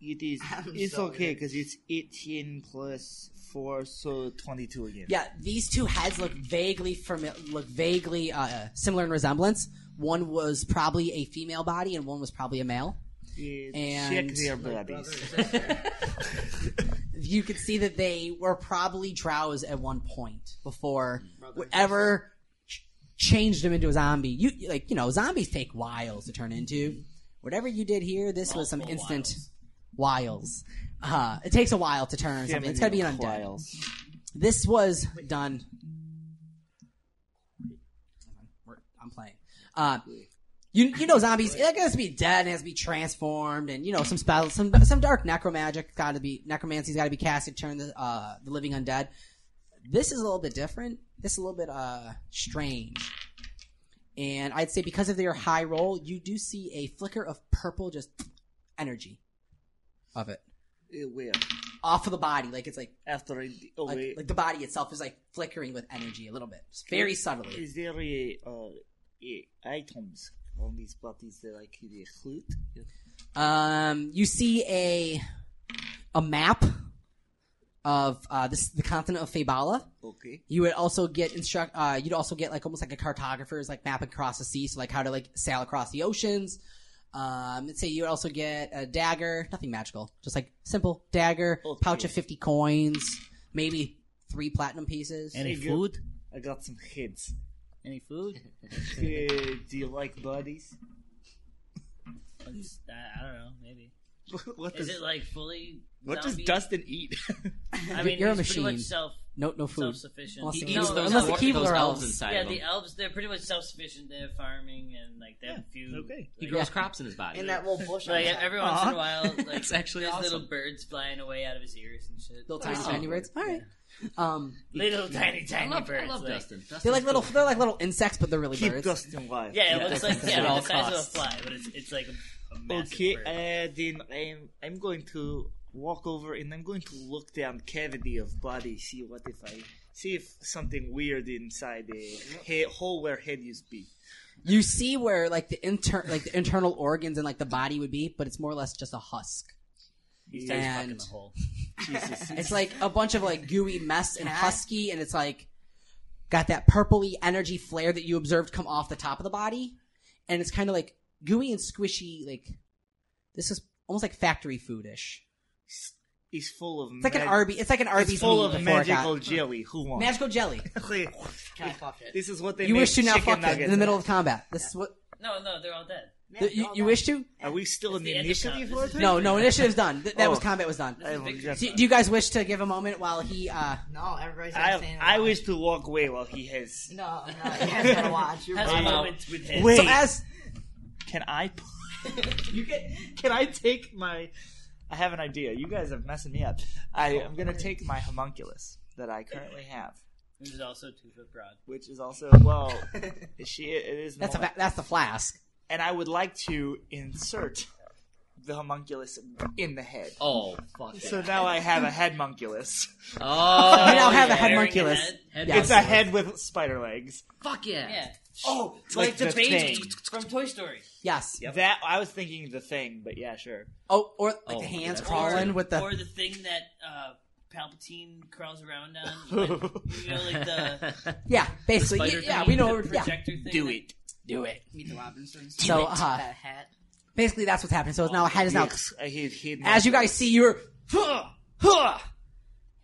It is. it's
sorry.
okay because it's 18 plus 4, so 22 again.
Yeah, these two heads look vaguely familiar, look vaguely uh, similar in resemblance. One was probably a female body, and one was probably a male.
Yeah,
And-
check their bodies.
you could see that they were probably drows at one point before whatever ch- changed them into a zombie. You like you know zombies take wiles to turn into. Whatever you did here, this was some instant wiles. Uh, it takes a while to turn into something. It's gotta be an undead. This was done. We're- I'm playing. Uh, you you know zombies. It has to be dead. It has to be transformed, and you know some spells, some some dark necromagic got to be necromancy's got to be casted to turn the uh, the living undead. This is a little bit different. This is a little bit uh strange, and I'd say because of their high roll, you do see a flicker of purple just energy of it
It will.
off of the body, like it's like
After it, oh,
like,
wait.
like the body itself is like flickering with energy a little bit, Just very subtly.
Is there a, uh, a items on these bodies that like the loot?
Um, you see a a map of uh, this the continent of Fabala.
Okay.
You would also get instruct. Uh, you'd also get like almost like a cartographer's like map across the sea, so like how to like sail across the oceans. Um, let's say you would also get a dagger, nothing magical, just like simple dagger, pouch of fifty coins, maybe three platinum pieces,
Any Hey, food? I got some heads.
Any food?
Uh, do you like bodies?
It's- I, I don't know. Maybe.
What
is
does-
it like fully?
What does
zombie?
Dustin eat?
I mean,
You're a
he's pretty
machine.
much self-
No- no food.
Self-sufficient.
Unless
He
the-
eats
No,
those
unless the
elf-
Keebler
those
elves.
inside
yeah,
of
the
them.
elves. They're pretty much self-sufficient. They have farming and like they have a few. Okay.
He grows crops in his body.
In
In that little bush.
Like
outside.
every once in a while, like
It's actually
there's
awesome.
little birds flying away out of his ears and shit.
little tiny tiny birds. All right. Um,
Little tiny
I
tiny
love- I
birds.
love
like-
Dustin. They're like little. They're like little insects, but they're really
Keep
birds.
Dustin alive.
Yeah, it looks like
Dustin
yeah,
at
like
all
the size of a
costs.
fly, but it's it's like a, a massive
Okay,
bird.
uh, then I'm I'm going to walk over and I'm going to look down cavity of body, see what if I see if something weird inside the he- hole where head used to be.
You see where like the inter like the internal organs and like the body would be, but it's more or less just a husk.
He starts fucking the hole.
it's like a bunch of like gooey mess and husky, and it's like got that purpley energy flare that you observed come off the top of the body, and it's kind of like gooey and squishy. Like this is almost like factory foodish.
He's full of.
It's like an Arby- it's like an Arby's
It's full
meat
of
before it got-
magical jelly. Who wants
Magical jelly.
God,
fuck it.
This is what they.
you
make
wish to now
chicken
fuck them in
nuggets
the
out
middle
of.
of combat. This is what
No, no, they're all dead.
th- you, you wish to.
Are we still in the,
end of
initiative?
combat.
order?
No, no, initiative's done. Th- that was
Oh.
combat was done.
I will just-
Do, do you guys wish to give a moment while he? uh
No, everybody's
I,
saying
I wish to walk away while he has.
No, no, you guys gotta watch. You're
Has
right.
a
moment with him.
Wait.
So as-
can I? you can. Can I take my? I have an idea. You guys are messing me up. I am gonna take my homunculus that I currently have,
This is also two foot broad.
which is also well. she it is.
That's a
normal.
fa- that's the flask.
And I would like to insert the homunculus in the head.
Oh, fuck
So
yeah.
now I have a headmunculus.
Oh, You now have a yeah. headmunculus.
Head,
Head-
it's a
headmunculus.
head with spider legs.
Fuck yeah. Yeah.
Oh,
like, the,
thing.
baby from Toy Story.
Yes.
That I was thinking the thing, but yeah, sure.
Oh, or like the hands crawling
or,
with the.
or the thing that uh, Palpatine crawls around on. Like, you know, like the
Yeah, basically,
the spider
yeah, yeah,
thing,
we know
the
where- yeah.
projector thing.
Do
that-
it. Do it.
Meet the Robinsons.
So, uh,
that hat.
Basically, that's what's happening. So it's now a head is now.
Yes, I hate- hate
As you guys see, you're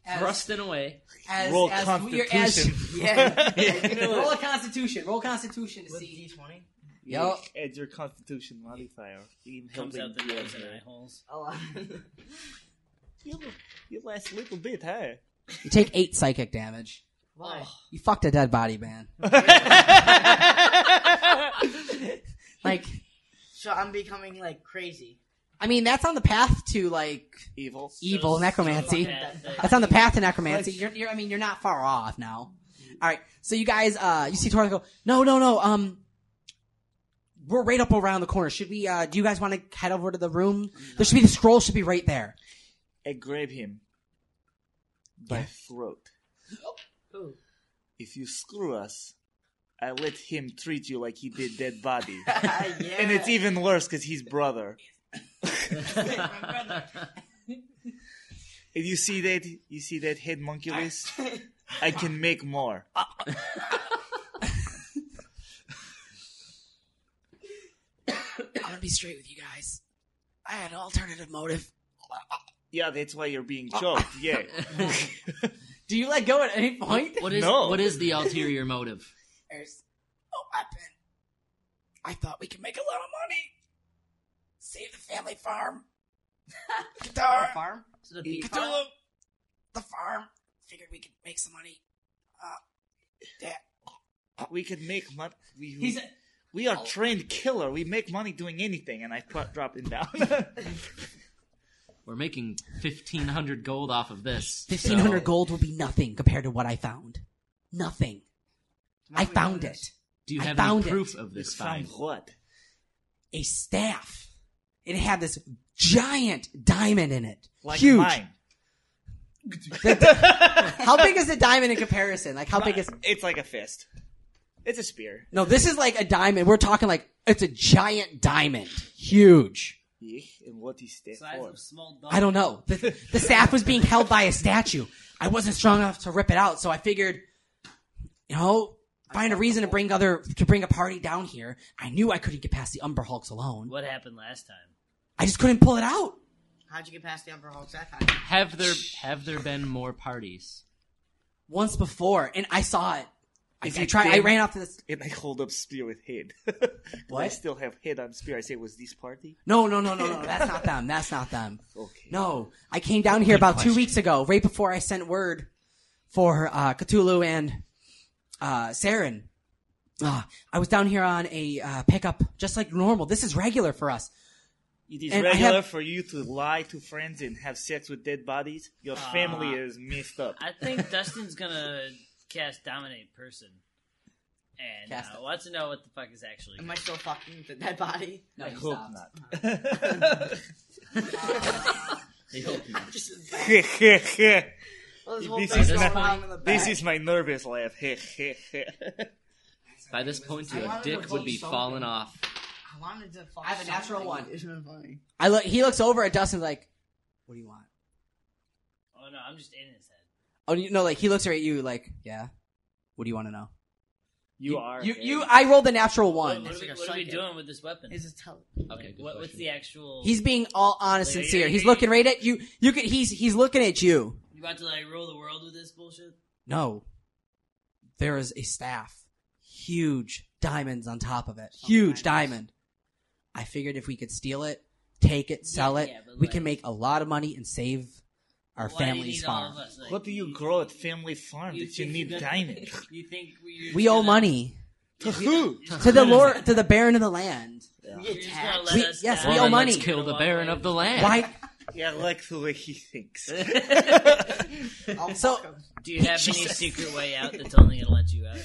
Thrusting away.
As,
Roll
as, you're- As,
Constitution.
yeah.
Yeah.
roll a Constitution. Roll a Constitution to see.
D20?
Yup.
Add your constitution modifier. Even
Comes out the
helping
nose and
you.
eye holes.
You, you last a little bit, huh?
You take eight psychic damage.
Why?
You fucked a dead body, man. like,
So I'm becoming like crazy.
I mean, that's on the path to like
evil,
evil necromancy.
Fuck that.
That's on the path to necromancy. You're, you're, I mean, you're not far off now. All right, so you guys, uh, you see Torres go, no, no, no. Um, we're right up around the corner. Should we? Uh, do you guys want to head over to the room? There should be the scroll. Should be right there.
I grab him by throat.
Who?
If you screw us, I let him treat you like he did dead body.
Yeah.
And it's even worse because he's brother. If you see that, you see that head monculus. I can make more.
I'm gonna be straight with you guys. I had an alternative motive.
Yeah, that's why you're being choked. Yeah.
Do you let go at any point?
What is
No.
what is the ulterior motive?
There's a weapon. I thought we could make a lot of money. Save the family farm. Guitar.
farm?
The,
bee
Cthulhu. the farm. Figured we could make some money.
we could make money. We,
He's a-
we are trained killer. We make money doing anything, and I put, drop him down.
We're making fifteen hundred gold off of this.
Fifteen hundred
so-
gold will be nothing compared to what I found. Nothing. I found it.
Do you
I
have
found
any
it.
proof of this find?
what?
A staff. It had this giant diamond in it.
Like
Huge.
mine.
How big is the diamond in comparison? Like how big is
It's like a fist. It's a spear.
No, this is like a diamond. We're talking like it's a giant diamond. Huge.
Yeah, and what is that for?
I don't know. The, the staff was being held by a statue. I wasn't strong enough to rip it out, so I figured, you know, find a reason to bring other to bring a party down here. I knew I couldn't get past the Umber Hulks alone.
What happened last time?
I just couldn't pull it out.
How'd you get past the Emperor Hulk that time?
Have there have there been more parties?
Once before, and I saw it. I,
If
I
you
tried. I
think-
ran off to this.
And I hold up spear with head. what? I
What?
still have head on spear. I say, was this party?
No, no, no, no, no. That's not them. That's not them.
Okay.
No, I came down here about two weeks ago, right before I sent word for uh, Cthulhu and uh, Saren. Uh, I was down here on a uh, pickup, just like normal. This is regular for us.
It is
And I
regular
have-
for you to lie to friends and have sex with dead bodies. Your
Ah.
family is messed up.
I think Dustin's gonna cast dominate person, and
Cast
uh, wants to know what the fuck is actually.
Am I still fucking with the dead body?
No,
I you hope
I hope not. Just- Well, this whole
this,
thing's
is
going
my,
on in the
this
back.
is my nervous laugh.
By this point,
I
your
wanted to
dick would
do
be
something.
falling off.
I wanted to fuck
I have a natural
something.
one.
It's been funny.
I look. He looks over at Dustin's like, "What do you want?"
Oh no, I'm just in his head.
Oh, you know, like he looks right at you, like, "Yeah." What do you want to know?
You are
You,
him.
you. I rolled a natural one.
What, what, are, we- what are we doing with this weapon? Is
it tele-
Okay, what, what's the actual?
He's being all honest
Like,
and sincere.
are you-
He's looking right at you. You could. He's he's looking at you.
You about to like roll the world with this bullshit?
No, there is a staff, huge diamonds on top of it.
Oh
Huge diamond. I figured if we could steal it, take it, sell it,
yeah, but
we
like-
can make a lot of money and save
Why
our
do you
family's
need all
farm.
of us? Like, what do you grow at family farm that you need diamonds?
You think we
We owe money
to who?
to the lord, to the baron of the land. We- yes, we owe money. Why?
Yeah, I like the way he thinks.
so,
do you have
She
any
said-
secret way out that's only gonna let you out?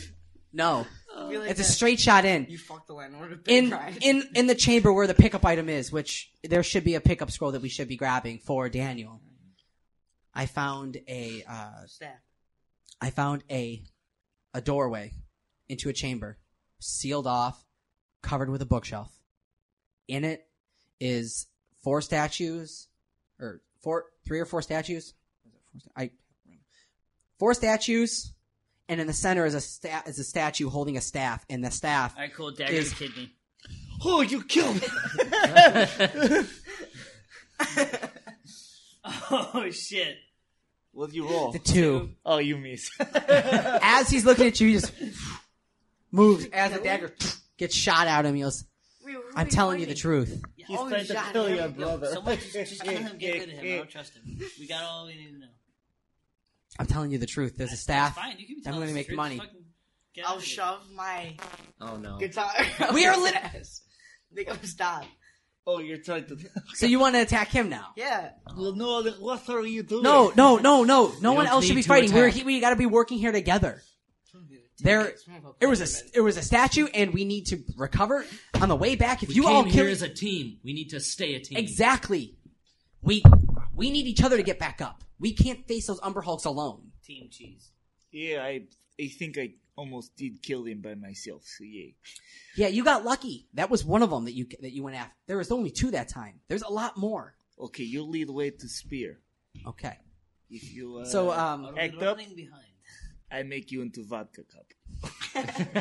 No,
I feel like
it's a
that-
straight shot in.
You fucked the landlord up
in
big time.
in in the chamber where the pickup item is, which there should be a pickup scroll that we should be grabbing for Daniel. I found a uh,
Staff.
I found a a doorway into a chamber, sealed off, covered with a bookshelf. In it is four statues, or four, three or four statues. I four statues, and in the center is a sta- is a statue holding a staff, and the staff.
All right, cool. Dagger
is-
to kidney.
Oh, you killed
oh shit!
What you roll?
The two.
Oh, you miss.
as he's looking at you, he just moves as a dagger gets shot out of him. He goes, "I'm telling you the truth."
He's
Oh,
trying to kill your brother.
Someone just, just kill him, get rid of him. I don't trust him. We got all we need to know.
I'm telling you the truth. There's a staff.
Fine, you can
I'm
tell
going
us
to
the
make
truth.
money.
Fucking get out
I'll
of here.
shove my
Oh no.
guitar.
We are lit-
They go stop.
Oh, you're trying to.
So you want to attack him now?
Yeah.
Well, no, then what are you doing?
No, no, no, no. No
You
one
don't
else should
need
be
to
fighting. We're,
attack.
he- we got to be working here together. There, it was a it was a statue, and we need to recover. On the way back, if
We
you
came
all
here
kill
as a team. We need to stay a team.
exactly, we we need each other to get back up. We can't face those Umber Hulks alone.
Team cheese.
Yeah, I, I think I almost did kill him by myself. So yeah.
Yeah, you got lucky. That was one of them that you that you went after. There was only two that time. There's a lot more.
Okay, you lead the way to spear.
Okay.
If you uh,
So, um, Out of
act
the
up,
running
behind.
I make you into vodka cup.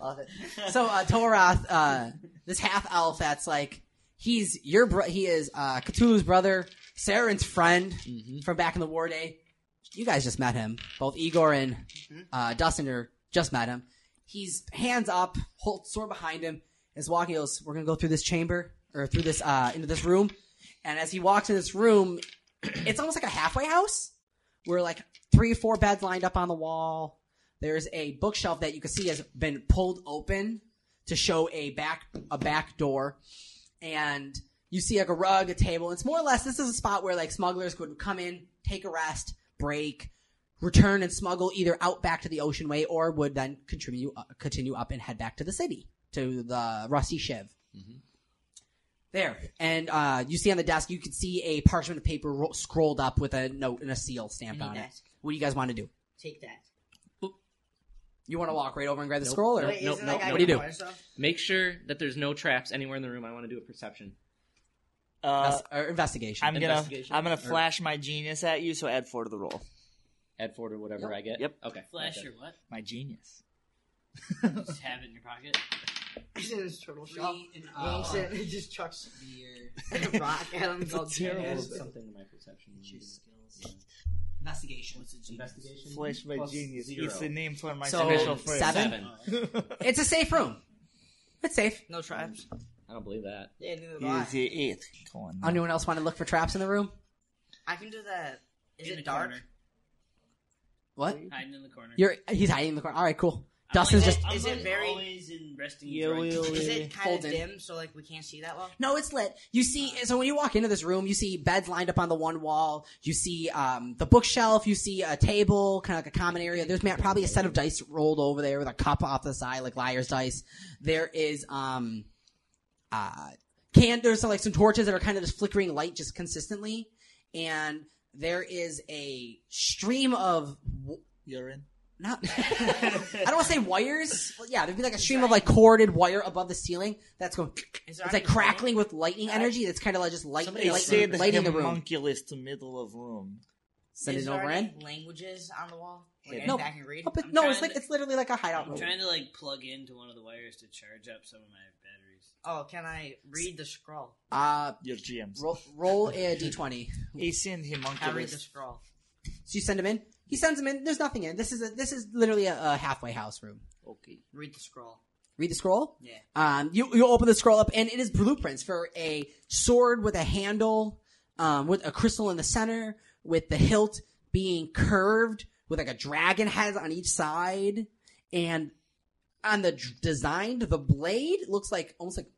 Love it.
So uh, Toroth, uh, this half elf that's like he's your bro- he is uh, Cthulhu's brother, Saren's friend from back in the war day. You guys just met him. Both Igor and uh, Dustin are just met him. He's hands up, hold sword behind him. Is walking. He goes, "We're gonna go through this chamber or through this uh, into this room." And as he walks in this room, it's almost like a halfway house where like three or four beds lined up on the wall. There's a bookshelf that you can see has been pulled open to show a back a back door, and you see like a rug, a table. It's more or less this is a spot where like smugglers would come in, take a rest, break, return and smuggle either out back to the ocean way or would then continue uh, continue up and head back to the city to the Rusty Shiv.
Mm-hmm.
There. And uh, you see on the desk, you can see a parchment of paper ro- scrolled up with a note and a seal stamped
I need
on it.
that.
What do you guys want to do?
Take that.
You want to walk right over and grab the
Nope.
scroll, or
Nope, nope, nope, nope.
what do you do?
Make sure that there's no traps anywhere in the room. I want to do a perception.
Uh,
Invest- or investigation.
I'm gonna
Investigation?
I'm gonna
Or-
flash my genius at you, so add four to the roll.
Add four to whatever I get.
Yep.
Okay.
Flash
gotcha.
your what?
My genius.
You just have it in your pocket.
He's in his turtle shop.
and
Winks
all.
it and just chucks beer. rock at him. It's all
Add
terrible.
something to my perception.
Investigation.
Investigation.
Flash my
Plus
genius.
zero.
It's the name for my
So,
special friend.
seven? it's a safe room. It's safe.
No traps.
I don't believe that.
Yeah, neither do I.
Is it eight? Come on. now.
Anyone else want to look for traps in the room?
I can do that. Is
In the
it dark?
corner.
What?
Hiding in the corner.
You're he's hiding in the corner. All right, cool.
I'm
Dustin's
like,
just.
I'm
is
like
it very-
always in resting
Yeah,
drunk.
we- we-
Is it kind of
Folded.
dim so like we can't see that well?
No, it's lit. You see, so when you walk into this room, you see beds lined up on the one wall. You see um, the bookshelf. You see a table, kind of like a common area. There's ma- probably a set of dice rolled over there with a cup off the side, like liar's dice. There is um, uh, can there's like some torches that are kind of just flickering light just consistently, and there is a stream of w-
Urine.
not I don't want to say wires. Well, yeah, there'd be like a stream of like corded wire above the ceiling that's going. It's
Is there
like
any light?
crackling with lightning energy. That's kind of like just lighting,
Somebody
lighting,
said
lighting the room.
homunculus to middle of room.
Send
Is
it
there
over
any
in.
languages on the wall? Like
No,
anything I can read?
Oh, but
I'm
no,
trying
it's like
to-
it's literally like a hideout
I'm
movie.
trying to like plug into one of the wires to charge up some of my batteries.
Oh, can I read the scroll?
Uh,
Your GMs.
Roll, roll a d20.
He send him
I read the scroll.
So you send him in. He sends him in. There's nothing in. This is a, this is literally a, a halfway house room.
Okay. Read the scroll.
Read the scroll.
Yeah.
Um, you you open the scroll up, and it is blueprints for a sword with a handle, um, with a crystal in the center, with the hilt being curved, with like a dragon head on each side, and on the d- designed the blade looks like almost like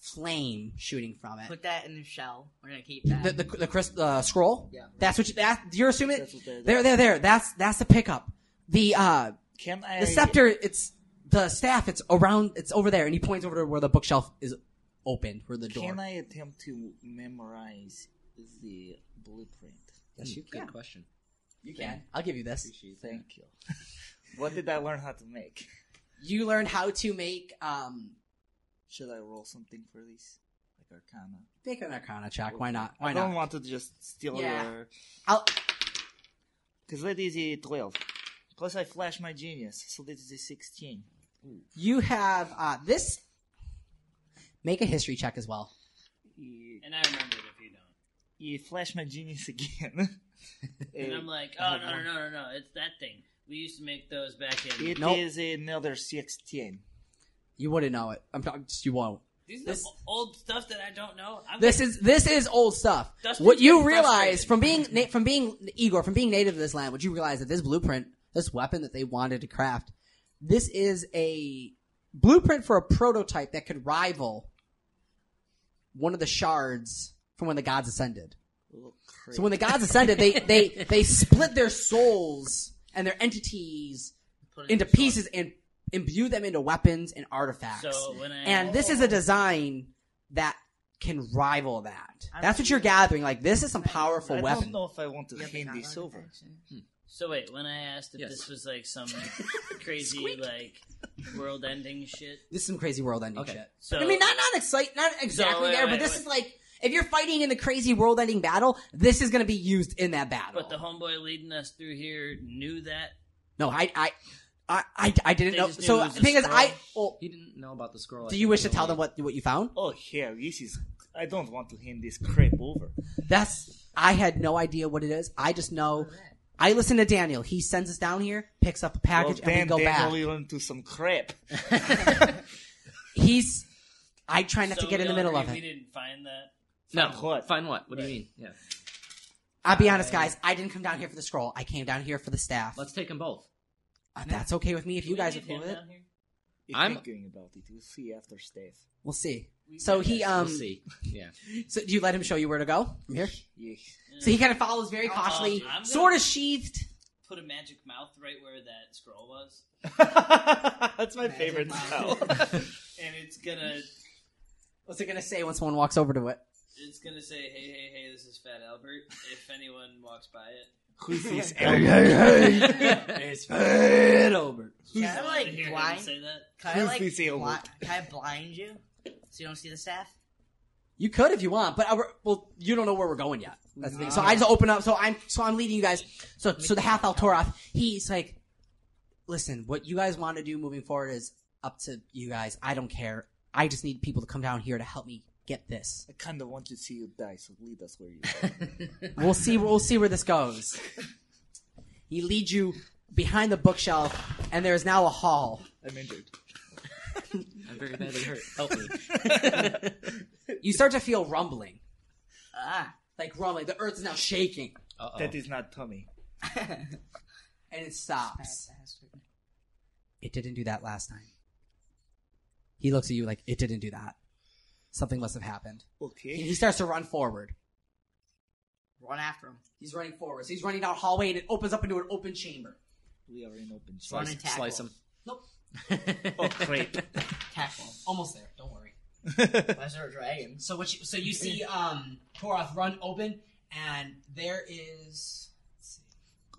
flame shooting from it.
Put that in the shell. We're gonna keep that.
The the the, crys- the scroll.
Yeah.
That's what you, that you're assuming.
That's what they're-
there, there, there. That's that's the pickup. The uh,
Can I?
the scepter. It's the staff. It's around. It's over there, and he points over to where the bookshelf is opened, where the door.
Can I attempt to memorize the blueprint?
Yes, you can. Good
question.
You can. I'll give you this.
Thank you. what did I learn how to make?
You learn how to make um.
Should I roll something for these? Like Arcana.
Make an Arcana check. Why not? Why
I don't
not?
want to just steal
Yeah.
your.
I'll.
Because that is a 12. Plus, I flash my genius, so this is a 16.
You have uh this. Make a history check as well.
And I remember it if you don't.
You flash my genius again.
And
Eh,
I'm like,
I
oh
have
no no
one.
no no no, it's that thing. We used to make those back in.
It is
Nope.
another 16.
You wouldn't know it. I'm talking. You won't.
These are the o- old stuff that I don't know. I'm
This
getting-
is this is old stuff.
Dustin's
what you
getting
realize from being na- from being Igor, from being native to this land, what you realize that this blueprint, this weapon that they wanted to craft, this is a blueprint for a prototype that could rival one of the shards from when the gods ascended. So when the gods ascended, they they they split their souls and their entities into pieces and imbue them into weapons and artifacts.
So when I-
and this is a design that can rival that.
I'm-
That's what you're gathering. Like this is some
I
powerful
don't
weapon.
know if I want to hand these over.
So wait, when I asked if this was like some crazy like world-ending shit,
This is some crazy world ending
Okay,
shit.
so-
I mean, not not excite, not exactly
wait,
there,
wait,
but this
wait.
is like if you're fighting in the crazy world ending battle, this is going to be used in that battle.
but the homeboy leading us through here knew that.
No, I I I I, I didn't
They
know.
just knew
So
it
the
was a
thing is, I oh,
he didn't know about the scroll.
do you wish to tell them what what you found?
Oh, hell, this is. I don't want to hand this crap over.
That's I had no idea what it is. I just know. I listen to Daniel. He sends us down here, picks up a package,
well,
and we go
then
back.
Daniel will into some crap.
He's. I try not
So
to get
we
in the
all
middle of
agree
it.
We didn't find that.
No, what? Find what? What do you mean? Yeah.
I'll be honest, guys. I didn't come down here for the scroll. I came down here for the staff.
Let's take them both.
Uh, that's okay with me if you guys are cool with it.
I'm thinking about it. We'll see after Steph.
We'll see. So he um.
We'll see. Yeah.
So do you let him show you where to go from here?
Yeah.
So he kind of follows very
Oh,
cautiously,
I'm gonna-
sort of sheathed.
Put a magic mouth right where that scroll was.
That's my favorite spell.
and it's gonna
What's it gonna say when someone walks over to it?
it's gonna say, "Hey, hey, hey, this is Fat Albert." If anyone walks by it,
Who's this
Albert?
Albert?
it's
Fat Albert.
Can
Who's-
I
Did
like
you
blind?
say that?
Can I
Who's
like
this Albert?
bli- can I blind you so you don't see the staff?
You could if you want, but I, we're- well, you don't know where we're going yet. That's the thing. So
Ah.
I just open up. So I'm so I'm leading you guys. So so the half Altoroth, he's like, listen, what you guys want to do moving forward is up to you guys. I don't care. I just need people to come down here to help me get this.
I kind of want to see you die, so lead us where you go.
We'll see. We'll see where this goes. He leads you behind the bookshelf, and there is now a hall.
I'm injured.
I'm very badly hurt. Help me.
You start to feel rumbling,
Ah,
like rumbling. The earth is now shaking,
That is not Tommy.
and it stops. It didn't do that last time. He looks at you like it didn't do that. Something must have happened.
Okay.
And he starts to run forward.
run after him.
He's running forward. So he's running down a hallway, and it opens up into an open chamber.
We are in open
Run and tackle.
Slice him.
Nope.
Oh, great.
Tackle. him.
Almost there. Don't worry.
Why is there a dragon?
So what? You, so you see um Koroth run open, and there is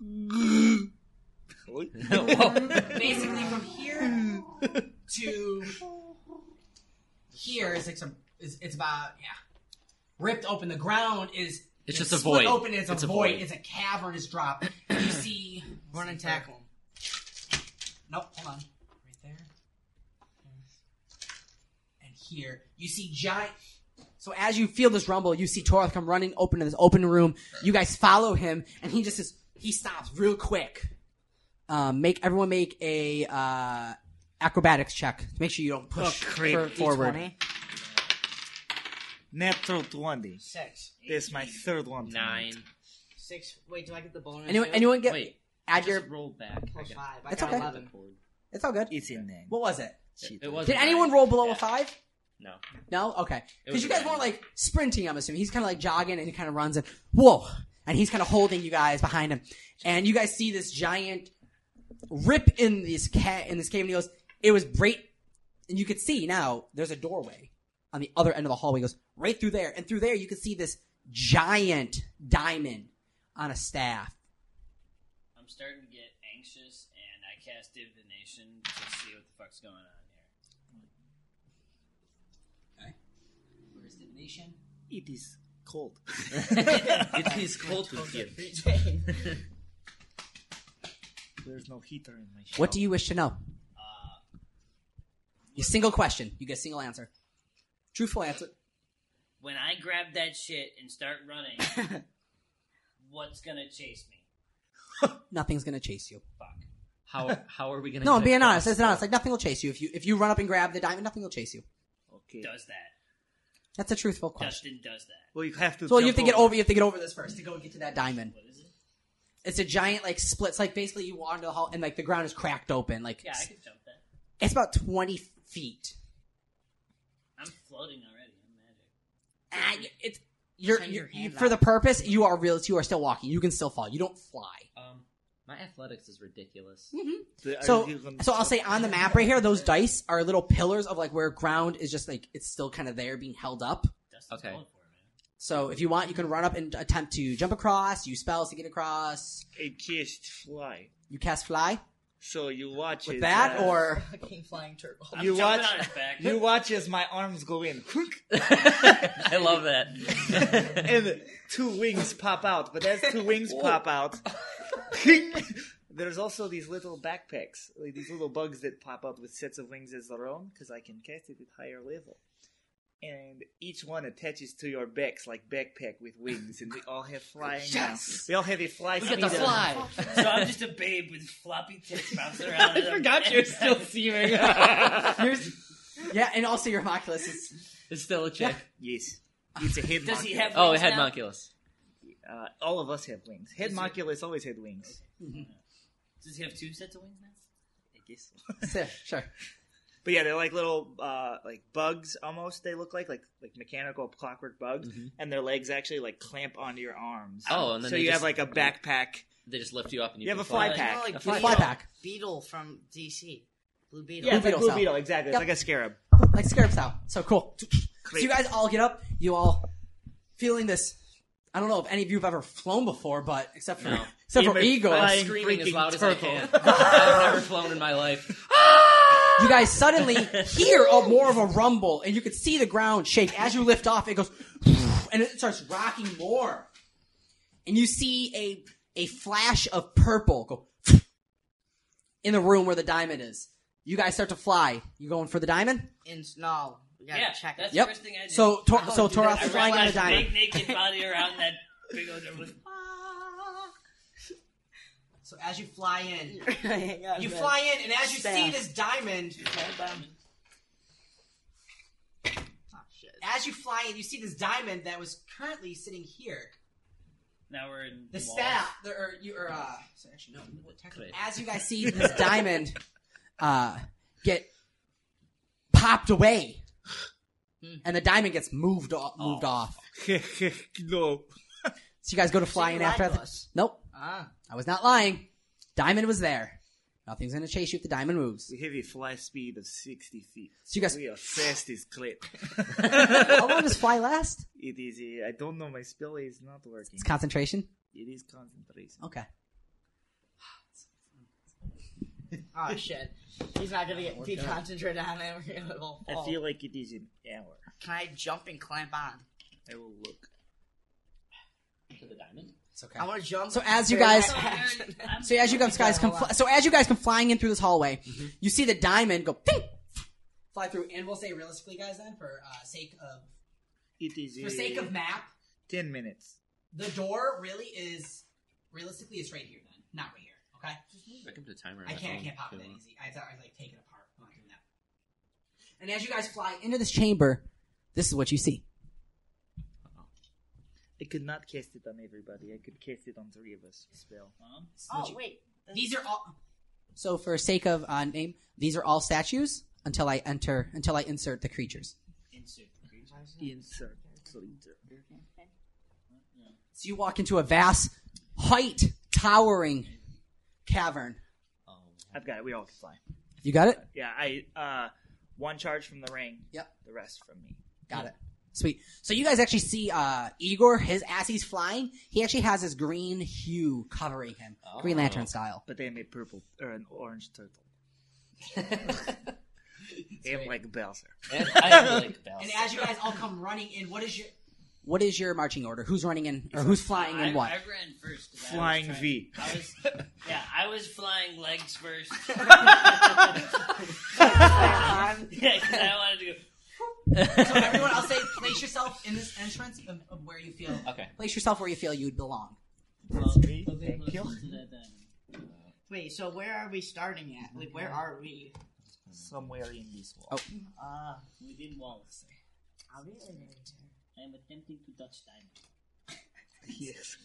basically from here to here is like some. Is, it's about yeah, ripped open. The ground is
It's
You
just a
split
void.
Open, it's,
It's
a,
a
void.
void.
It's a cavernous drop. You see, run and tackle. Nope, hold on. Right there. And here, you see giant. So as you feel this rumble, you see Toroth come running open to this open room. You guys follow him, and he just is, he stops real quick. Um, make everyone make a uh, acrobatics check to make sure you don't push for- forward.
Natural 20.
Six.
This is my third one. Nine.
Six. Wait, do I get the bonus?
Anyone,
too?
anyone get add your
roll back. Plus five. I
It's
got
okay.
eleven.
It's all good.
It's in there.
What was it?
It was
Did anyone roll below a five?
No.
No? Okay.
It was
Because you guys
nine.
weren't like sprinting, I'm assuming. He's kind of like jogging and he kind of runs and, whoa. And he's kind of holding you guys behind him. And you guys see this giant rip in this cat in this cave and he goes, it was right. And you could see now there's a doorway on the other end of the hallway. He goes right through there. And through there you can see this giant diamond on a staff.
I'm starting to get anxious, and I cast divination to see what the fuck's going on here.
Where is divination?
It is cold.
It is cold in here.
There's no heater in my shop.
What do you wish to know? Your single question. You get a single answer. Truthful answer.
When I grab that shit and start running, what's gonna chase me?
Nothing's gonna chase you.
How how are we gonna?
No, I'm
get
being
across
honest. It's
the-
honest. Like nothing will chase you if you if you run up and grab the diamond. Nothing will chase you.
Okay.
Does that?
That's a truthful question.
Dustin does that.
Well, you have to.
So you have
jump
to get over. You have to get over this first to go get to that diamond.
What is it?
It's a giant like splits. Like basically, you walk into the hall and like the ground is cracked open. Like
Yeah, I could jump that.
it's about twenty feet.
I'm floating already. I'm magic.
Ah, y- it's you're,
Send
you're
your
you,
hand
for the
out.
purpose. You are real. You are still walking. You can still fall. You don't fly.
Um, my athletics is ridiculous.
So, so I'll say on the map right here, those dice are little pillars of like where ground is just like it's still kind of there being held up.
Okay.
So if you want, you can run up and attempt to jump across, use spells to get across.
It kissed fly.
You cast fly.
So you watch
With
it,
that,
uh,
or-
Fucking flying turtle.
you watch you watch as my arms go in. I
love that.
and two wings pop out, but as two wings pop out, there's also these little backpacks, like these little bugs that pop out with sets of wings as their own, because I can cast it at higher level. And each one attaches to your backs like backpack with wings, and we all have flying. now.
Yes!
We all have a fly.
We get to
speed.
fly. So I'm just a babe with floppy tits bouncing around.
I forgot you're still
seeming.
Yours- yeah, and also your homunculus is
It's still a chick.
Yes. It's a head
Does he
moculus.
have
Oh, head moculus.
Uh, all of us have wings. Head
Is it-
moculus always had wings.
Does he have two sets of wings now? I guess.
Sure, sure.
But yeah, they're like little uh, like bugs almost. They look like like like mechanical clockwork bugs, and their legs actually like clamp onto your arms.
Oh, and then
so
they
you have
just-
like a backpack.
They just lift you up and you,
You have
can
a fly
fly.
pack.
Like
A
Beetle,
fly
pack.
Beetle from DC. Blue Beetle.
Yeah, it's like
Beetle
blue
style.
beetle exactly.
Yep.
It's like a scarab.
like scarab style. So cool. So you guys all get up. You all feeling this. I don't know if any of you have ever flown before, but except for
No.
except for
I'm
ego,
screaming as loud as I can. I've never flown in my life.
you guys suddenly hear a, more of a rumble, and you can see the ground shake as you lift off. It goes, and it starts rocking more, and you see a a flash of purple go in the room where the diamond is. You guys start to fly. You going for the diamond?
In no, we gotta
Yeah,
check
that's
it.
the first thing I did.
So Tor-
Oh,
so
dude,
Toroth
I
is flying on the
Flash
diamond.
Big naked body around that big old drum with-
So as you fly in,
Yeah,
you
man.
fly in, and as you see
Staff.
this diamond,
Oh,
as you fly in, you see this diamond that was currently sitting here.
Now we're in
The
walls.
staff, the, or you or uh, sorry, actually no, what technically-
Great.
as you guys see this diamond, uh, get popped away, and the diamond gets moved off, moved off.
no.
So you guys go to fly
you
in after
lied to
that.
us.
Nope,
Ah,
I was not lying. Diamond was there. Nothing's gonna chase you if the diamond moves.
We have a fly speed of sixty feet.
So you guys-
we are fast as clip.
How long does fly last?
It is. A, I don't know. My spell is not working.
It's concentration.
It is concentration.
Okay.
oh shit. He's not gonna get
We're done.
deconcentrated on it. We're gonna all
I
fall.
feel like it is an hour.
Can I jump and climb on?
I will look.
to the diamond?
It's okay.
I want to jump.
So as you guys,
So, Aaron, I'm-
so as you guys, guys come,
Yeah, hold on.
so as you guys come flying in through this hallway,
Mm-hmm.
you see the diamond go ping, fly through, and we'll say realistically, guys, then for uh, sake of
It is
for sake
uh,
of map,
ten minutes.
the door really is realistically it's right here, then not right here. Okay.
I can put a timer. on
I
my
can't. I
phone
can't pop it
if
that
you want.
easy. I have to I, like take it apart. I'm not doing that. And as you guys fly into this chamber, this is what you see.
I could not cast it on everybody. I could cast it on three of us. Spell.
Oh wait.
These are all. So for sake of uh, name, these are all statues until I enter until I insert the creatures.
Insert. Insert.
So you walk into a vast, height towering cavern.
I've got it. We all can fly.
You got it?
Yeah. I uh, one charge from the ring.
Yep.
The rest from me.
Got it. Sweet. So you guys actually see uh, Igor, his as he's flying, he actually has this green hue covering him, Green Lantern style.
But they made purple or an orange turtle. and like Bowser.
And as you guys all come running in, what is your what is your marching order? Who's running in, or who's flying
I,
in what?
I ran first. 'cause I was
Flying
trying-
V.
I was, yeah, I was flying legs first. yeah, 'cause I wanted to go.
so everyone, I'll say, place yourself in this entrance of, of where you feel.
Okay.
Place yourself where you feel you'd belong.
Wait. So where are we starting at? Like where are we?
Somewhere in this wall.
Oh.
Uh,
Within walls.
I'll be there.
I am attempting to touch diamond.
Yes.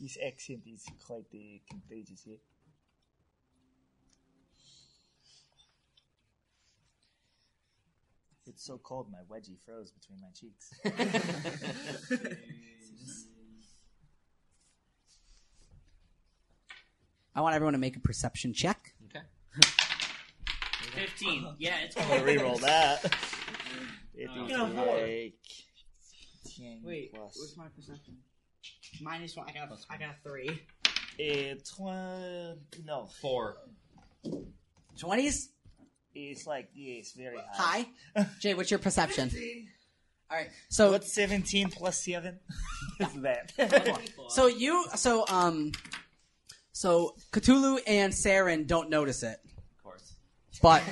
His accent is quite uh, contagious here. It's so cold, my wedgie froze between my cheeks.
I want everyone to make a perception check.
Okay. Fifteen. Yeah, it's.
I'm gonna reroll that. It
Oh,
is
got a four.
like 10
Wait.
plus.
What's my perception? Minus one. I got. I got three.
It's one. No. Four.
20s?
It's like, yeah, it's very high.
Hi, Jay. What's your perception? All right.
So what's 17 plus 7? Is that.
So you, so um, so Cthulhu and Saren don't notice it,
Of course.
but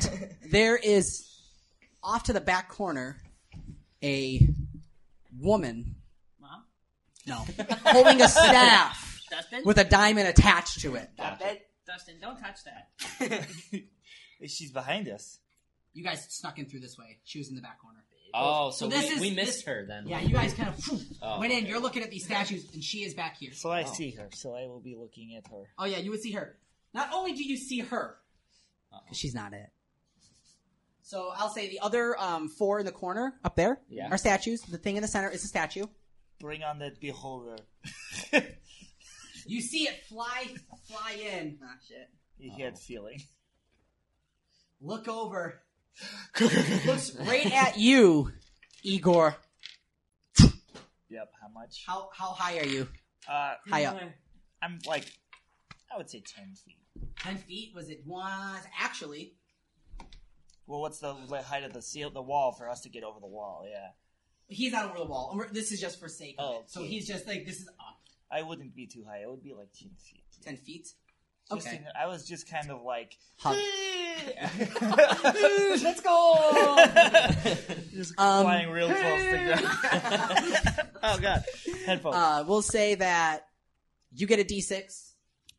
there is off to the back corner a woman
Mom?
no holding a staff
Dustin?
with a diamond attached to it.
Dustin, don't touch that.
She's behind us.
You guys snuck in through this way. She was in the back corner.
Oh, so, we, we missed her then.
Yeah, you guys kind of phew,
Oh,
went in. You're looking at these statues, and she is back here.
So I see her, so I will be looking at her.
Oh yeah, you would see her. Not only do you see her, 'cause she's not it. So I'll say the other um, four in the corner up there
Yeah.
are statues. The thing in the center is a statue.
Bring on that beholder.
You see it fly, fly in.
Ah shit.
He had feeling.
Look over. Looks right at you, Igor.
Yep, how much?
How how high are you?
Uh,
High up.
I'm like, I would say 10 feet.
Ten feet was it? Was actually
Well, what's the li- height of the seal, the wall for us to get over the wall? Yeah,
he's not over the wall. And we're- This is just for sake. Of
Oh,
it. So
okay.
he's just like this is up
I wouldn't be too high. It would be like ten feet.
ten feet.
Just
Okay.
in- I was just kind of like,
Hug.
let's
go.
just
Um,
flying real close to ground. oh god, headphones.
Uh, we'll say that you get a d6.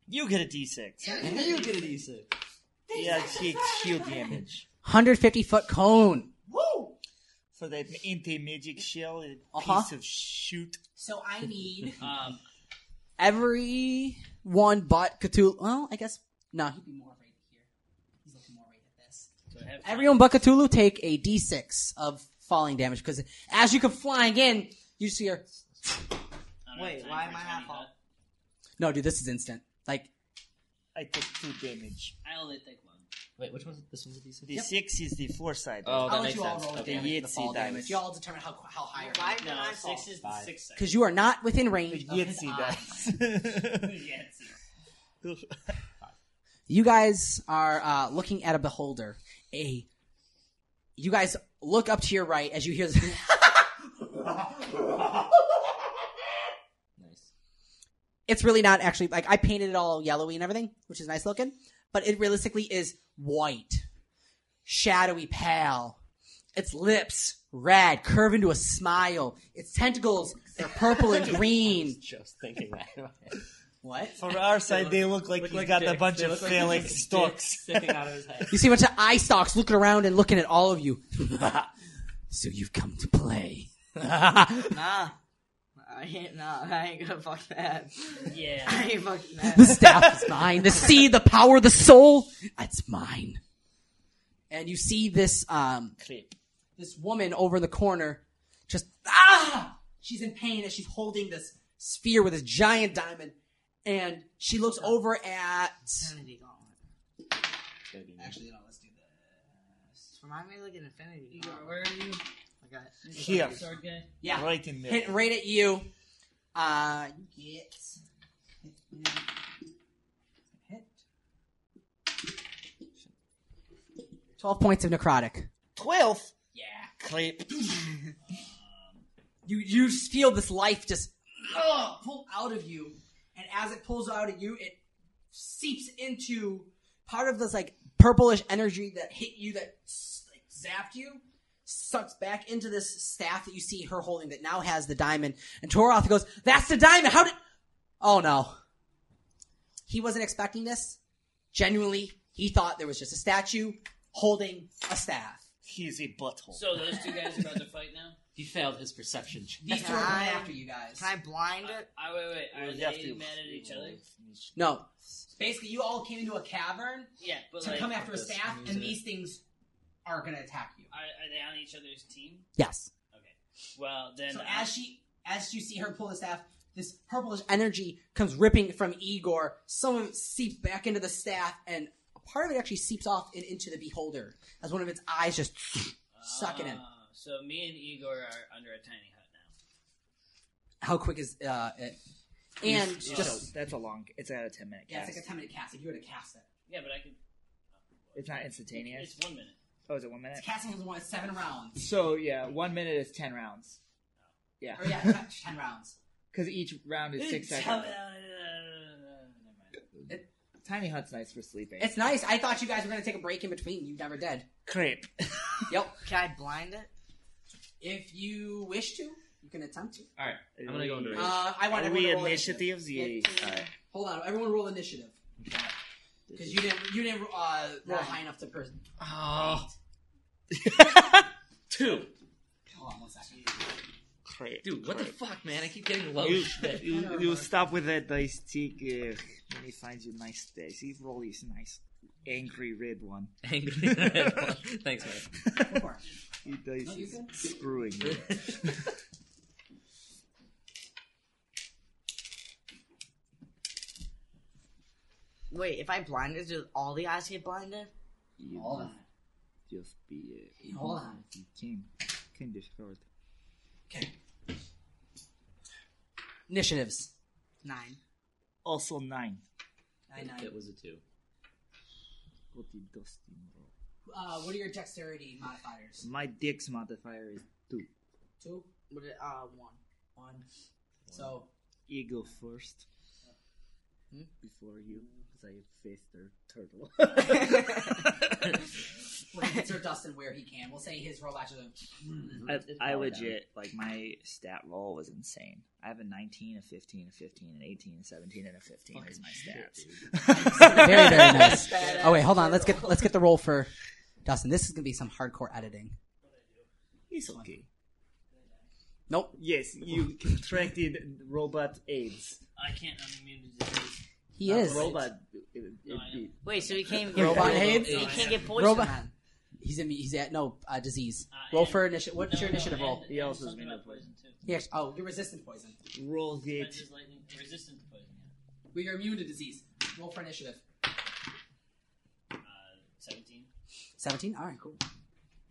you get a d6.
you get a
d6. Yeah, take shield damage.
150 foot cone.
Woo! For that anti magic shell, a piece
Uh-huh.
of shoot.
So I need
Um,
every one but Cthulhu. Well, I guess no. He'd be more right here. He's looking more right at this.
So I have
Everyone but Cthulhu take a d6 of falling damage because as you come flying in, you see her.
I don't have
Wait.
time
Why
for
am
a
I
tiny
not falling?
hut.
No, dude, this is instant. Like
I took two damage.
I only take one.
Wait, which one's this one's a decent?
The six is the four side.
Oh, that
I'll let
makes
you all
sense.
roll the
Okay.
damage. for The
Yahtzee
fall damage.
damage.
You all determine how how high. or
Why did
No,
I fall?
six is
Five.
six. seconds.
Because you are not within range. of his
Yahtzee
eyes.
Yeah, it's-
You guys are uh, looking at a beholder. A. You guys look up to your right as you hear. The-
Nice.
it's really not actually like I painted it all yellowy and everything, which is nice looking, but it realistically is white, shadowy, pale. Its lips red, curve into a smile. Its tentacles are purple and green.
Just thinking that.
What?
From our side, they look like he got a bunch of phallic stalks.
You see a bunch of eye stalks looking around and looking at all of you. so you've come to play.
nah. I ain't nah, I ain't gonna fuck that.
Yeah.
I ain't fucking that.
the staff is mine. The seed, the power, the soul, that's mine. And you see this um this woman over in the corner just ah she's in pain as she's holding this sphere with this giant diamond and she looks over at
Actually, no, let's do this. Remind me of like an infinity. gauntlet.
Where are you?
I got it.
Here.
Sword guy?
yeah
Right in there.
hit right at you uh you get hit 12 points of necrotic
Twelve.
Yeah.
Clip.
you you just feel this life just ugh, pull out of you, and as it pulls out of you, it seeps into part of this like purplish energy that hit you that s- like, zapped you. Sucks back into this staff that you see her holding that now has the diamond, and Toroth goes, "That's the diamond. How did? Oh no, he wasn't expecting this. Genuinely, he thought there was just a statue holding a staff.
He's a butthole.
So those two guys are about to fight now.
He failed his perception. check.
These two
Can
are
I-
going
after you guys.
Can I blind it?
I wait wait. Are
We have
they
to-
mad at each other?
No, basically, you all came into a cavern."
Yeah, but
to
like,
come after a
This
staff,
music.
and these things are going to attack you.
Are, are they on each other's team?
Yes.
Well then. uh,
So
I-
as she, as you see her pull the staff, this purplish energy comes ripping from Igor. Some of it seeps back into the staff, and part of it actually seeps off and into the beholder as one of its eyes just suck it in.
Ah, So me and Igor are under a tiny hut now.
How quick is uh, it? And just
that's a long. It's at a ten minute.
yeah,
Cast.
it's like a ten minute cast. If you were to cast it,
Yeah, but I can.
It's not instantaneous.
It's one minute.
Oh, is it one minute?
it's casting is one it's seven rounds.
So yeah, one minute is ten rounds. Yeah,
Or Oh, yeah, ten rounds.
because each round is six
Tell
seconds.
me-
uh,
Never mind.
Tiny hut's nice for sleeping.
It's nice. I thought you guys were going to take a break in between. You never did.
creep.
Yep.
Can I blind it?
If you wish to, you can attempt to.
All right, I'm gonna go into it.
Uh, I want
Are
everyone
we
to roll
initiatives? Yeah.
Alright. Hold on, everyone roll initiative. Because you didn't, you didn't uh, roll high enough to person.
Oh.
Two.
Hold on one second.
Creep.
Dude, what the fuck, man? I keep getting low
You,
shit.
you, you stop with that dice stick. Uh, let me find you nice dice. He roll this nice angry red one.
Angry red one. Thanks, man.
He dice
No, you
is
good.
screwing you.
Wait, if I blind it, do all the eyes get blinded?
You
Hold
must
on.
Just be. Uh,
Hold on.
You can, can discard.
Okay. Initiatives.
Nine.
Also nine.
Nine, nine.
It was a two.
What did Dustin roll?
Uh, what are your dexterity modifiers?
My dex modifier is two.
Two?
What did- Uh, one.
One. So,
You go first. Hmm? Before you, because I faced their turtle.
we're going to insert Dustin where he can. We'll say his roll batches are.
I, I legit, like, my stat roll was insane. I have a 19, a 15, a 15, an 18, a 17, and a 15 is my stats.
very, very nice. Oh wait, hold on. Let's get let's get the roll for Dustin. This is gonna be some hardcore editing.
It's okay.
Nope.
Yes, you contracted robot AIDS.
I can't unmute the disease.
He
Uh,
is
Robot. It, it,
No, I am.
Wait, so he can't get
Robot
poisoned-
AIDS?
He can't get poisoned.
Robot.
then.
He's in. He's at no uh, disease.
Uh,
roll
and-
for initiative. What's
No,
your
no,
initiative
and-
roll?
and
He also is
something
made
about
of poison.
too.
Yes. Oh, you're resistant to poison.
roll it.
Defense is lightning- Resistant to poison. yeah.
We are immune to disease. Roll for initiative.
Uh, Seventeen.
Seventeen. All right, cool.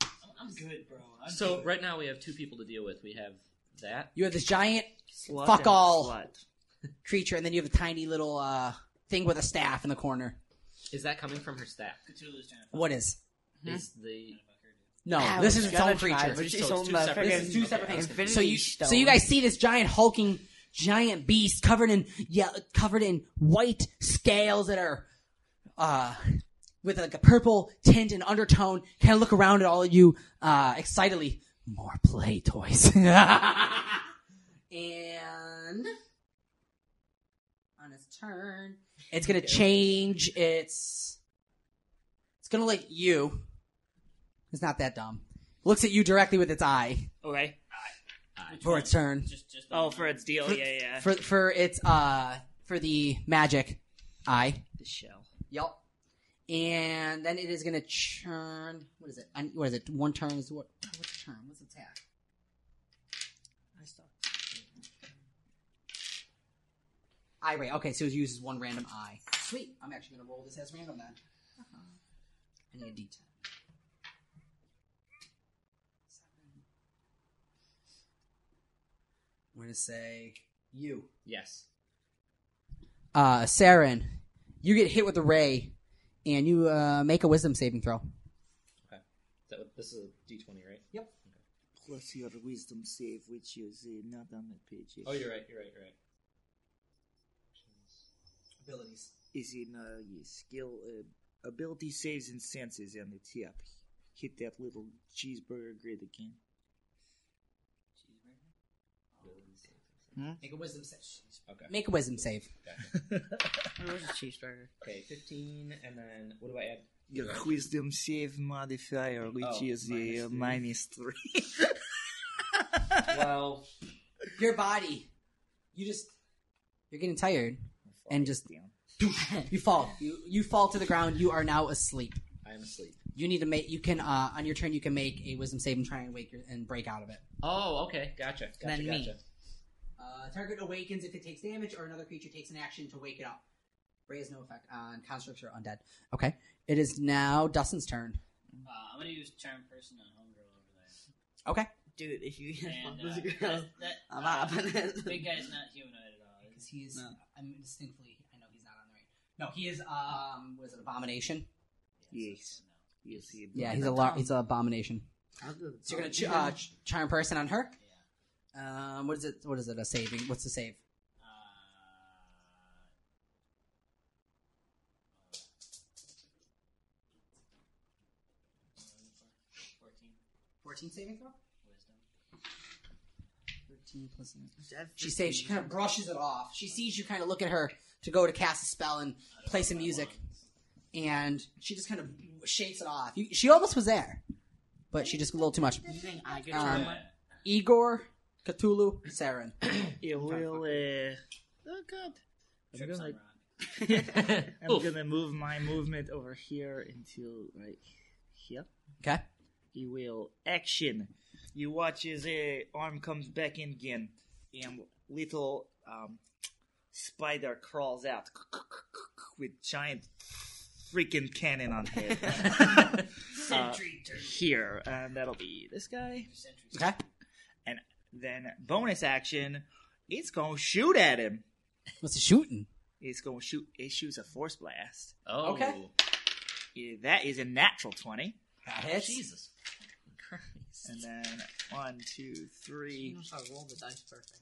I'm, I'm good, bro. I'm
So
good.
right now we have two people to deal with. We have that.
You have this giant
Slut
Fuck
and
all.
slut.
creature, and then you have a tiny little uh, thing with a staff in the corner.
Is that coming from her staff?
Cthulhu's trying to fuck
What is?
Is the
No,
Ah,
this
we
is its
gotta
own
try,
creature.
but she's
So it's
on
two
the
separate-
This is two
friggin'
separate things.
Infinity
So you,
Stone.
so you guys see this giant hulking giant beast covered in yeah, covered in white scales that are uh, with like a purple tint and undertone. Kind of look around at all of you uh, excitedly. More play toys. and on his turn, it's gonna change. It's it's gonna like you. It's not that dumb. Looks at you directly with its eye
Okay.
for its turn.
oh, for its deal. yeah, yeah.
For for its uh for the magic eye.
the shell.
Yup. And then it is gonna churn. What is it? I- What is it? One turn is what? What's a turn? What's its attack? I stopped. Eye ray. Okay, so it uses one random eye. Sweet. I'm actually gonna roll this as random then.
Uh-huh.
I need a D10. We're gonna say you.
Yes.
Uh, Saren, you get hit with a ray, and you uh, make a wisdom saving throw.
Okay. That, would- this is a D20, right?
Yep.
Plus your wisdom save, which is uh, not on the page.
Oh, you're right. You're right. You're right.
Abilities.
Is in uh, your skill, uh, ability saves and senses on the tip. Hit that little cheeseburger grid again.
Make a wisdom save.
Okay.
Make a wisdom save.
Where's the cheeseburger?
Okay, 15, and then what do I add?
Your wisdom save modifier, which
Oh,
is minus, uh, minus three.
well,
your body, you just you're getting tired, and just you fall. You you fall to the ground. You are now asleep.
I am asleep.
You need to make. You can uh, on your turn. You can make a wisdom save and try and wake your, and break out of it.
Oh, okay. Gotcha. Gotcha.
Then me.
gotcha.
Uh, target awakens if it takes damage, or another creature takes an action to wake it up. Ray has no effect on constructs or undead. Okay, it is now Dustin's turn.
Uh, I'm gonna use charm person on homegirl over there.
Okay.
Dude, if you get
And,
fucked as
uh,
a girl,
that-
I'm
uh,
out.
big guy's not humanoid at all.
Because he's, I'm distinctly, I know he's not on the right. No, he is. Um, was it abomination?
Yes. Yes, he
Yeah, he's a lar- he's an abomination.
I'll do the
So you're gonna ch-
tongue.
uh, ch- charm person on her. Um, what is it? What is it? A saving? What's the save? Fourteen saving throw. Thirteen plus. She saves. She kind of brushes it off. She sees you kind of look at her to go to cast a spell and play some music, and she just kind of shakes it off. You, she almost was there, but she just a little too much.
Uh,
Um, Igor, Cthulhu, Saren.
It will. Uh, oh god. I'm
Trips
gonna. I'm
Oof.
gonna move my movement over here until right here.
Okay.
He will action. You watch his uh, arm comes back in again, and little um, spider crawls out with giant freaking cannon on head. Uh,
Sentry turret.
here, and that'll be this guy.
Okay.
And then bonus action, it's gonna shoot at him.
What's the shooting?
It's gonna shoot. It shoots a force blast.
Oh. Okay.
Yeah, that is a natural twenty.
That hits. Jesus
And then one, two, three,
I rolled the dice perfect.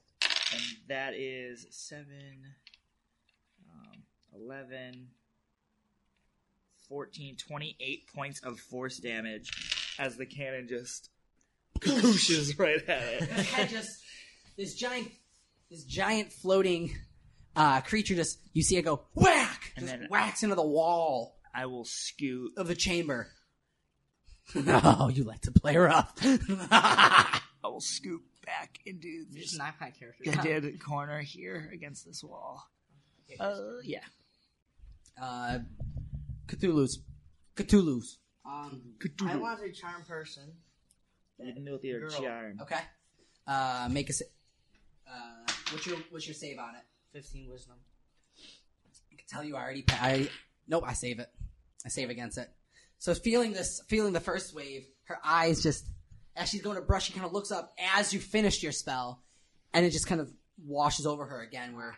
and that is seven, um, 11, 14, 28 points of force damage as the cannon just pushes right at
This head just this giant this giant floating uh, creature just you see it go whack
And
just
then-
whacks into the wall
I will scoot
of the chamber. No, you like to play rough. I
will scoop back into this
an iPad character.
dead corner here against this wall. Oh yeah.
Uh, Cthulhu's Cthulhu's.
Um,
Cthulhu.
I want to charm person.
Didn't know they were
Girl.
charmed.
Okay. Uh, make a. sa- Uh, what's your what's your save on it?
Fifteen wisdom.
I can tell you I already. pa- I nope. I save it. I save against it. So feeling this, feeling the first wave, her eyes just as she's going to brush, she kind of looks up as you finished your spell, and it just kind of washes over her again. Where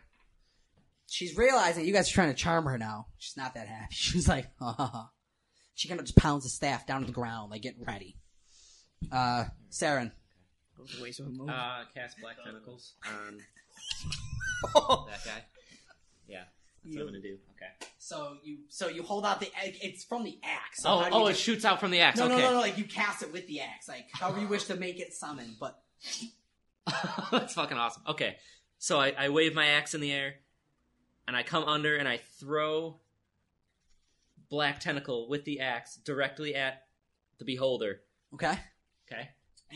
she's realizing you guys are trying to charm her now. She's not that happy. She's like, ha ha ha. She kind of just pounds the staff down to the ground, like getting ready. Uh, Saren.
Goes away so
Uh, cast Black Tentacles on
that guy. Yeah, that's what I'm gonna do. Okay.
So you so you hold out the egg. It's from the axe. So
Oh,
how do you
oh, it
just-
shoots out from the axe.
No,
okay.
no, no, no. Like you cast it with the axe. Like however you wish to make it summon. But
That's fucking awesome. Okay, so I, I wave my axe in the air, and I come under and I throw black tentacle with the axe directly at the beholder.
okay.
Okay,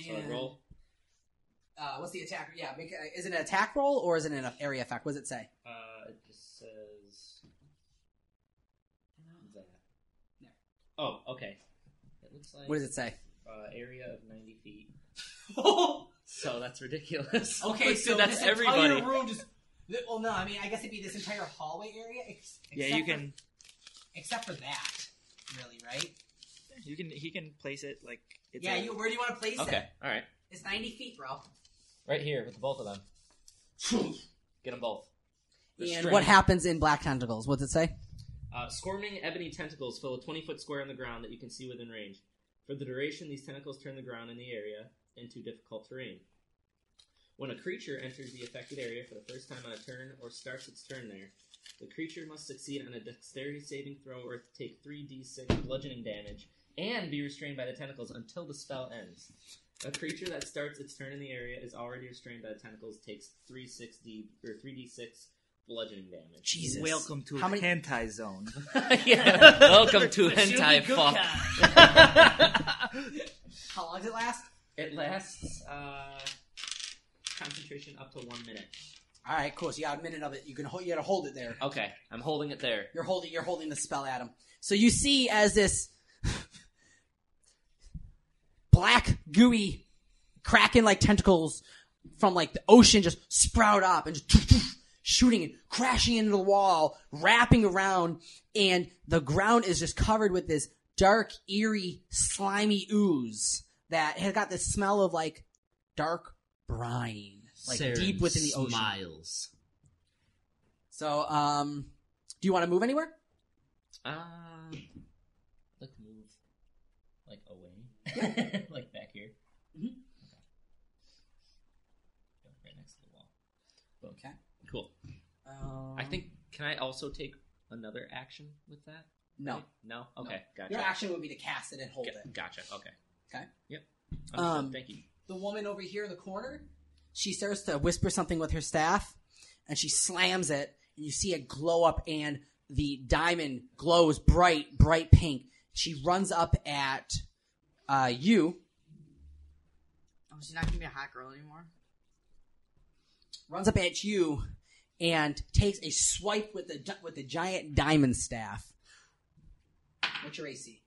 so I
And-
roll.
Uh, what's the attack? Yeah, make, uh, is it an attack roll or is it an area effect? What does it say?
Uh, it just says that. Oh, okay. It looks like.
What does it say?
Uh, area of ninety feet. so that's ridiculous. Dude, that's everybody.
room just. th- Well, no, I mean, I guess it'd be this entire hallway area. Ex-
Yeah,
except
you
for-
can-
except for that, really, right?
You can he can place it like it's
yeah,
a-
you, where do you want to place it?
Okay, all right,
It's 90 feet, bro.
right here with the both of them. Get them both. They're
And
straight.
what happens in Black Tentacles? What does it say?
Uh, squirming ebony tentacles fill a 20 foot square on the ground that you can see within range. For the duration, these tentacles turn the ground in the area into difficult terrain. When a creature enters the affected area for the first time on a turn or starts its turn there, the creature must succeed on a dexterity saving throw or take 3d6 bludgeoning damage and be restrained by the tentacles until the spell ends. A creature that starts its turn in the area is already restrained by the tentacles takes 360 or 3d6 bludgeoning damage.
Jesus. Welcome to
How many-
hentai zone.
Yeah, welcome to hentai fuck.
How long does it last?
It lasts uh, concentration up to one minute.
All right, cool. So you got a minute of it. You can hold. You got to hold it there.
Okay, I'm holding it there.
You're holding. You're holding the spell, Adam. So you see as this black, gooey, kraken-like tentacles from like the ocean just sprout up and just shooting and crashing into the wall, wrapping around, and the ground is just covered with this dark, eerie, slimy ooze that has got this smell of like dark brine, like
Saren
deep within the ocean.
smiles.
So, um, do you want to move anywhere?
Uh, like move, like away, like back here. Mm-hmm.
Mhm.
Okay. Right next to the wall.
Okay.
Cool.
Um,
I think. Can I also take another action with that?
No.
Right? No. Okay. Gotcha.
Your action would be to cast it and hold
Ga-
it.
Gotcha. Okay.
Okay.
Yep.
Um,
Understood. Thank you.
The woman over here in the corner, she starts to whisper something with her staff, and she slams it, and you see it glow up, and the diamond glows bright, bright pink. She runs up at uh, you,
Oh, she's not gonna be a hot girl anymore.
runs up at you, and takes a swipe with the gi- with the giant diamond staff. What's your AC?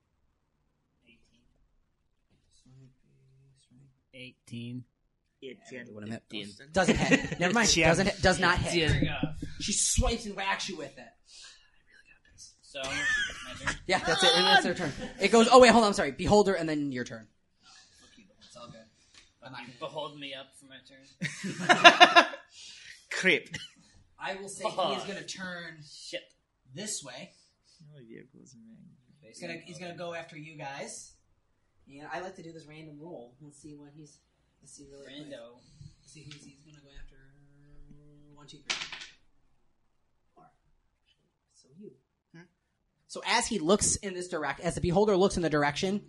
18.
Doesn't hit. Never mind.
Yeah.
Doesn't hit. Does not hit.
There we go.
She swipes and whacks you with it.
So, my turn.
Yeah, that's it. It's their turn. It goes. Oh wait, hold on. I'm sorry. Beholder, and then your turn.
It's all good. You behold me up for my turn.
Crip.
I will say he is going to turn shit this way.
Oh,
He's gonna he's gonna go after you guys. And I like to do this random roll. Let's see what he's. Let's see really. quick.
Rando.
Let's see who's he's gonna go after. One, two, three, four. So you. So as he looks in this direct, as the beholder looks in the direction,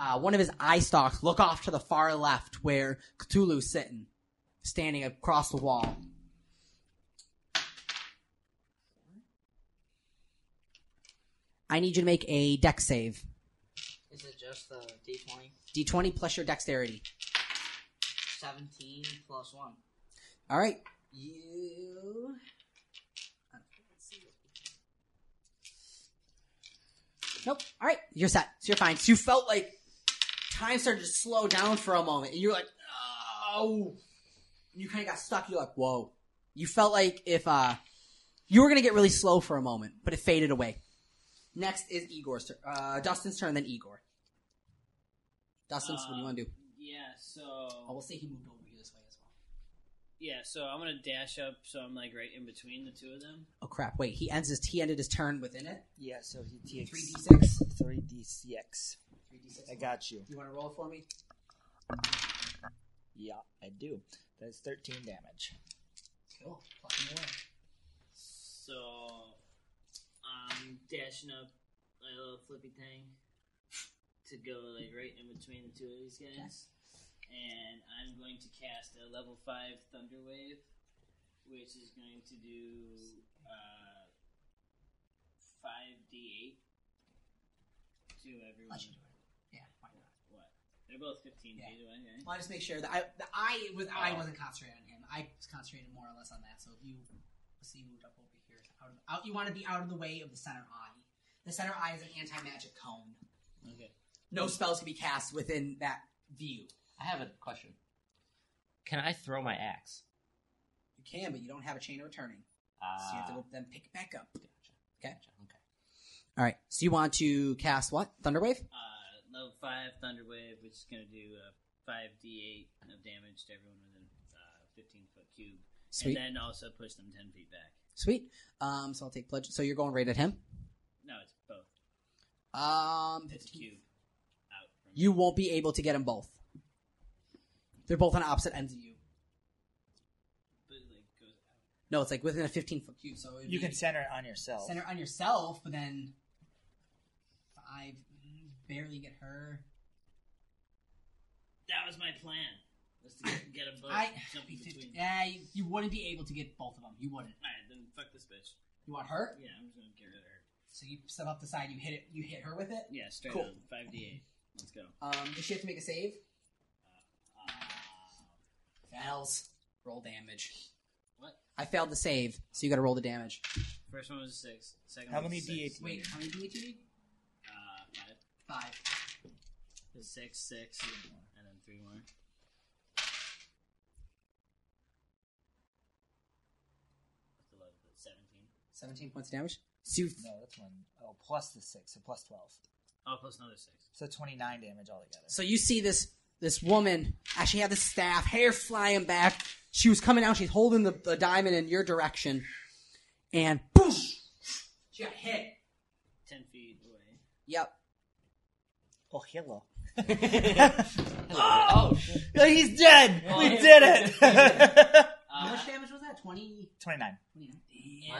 uh, one of his eye stalks look off to the far left where Cthulhu's sitting, standing across the wall. I need you to make a deck save.
Is it just the D20?
D20 plus your dexterity.
17 plus 1.
All right. You. Nope. All right. You're set. So you're fine. So you felt like time started to slow down for a moment. And you were like, oh. And you kind of got stuck. You're like, whoa. You felt like if uh, you were going to get really slow for a moment, but it faded away. Next is Igor's turn. Uh, Dustin's turn, then Igor. Dustin's, what do you want to do?
Yeah, so.
Oh, Uh, we'll say he moved over here this way as well.
Yeah, so I'm gonna dash up so I'm like right in between the two of them.
Oh crap! Wait, he ends his he ended his turn within it.
Yeah, so he takes
3d6.
3d6.
3d6.
I got you.
You want to roll it for me?
Yeah, I do. That's 13 damage.
Cool. Fucking away. So I'm dashing up my little flippy thing to go like right in between the two of these guys, and I'm going to cast a level five thunder wave, which is going to do uh, five d eight to everyone.
Let you do it. Yeah, why not?
What? They're both fifteen
Yeah.
feet away. Right?
Well, I just make sure that I that I was I
Oh.
wasn't concentrating on him. I was concentrating more or less on that. So if you let's see, you moved up over here, out of out, you want to be out of the way of the center eye. The center eye is an anti magic cone.
Okay.
No spells can be cast within that view.
I have a question. Can I throw my axe?
You can, but you don't have a chain of returning, so you have
Ah.
to
Uh,
go, then pick it back up. Okay. All right. So you want to cast what? Thunderwave.
Uh, level five thunder wave, which is going to do uh, five d eight of damage to everyone within uh, fifteen foot cube,
Sweet.
and then also push them ten feet back.
Sweet. Um. So I'll take bludgeon. So you're going right at him.
No, it's both.
Um.
It's cube out from.
You won't be able to get them both. They're both on opposite ends of you.
But it, like goes out.
No, it's like within a 15 foot cube, so it'd
You
be-
can center it on yourself.
center on yourself, but then five mm, barely get her.
That was my plan. Was to get, get them both
I
jumping between.
yeah, you, you wouldn't be able to get both of them. You wouldn't.
All right, then fuck this bitch.
You want her?
Yeah, I'm just gonna get rid of her.
So you step up the side, you hit it, you hit her with it.
Yeah, straight
Cool.
on five d eight. Let's go.
Um, does she have to make a save? Uh, Fails. Roll damage.
What?
I failed the save, so you got to roll the damage.
First one was a six. Second
How
one
many
was a six.
D8? Wait, how many D8 do you need?
Uh, five.
Five.
The six, six, and then three more. What's eleven? Seventeen.
17 points of damage. So you
No, that's one. Oh, plus the six, so plus twelve.
Oh, plus another six.
So twenty-nine damage altogether.
So you see this this woman as she had the staff, hair flying back. She was coming out. She's holding the, the diamond in your direction, and boom! She got hit.
Ten feet away.
Yep.
Oh, hello.
Oh,
he's dead.
Well,
we
yeah.
did it.
How much damage was that? Twenty.
Twenty-nine.
And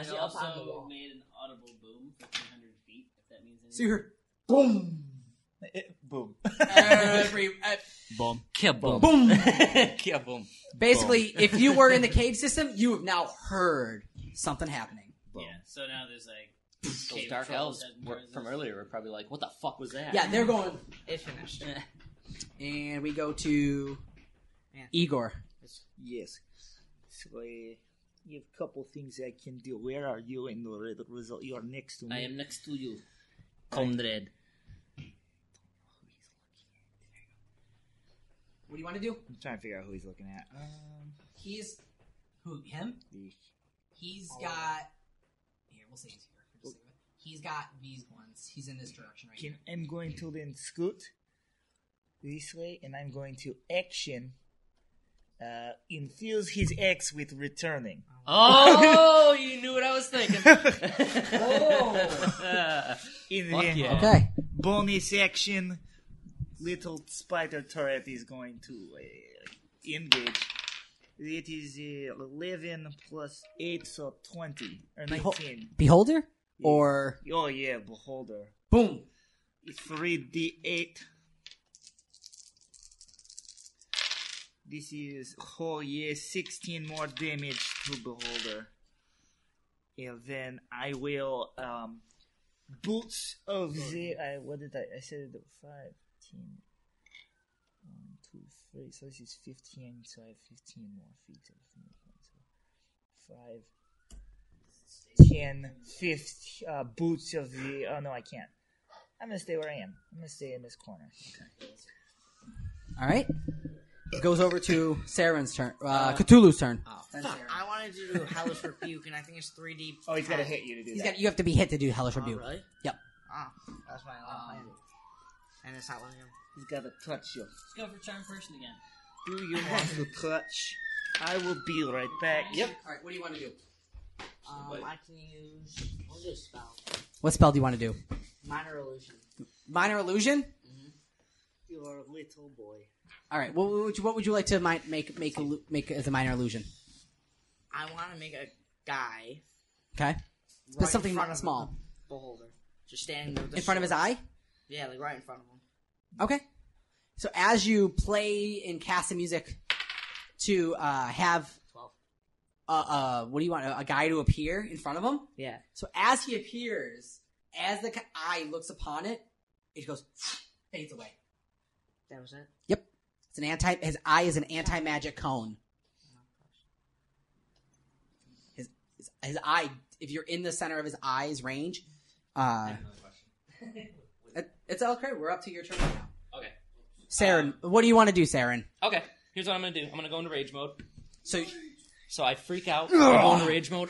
she
Uh, it
up on the
also
wall?
made an audible boom for 300 feet, if that means anything.
See her. Boom.
Eh, boom.
Every. uh, ev-
Boom. Kia boom.
Boom.
Kia boom.
Basically,
Boom.
if you were in the cave system, you have now heard something happening.
Yeah, so now there's like.
Those
cave
dark elves
trolls that
were, from earlier were probably like, what the fuck was that?
Yeah, they're going.
It's finished.
And we go to Igor.
Yes. So I you have a couple things I can do. Where are you in the red result? You are next to me.
I am
next to you.
Comrade.
Oh,
What do you want to do?
I'm trying to figure out who he's looking at. Um,
He's who? Him?
the-
He's
Oh.
got. Here, we'll say he's here. We'll just say it. He's got these ones. He's in this direction right
can,
here.
I'm going to then scoot this way, and I'm going to action. Uh, infuse his X with returning.
Oh, you knew what I was thinking.
oh. In the
Fuck
end.
yeah.
Okay.
Bonus action. Little spider turret is going to uh, engage. It is uh, 11 plus 8, so 20. Or 19.
Behol- Beholder? Or.
Oh, yeah, beholder.
Boom!
It's 3d8. This is, oh yeah, 16 more damage to Beholder. And then I will, um, Boots of the, I, what did I, I said it, 15. 1, 2, 3, so this is 15, so I have 15 more feet of movement. So 5, 10, 50, uh, boots of the. Oh, no, I can't. I'm going to stay where I am. I'm going to stay in this corner.
All right. Goes over to Saren's turn. Uh, Cthulhu's turn.
Oh, fuck. I wanted to do Hellish Rebuke, and I think it's 3D.
Oh, he's gotta hit you to do
He's got, you have to be hit to do Hellish
Oh,
Rebuke.
really?
Yep.
Ah, that's my um, plan. And it's not letting him.
He's got to touch you.
Let's go for charm person again.
Do you want to touch? I will be right back.
All right, what do you want to do?
Um, I can use. I'll do a spell.
What spell do you want to do?
Minor Illusion.
Minor Illusion?
You're Mm-hmm. a little boy.
All right. What would you, what would you like to mi- make make a lu- make as a minor illusion?
I want to make a guy.
Okay. But
right
something
in front of
small.
The beholder. Just standing there with the
In front of his
sword.
eye?
Yeah, like right in front of him.
Okay. So as you play and cast the music to uh, have uh, uh, what do you want? A, a guy to appear in front of him.
Yeah.
So as he appears, as the ca- eye looks upon it, it goes fades away.
That was it.
Yep. It's an anti. His eye is an anti magic cone. His, his his eye. If you're in the center of his eye's range, uh, it- it's okay. We're up to your turn now.
Okay.
Saren, what do you want to do, Saren?
Okay. Here's what I'm gonna do. I'm gonna go into rage mode.
So,
so I freak out. I go into rage mode.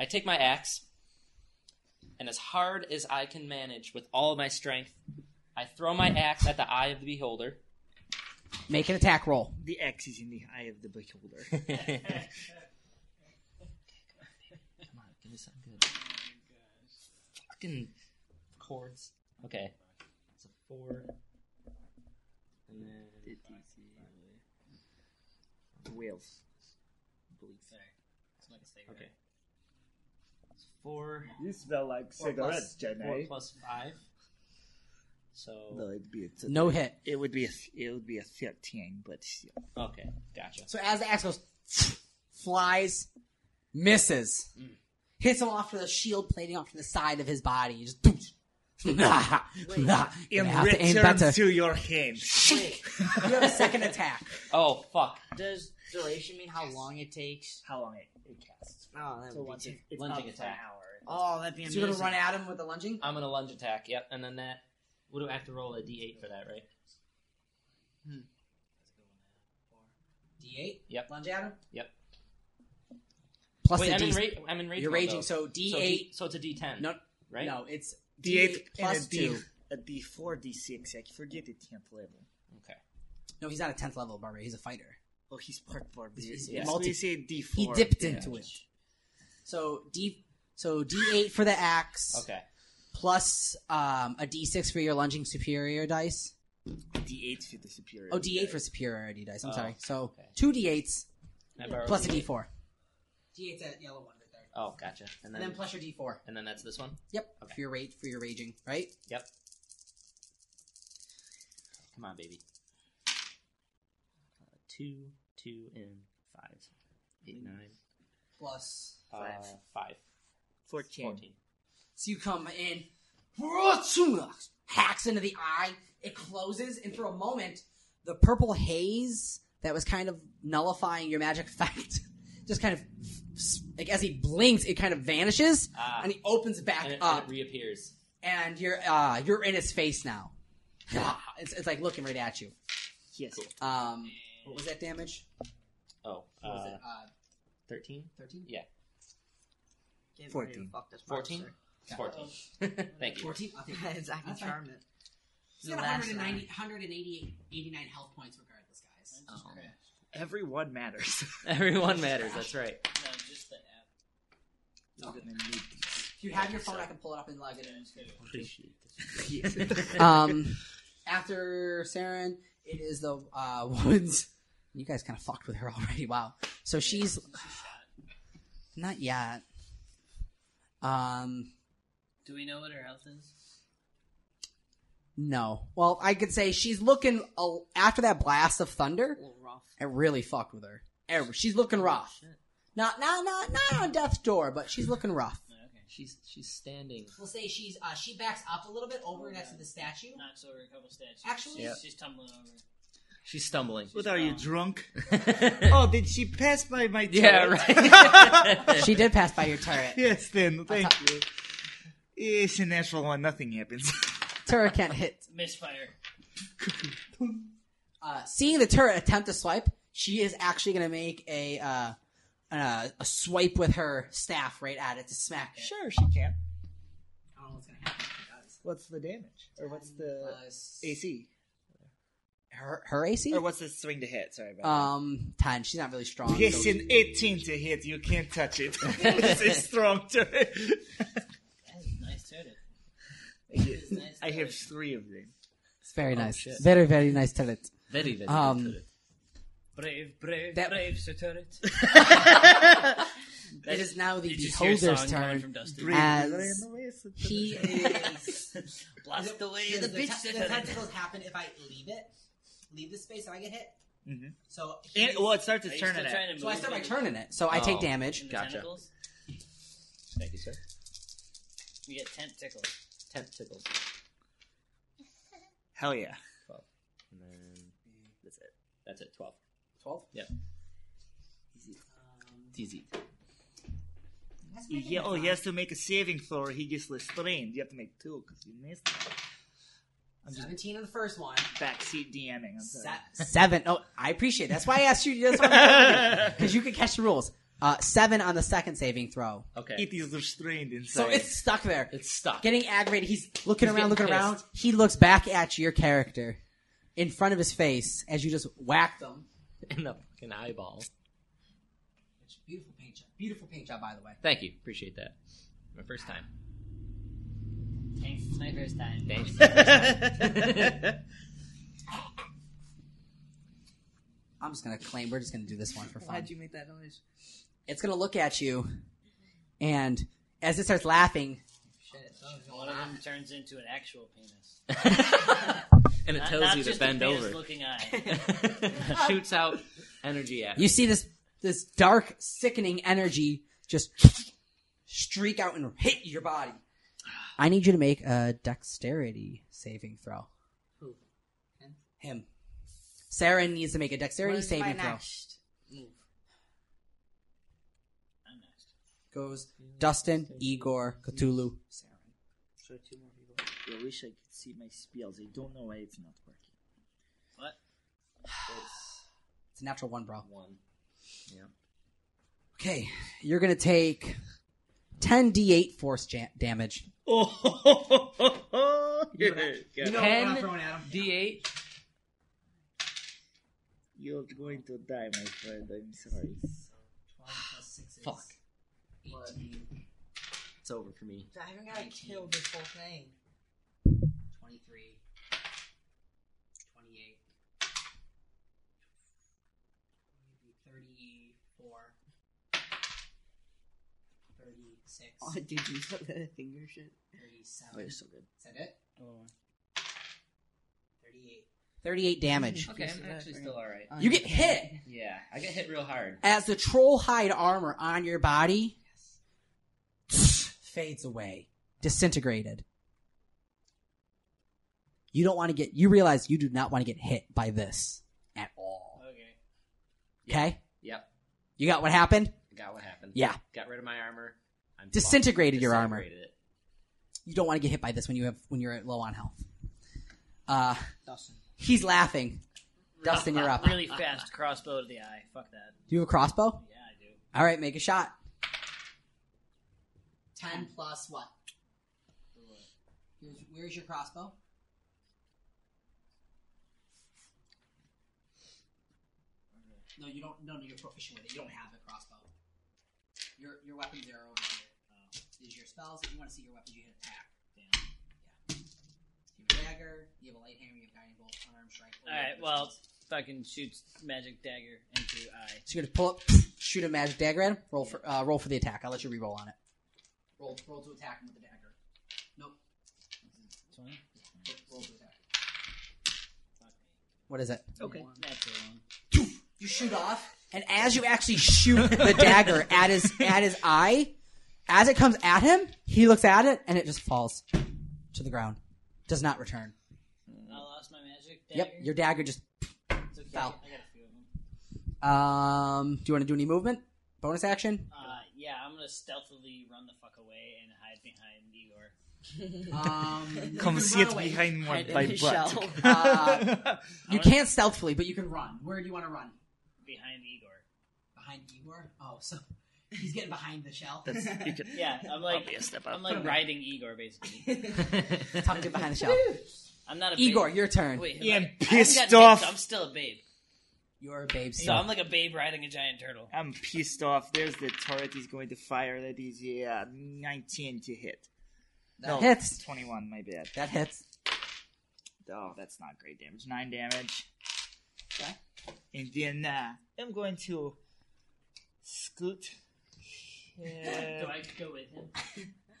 I take my axe, and as hard as I can manage with all of my strength, I throw my axe at the eye of the beholder.
Make an attack roll.
The X is in the eye of the beholder.
Come on, give me something good. Fucking chords. Okay. It's a four. And then
the whales.
Sorry. It's not a mistake, Okay. It's four.
You smell like
four
cigarettes,
plus,
Jenny.
Four plus five. So
No, it'd be a
No hit.
It would be a it would be a thirteen, but still.
Okay, gotcha.
So as the axe goes, flies, misses, hits him off to the shield plating off to the side of his body. He just You have to aim
return
better.
to your hand.
Wait.
You have a second attack.
Oh fuck.
Does duration mean how long it takes?
How long it, it casts?
Oh, that would be too-
lunging attack.
Oh, that'd be
So
amazing.
you're gonna run
at him with the lunging?
Uh,
I'm gonna lunge attack. Yep, and then that. What do I have to roll a d8 for that, right?
D8.
Yep.
Lunge at him.
Yep.
Plus
Wait,
the
I'm, in
D-
ra- I'm in rage.
You're
mode,
raging,
though.
so
So, D-
D8
so it's a d10.
No,
right?
No, it's
D eight
plus
plus D
two.
a D four, D six. I forget the tenth level.
Okay.
No, he's not a tenth level barbarian. He's a fighter.
Oh, he's part barbarian.
He's- he's
Yeah.
multi-
So you say D
He
four.
dipped into it. So D. So D8 for the axe.
Okay.
Plus um, a D6 for your lunging superior dice.
D eight for the superior.
Oh, D8 for superiority dice. I'm
Oh,
sorry. So two D8s
I borrow
plus a
D8.
D4. D8's that yellow one right there.
Oh, gotcha. And
And
then,
then plus your D4.
And then that's this one.
Yep. For your rage, for your raging, right?
Yep. Come on, baby. Uh, two, two, and five, eight, nine,
Plus
uh, five.
Fourteen.
So you come in, Brotuna hacks into the eye. It closes, and for a moment, the purple haze that was kind of nullifying your magic effect just kind of, like as he blinks, it kind of vanishes,
Ah.
and he opens back
and it,
up,
And it reappears.
and you're uh, you're in his face now. it's, it's like looking right at you.
Yes.
Um, what was that damage?
Oh,
What was
uh,
it? Uh,
thirteen.
Thirteen.
Yeah,
Can't believe
Fourteen.
you fucked this
fourteen.
monster.
It's Fourteen. Thank you.
14? I'll take that.
I can
That's fine.
charm it.
He's got
The last
190, 188, 89 health points regardless, guys.
Oh.
Everyone matters.
Everyone matters. That's right.
No. If you have your phone, I can pull it up and log it in.
Appreciate
um, after Saren, it is the uh, woman's. You guys kind of fucked with her already. Wow. So she's not yet. Um,
Do we know what her health is?
no. Well, I could say she's looking a- after that blast of thunder. It really fucked with her. Ever- She's looking rough. Not, not, not, not on death's door, but she's looking rough.
She's she's standing.
We'll say she's uh, she backs up a little bit over next to the statue.
Knocks over a couple statues.
Actually-
She's- she's tumbling over.
She's stumbling.
What are you drunk?
oh,
did she pass by my?
Yeah,
turret?
right.
She did pass by your turret.
Yes, then thank you. It's a natural one. Nothing happens.
Turret can't hit.
Misfire.
Uh, seeing the turret attempt to swipe, she is actually going to make a uh, uh, a swipe with her staff right at it to smack it.
Sure, she can.
I don't know what's going to happen.
What's the damage, or what's the
Plus
AC,
her, her AC?
or what's the swing to hit? Sorry about
Um, ten. She's not really strong.
that. Uh, Yes,
so-
an eighteen to hit. You can't touch it. it's a strong turret.
Nice turret.
I have three of them.
It's very
Oh,
nice.
shit.
Uh,
Very, very nice turret.
Very, very
Um,
good.
Brave, brave,
That-
brave, Sir Turret.
it is now the
You just hear a
beholder's
song going
turn
from Dustin.
as he is
Blast away
Does
the
the,
bitch
te-
that
the
had it.
tentacles happen if I leave it, leave the space, and I get hit.
Mhm.
So
And-
he's-
well, it starts its
Are you
turn
still
in it.
trying to So I
move
start my
it?
turn in it. So I take
Oh.
damage.
In the Gotcha. tentacles?
Thank you, sir.
You get tent tickles. Tent tickles.
Hell yeah.
Twelve. And then that's it. That's it. Twelve.
Twelve.
Yep.
Easy.
Um,
That's
He, he- oh, he has to make a saving throw. or He gets restrained. You have to make two because you missed. it. I'm just
Seventeen on the first one.
backseat DMing. I'm sorry.
Seven. Oh, I appreciate. it. That's why I asked you. That's why because you can catch the rules. Uh, seven on the second saving throw.
Okay.
It is restrained inside.
So it's stuck there.
It's stuck.
Getting aggravated. He's looking
He's
around, looking
getting
around. He looks back at your character in front of his face as you just whack them.
In the fucking eyeball.
It's a beautiful paint job. Beautiful paint job, by the way.
Thank you. Appreciate that. My first time.
Thanks, it's my first time.
Thanks.
I'm just gonna claim we're just gonna do this one for fun.
Why'd you make that noise?
It's gonna look at you, and as it starts laughing,
Shit, one of them turns into an actual penis.
And it
Not-
tells
not
you to
just a
bend over.
penis-looking eye.
Shoots out energy at
you see this this dark, sickening energy just streak out and hit your body. I need you to make a dexterity saving throw.
Who?
Him. Sarah needs to make a dexterity
What is
saving
my
throw.
next move?
Goes Dustin, Igor, Cthulhu.
So two more people.
I wish I could see my spells. I don't know why it's not working.
What?
It's a natural one, bro.
One. Yeah.
Okay, you're gonna take ten d8 force jam- damage.
Oh,
You know what I- you know what I'm throwing at
ten d eight.
You're going to die, my friend. I'm sorry.
Fuck. It's over for me.
I haven't got killed this whole thing.
23, 28, 34, 36,
Oh, did you put that finger shit?
37.
Oh, you're so good.
Is that it?
Oh.
38. 38 damage.
Okay, I'm actually still alright.
You get hit
Yeah, I get hit real hard.
as the troll hide armor on your body fades away, disintegrated. You don't want to get. You realize you do not want to get hit by this at all.
Okay.
Okay,
Yep.
you got what happened.
I got what happened.
Yeah.
Got rid of my armor. I'm fucked.
Disintegrated your armor.
Disintegrated it.
You don't want to get hit by this when you have when you're low on health. Uh,
Dustin.
he's laughing. Dustin, you're up. Do
Really fast crossbow to the eye. Fuck that.
you have a crossbow?
Yeah, I do.
All right, make a shot. Ten plus what? Here's, where's your crossbow? No, you don't. No, no, you're proficient with it. You don't have a crossbow. Your your weapons are over here. These are your spells. If you want to see your weapons, you hit attack. Damn. Yeah. You have a dagger. You have a light hammer. You have guiding bolt, unarmed strike.
All right. Well, fucking shoots magic dagger into eye.
So you're gonna pull up, shoot a magic dagger at him. Roll for uh, roll for the attack. I'll let you re-roll on it. Roll roll to attack him with the dagger. Nope.
Twenty.
Roll to attack. What is it?
Okay. Natural one.
You shoot off, and as you actually shoot the dagger at his at his eye, as it comes at him, he looks at it, and it just falls to the ground. Does not return.
I lost my magic dagger.
Yep, your dagger just.
It's okay.
fell.
I got a few of them.
Um, do you want to do any movement? Bonus action.
Uh, yeah, I'm gonna stealthily run the fuck away and hide behind Igor.
Um,
Come
you can
see
run
it's
away.
behind my-
Hide in
my
his
butt.
shell. Uh, you can't stealthily, but you can run. Where do you want to run?
Behind Igor.
Behind Igor. Oh, so he's getting behind the shell.
yeah, I'm like I'm
Put
like
him
riding Igor basically.
Tucked in behind the shell.
I'm not a babe.
Igor, your turn.
Wait,
Yeah,
am I- I
I'm
haven't
pissed
gotten
off.
dipped, I'm still a babe.
You're a babe.
So
still.
I'm like a babe riding a giant turtle.
I'm pissed off. There's the turret he's going to fire. That is yeah, 19 to hit.
That hits.
21, my bad.
That hits.
Oh, that's not great damage. 9 damage.
Okay.
and then uh, I'm going to scoot.
Do
Uh,
I go with him?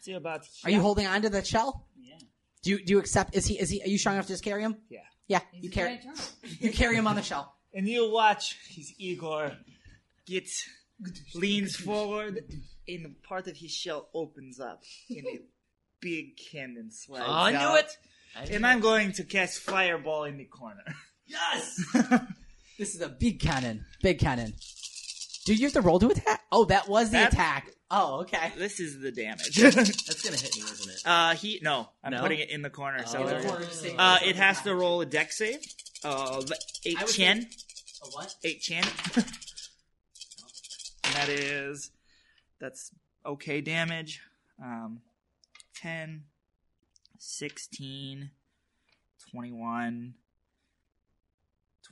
to about.
Are you holding on to that shell? Yeah. Do you do you accept? Is he is he? Are you strong enough to just carry him?
Yeah.
Yeah. you carry. You carry him on the shell.
And you watch his Igor gets
leans forward, and the part of his shell opens up, and a big cannon slides
Oh, I knew
out.
it! I knew
and I'm going to cast fireball in the corner.
Yes. this is a big cannon. Big cannon. Do you have to roll to attack? Oh, that was the
That-
attack. Oh, okay.
This is the damage.
That's gonna hit me, isn't it?
Uh, he no. I'm
No?
putting it in the corner. So
Oh.
there
In the corner, just say-
uh, it has to roll a deck save. Uh, eight
I would
chan.
think- A what?
Eight chan. and that is that's okay damage. Um, 10, 16, 21,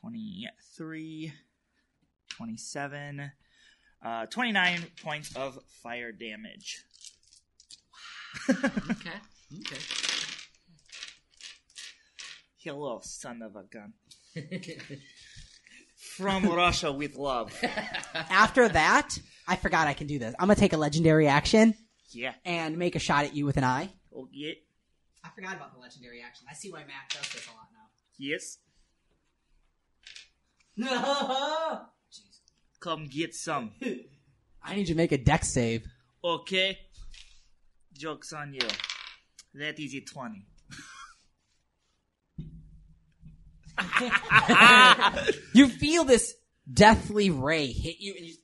23, 27, uh, 29 points of fire damage.
Okay. Okay.
Hello, son of a gun. From Russia with love.
After that, I forgot I can do this. I'm gonna take a legendary action
Yeah.
and make a shot at you with an eye.
Oh, yeah.
I forgot about the legendary action. I see why Matt does this a lot now.
Yes.
No.
Come get some.
I need you to make a deck save.
Okay. Joke's on you. That is a 20.
you feel this deathly ray hit you, and you,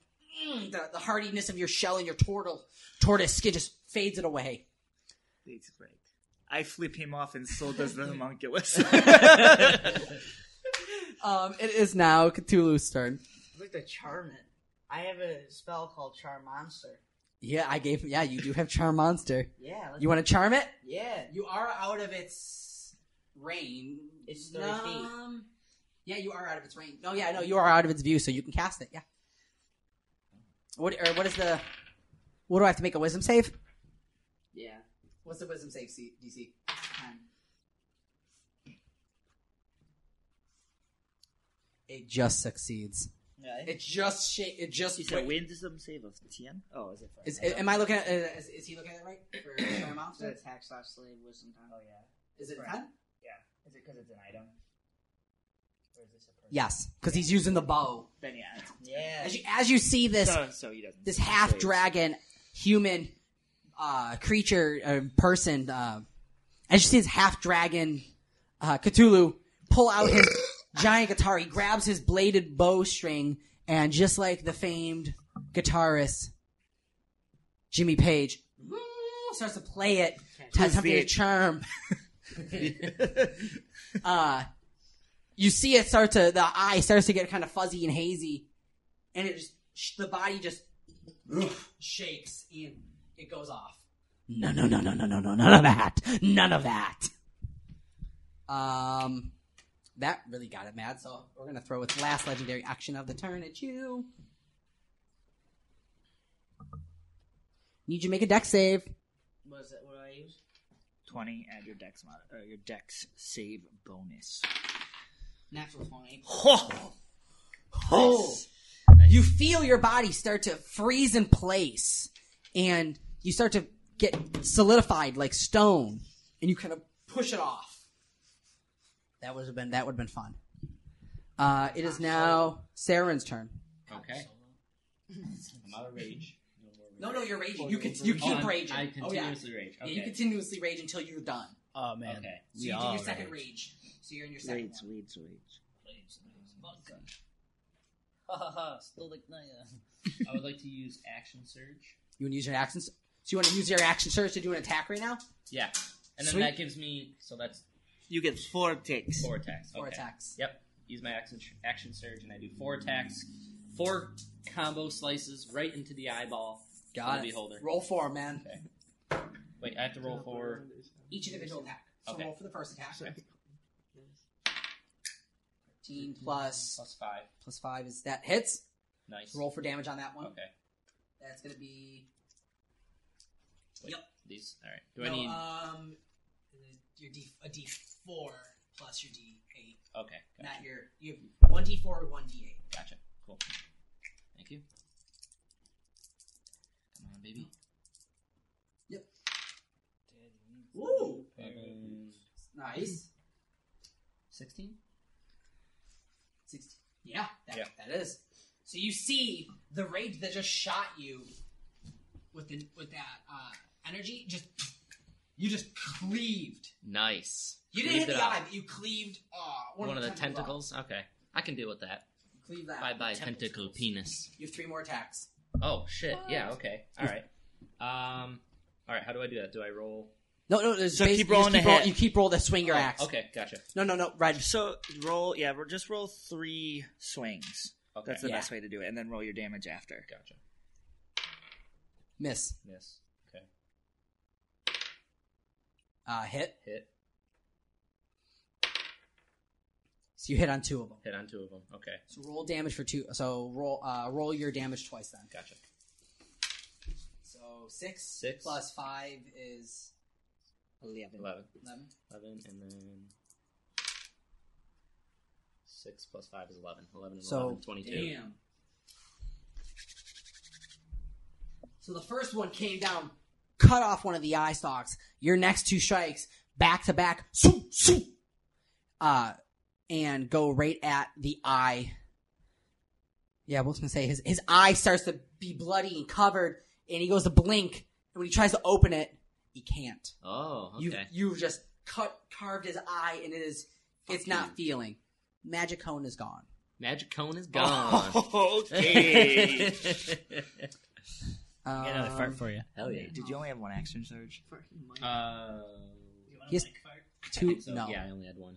mm, the, the hardiness of your shell and your tortle, tortoise skin just fades it away.
It's great. I flip him off, and so does the homunculus.
Um, it is now Cthulhu's turn.
I'd like to charm it. I have a spell called Charm Monster.
Yeah, I gave him. Yeah, you do have charm monster.
Yeah, let's-
you want to charm it?
Yeah.
You are out of its range.
It's 30 feet.
Yeah, you are out of its range. No, yeah, no, you are out of its view, so you can cast it. Yeah. What or what is the? What do I have to make a wisdom save?
Yeah.
What's the wisdom save C- DC? It just succeeds. It just sh- it just.
You said wisdom save of 10? Oh, is it five?
Is, am I looking at? Is, is he looking at it right for charm monster?
attack slash slave wisdom time. Oh yeah.
Is it
Correct.
ten?
Yeah. Is it because it's an item? Or is this a person?
Yes, because he's using the bow.
Then yeah. it's-
Yeah.
As you, as you see this
So- so he doesn't-
this half dragon human uh, creature uh, person, uh, as you see this half dragon uh, Cthulhu pull out his giant guitar, he grabs his bladed bowstring, and just like the famed guitarist Jimmy Page, starts to play it. Time for your charm. uh, you see it start to the eye starts to get kind of fuzzy and hazy, and it just sh- the body just shakes and it goes off. No, no, no, no, no, no, no, none of that. None of that. Um, that really got it mad. So we're gonna throw its last legendary action of the turn at you. Need you to make a deck save.
What is it? What do I use?
20, add your dex, mod- uh, your dex save bonus.
Natural twenty. Oh, you feel your body start to freeze in place, and you start to get solidified like stone, and you kind of push it off. That would have been that would have been fun. Uh, it is now Saren's turn.
Okay. I'm out of rage.
No, no, you're raging. You can you
Oh,
keep
I'm-
raging.
I
oh, yeah.
continuously rage.
Yeah, you
Okay.
continuously rage until you're done.
Oh man. Okay.
So you do your second rage. So you're in your second.
Rage, rage, rage.
Ha ha ha! Still like Naya.
I would like to use action surge.
You want to use your action? s- So you want to use your action surge to do an attack right now?
Yeah, and then
Sweet.
that gives me so that's
You get four ticks.
four attacks.
Four
Okay.
attacks.
Yep. Use my action action surge, and I do four attacks, four combo slices right into the eyeball. of
Got
the
it.
Beholder.
Roll four, man.
Wait, I have to roll for
Each individual attack. So
Okay.
roll for the first attack. 13 plus. Plus
5.
Plus 5 is that hits.
Nice.
Roll for damage on that one. Okay. That's going to be.
Wait,
Yep. uh,
These. All right. Do
no,
I need?
Um, your D, a D4 plus your d8.
Okay,
Not your. You have one d4 or one d8.
Gotcha. Cool. Thank you. Come on, baby.
Ooh. Nice.
16?
16. Yeah, that,
Yeah.
that is. So you see the rage that just shot you with the, with that uh, energy. Just you just cleaved.
Nice.
You didn't hit
Cleaved
the
it off.
eye, but you cleaved uh, one,
One of the
tentacles.
tentacles? Okay. I can deal with that.
Cleave that.
Bye bye,
Tentacles.
tentacle penis.
You have three more attacks.
Oh, shit. Yeah, okay. Alright. Um, alright, how do I do that? Do I roll?
No, no. there's
So
basi-
keep
you just
rolling the
roll-
hit.
you keep roll the swing your
Oh,
axe.
Okay, gotcha.
No, no, no. Right.
So roll. Yeah, ro- just roll three swings.
Okay.
That's the
Yeah.
best way to do it, and then roll your damage after.
Gotcha.
Miss.
Miss. Okay.
Uh, hit.
Hit.
So you hit on two of them.
Hit on two of them. Okay.
So roll damage for two. So roll uh, roll your damage twice then.
Gotcha.
So six,
Six.
plus five is eleven.
Eleven.
Eleven.
Eleven, and then six plus five is eleven. Eleven and
So,
eleven, twenty-two.
damn. So the first one came down, cut off one of the eye stalks. Your next two strikes, back to back, swoop, swoop, uh, and go right at the eye. Yeah, I was gonna say his his eye starts to be bloody and covered, and he goes to blink, and when he tries to open it, he can't.
Oh, okay.
You you've just cut carved his eye, and it is it's not feeling. Magic cone is gone.
Magic cone is gone.
Oh,
okay.
Um,
another fart for you.
Hell yeah.
Did you only have one action surge?
Uh,
Yes. Two.
so,
no.
Yeah, I only had one.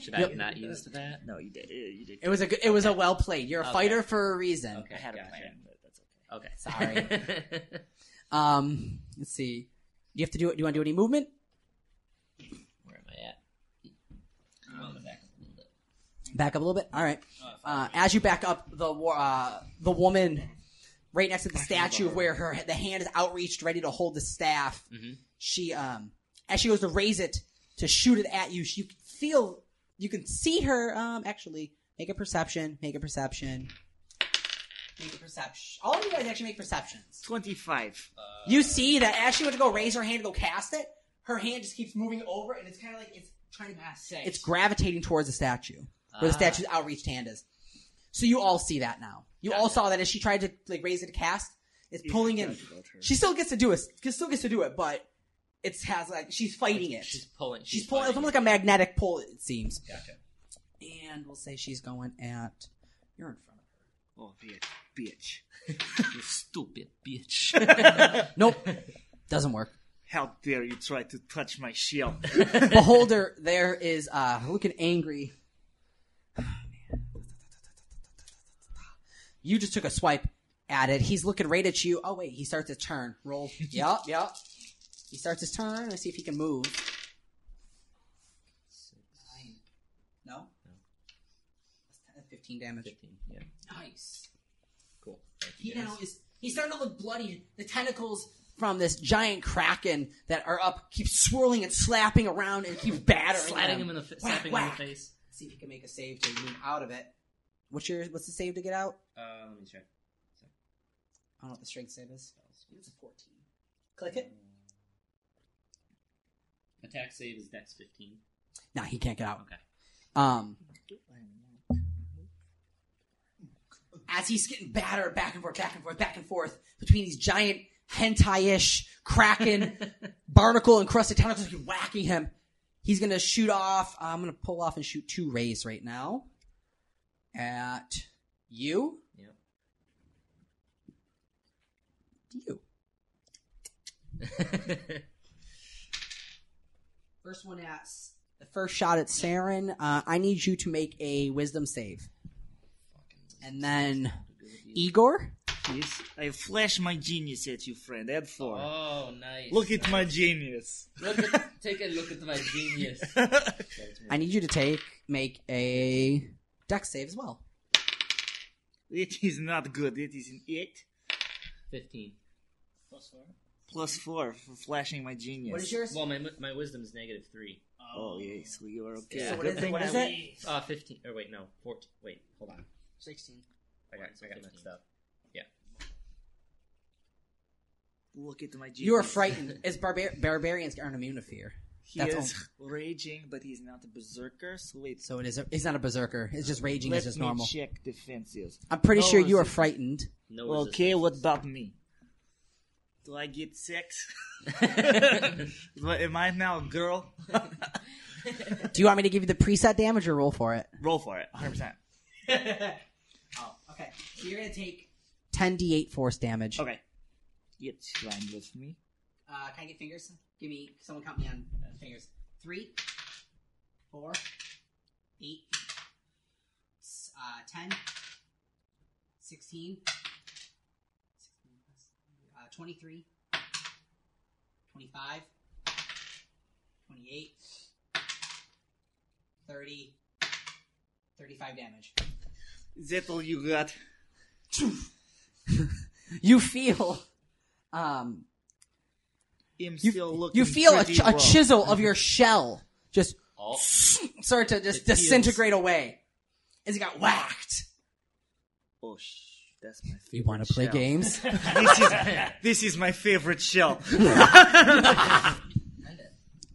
Should I
Yep.
have not used that?
No, you did. You did.
It was a good, it was a well played. You're a
Okay.
fighter for a reason.
Okay,
I had a
gotcha.
plan, but that's
Okay.
Sorry. um, let's see. Do you have to do it? Do you want to do any movement?
Where am I at? I'm on the back a little bit.
Back up a little bit. All right. Uh, as you back up, the wa- uh, the woman right next to the statue, where her the hand is outreached, ready to hold the staff.
Mhm.
She um, as she goes to raise it to shoot it at you, she feel you can see her. Um, actually, make a perception. Make a perception. Make a perception. All of you guys actually make perceptions.
Twenty-five.
You see that as she went to go raise her hand to go cast it, her hand just keeps moving over, and it's kind of like it's trying to pass six. It's gravitating towards the statue, where the
Ah.
statue's outreached hand is. So you all see that now. You all saw that as she tried to like raise it to cast, it's pulling in. She still gets to do it. She still gets to do it, but it's has like she's fighting it. She's
pulling.
She's, pulling. It's almost like a magnetic pull. It seems.
Gotcha.
And we'll say she's going at. You're in front
Oh, bitch. bitch.
you stupid bitch.
nope. Doesn't work.
How dare you try to touch my shield?
Beholder, there is uh looking angry. You just took a swipe at it. He's looking right at you. Oh wait, he starts his turn. Roll. Yup, yup. He starts his turn. Let's see if he can move. Nine. No. That's 10, Fifteen damage.
Fifteen. Yeah.
Nice.
Cool.
He now is he's starting to look bloody. The tentacles from this giant kraken that are up keep swirling and slapping around and keep battering.
Slapping
them.
him in the fa-
Whack,
slapping him in the
whack.
face.
See if he can make a save to move out of it. What's your what's the save to get out?
Uh, let me check.
I don't know what the strength save is. It's a fourteen. Click it.
Attack save is dex fifteen.
No, he can't get out.
Okay.
Um. As he's getting battered back and forth, back and forth, back and forth between these giant hentai-ish kraken barnacle encrusted tentacles keep whacking him, he's gonna shoot off. I'm gonna pull off and shoot two rays right now at you.
Yep.
You. First one asks. The first shot at Saren. Uh, I need you to make a wisdom save. And then Igor.
Yes, I flash my genius at you, friend. Add four.
Oh, nice.
Look at
nice.
my genius.
Look at, take a look at my genius. That's
I need you to take make a dex save as well.
It is not good. It is an eight
Fifteen.
Plus four.
plus four for flashing my genius.
Well, my my wisdom is negative three.
Oh,
Oh, yeah, so you are okay.
Yeah.
Good thing
What
that
is
we-
it? Uh, 15. Or wait, no, 14. Wait, hold on.
16.
I got, I got messed up. Yeah.
Look at my.
You are
genius.
frightened. As barbar- barbarians aren't immune to fear.
He
That's
is
all.
raging, but he's not a berserker. So wait,
So it is. A, he's not a berserker. It's just raging.
Let
is just
me
normal.
Check defenses.
I'm pretty
No
sure you are
resistance.
frightened.
okay, what about me? Do I get sex? but am I now a girl?
Do you want me to give you the preset damage or roll for it?
Roll for it, 100. percent
oh, okay. So you're gonna take. 10d8 force damage.
Okay. Get one with me.
Uh, can I get fingers? Give me someone count me on uh, fingers. Three, four, eight, s- uh, ten, sixteen, 16 plus, uh, twenty-three, twenty-five, twenty-eight, thirty, thirty-five damage.
Is that all you got?
You feel, um,
I'm
you,
still looking.
you feel a,
pretty
ch- a
well.
chisel of your shell just
Oh.
start to just
It heals.
disintegrate away as you got whacked.
Oh, sh- that's my.
You want to play
shell.
games?
this is this is my favorite shell.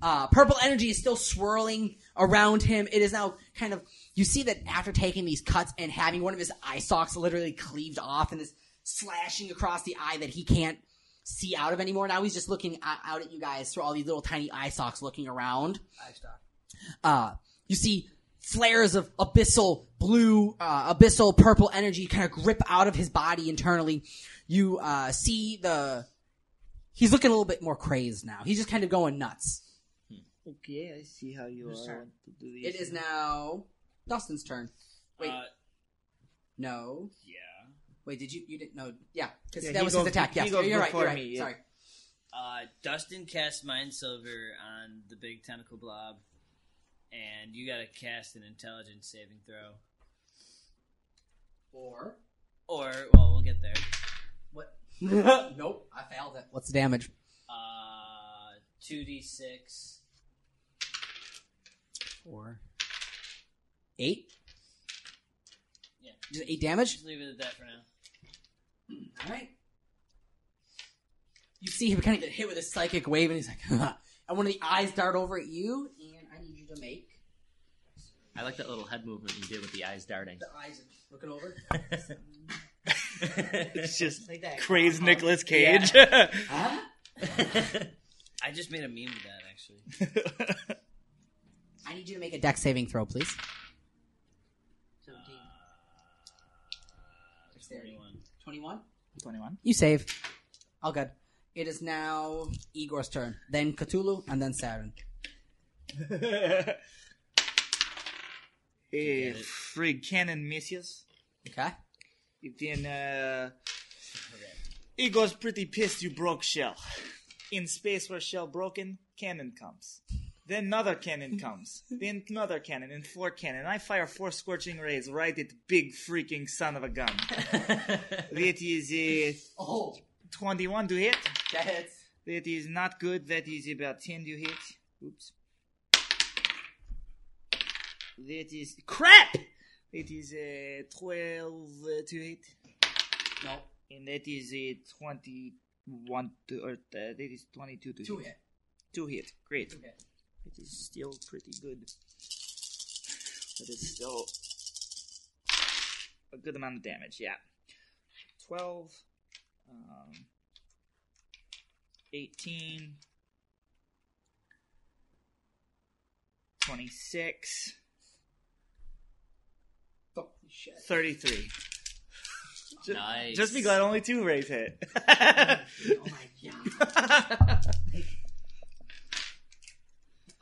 Uh, purple energy is still swirling around him. It is now kind of. You see that after taking these cuts and having one of his eye sockets literally cleaved off and is slashing across the eye that he can't see out of anymore. Now he's just looking o- out at you guys through all these little tiny eye socks looking around. Uh, you see flares of abyssal blue, uh, abyssal purple energy kind of grip out of his body internally. You uh, see the. He's looking a little bit more crazed now. He's just kind of going nuts.
okay, I see how you
Whose
are. I
turn?
want to do
It
this.
is now Dustin's turn. Wait.
Uh,
Uh,
no.
Yeah.
Wait, did you? You didn't know? Yeah, because
Yeah,
that
he
was
goes-
his attack.
he
Yes,
goes
you're right. You're
before
right.
me, yeah.
Sorry.
Uh, Dustin cast Mind Silver on the big tentacle blob, and you gotta cast an intelligence saving throw.
Or?
Or, well, we'll get there.
What? nope, I failed it. What's the damage?
Uh, 2d6.
Four. Eight.
Yeah.
Just eight damage.
Just leave it at that for now.
All right. You see him kind of get hit with a psychic wave, and he's like, and one of the eyes dart over at you, and I need you to make
I like that little head movement you did with the eyes darting.
the eyes looking over.
It's just
Like that.
crazed Nicolas Cage.
Yeah.
Huh?
I just made a meme of that, actually.
I need you to make a deck saving throw, please. Uh,
Seventeen.
Dexterity. 21?
21.
You save. All good. It is now Igor's turn, then Cthulhu, and then Saturn.
Eh, frig cannon misses.
Okay.
Then uh, he goes pretty pissed. You broke shell. In space where shell broken, cannon comes. Then another cannon comes. then another cannon and four cannon. I fire four scorching rays right at big freaking son of a gun. that is a
oh.
21 to hit.
That hits.
That is not good. That is about 10 to hit. Oops. That is crap. It is a twelve uh, to hit.
No.
And that is a twenty-one to or uh, that is twenty-two to
Two
hit.
hit.
Two hit. Great.
Two hit.
It is still pretty good. But it's still a good amount of damage. Yeah. Twelve. Um. Eighteen. Twenty-six.
shit.
33. Ju-
Nice.
Just be glad only two rays hit.
oh my god.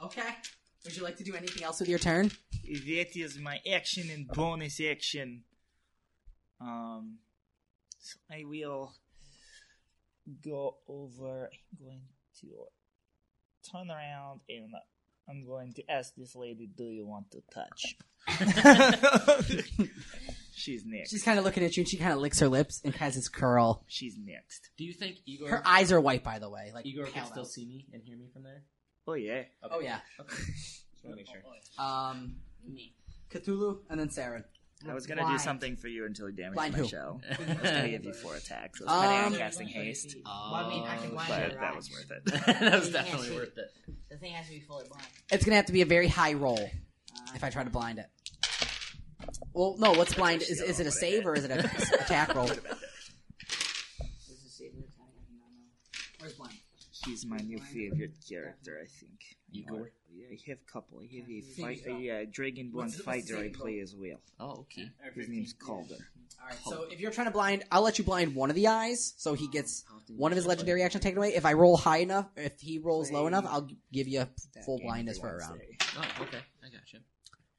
okay. Would you like to do anything else with your turn?
that is my action and bonus action. Um, so I will go over. I'm going to turn around and I'm going to ask this lady, "Do you want to touch?" She's next.
She's kind of looking at you, and she kind of licks her lips and has this curl.
She's next.
Do you think Igor?
Her eyes are white, by the way. Like
Igor can
pale
still
out.
see me and hear me from there.
Oh yeah.
Oh yeah.
Just want to make sure.
Um, Cthulhu and then Saren.
I was gonna do something for you until you damaged
Blind
my
who?
shell. I was gonna give you four attacks. I was planning
Um,
on casting haste,
Well, I mean, I can blind
Oh, but
your
that
eyes.
was worth it.
That was
The thing has
definitely
to be-
worth it.
The thing has to be fully blind.
It's gonna have to be a very high roll if I try to blind it. Well, no. What's blind? Is, is it a save or is it an attack roll?
There's a save and attack. I do not know.
Where's blind?
He's my new favorite character, I think.
Igor?
Yeah, I have couple. I have a
Think
fight,
so.
a, uh, Dragon Bond
What's the-
fighter I
think so.
play as well.
Oh, okay.
His name's Calder.
All right. So if you're trying to blind, I'll let you blind one of the eyes, so he gets one of his legendary actions taken away. If I roll high enough, if he rolls low enough, I'll give you full blindness for a round.
Oh, okay. I got you.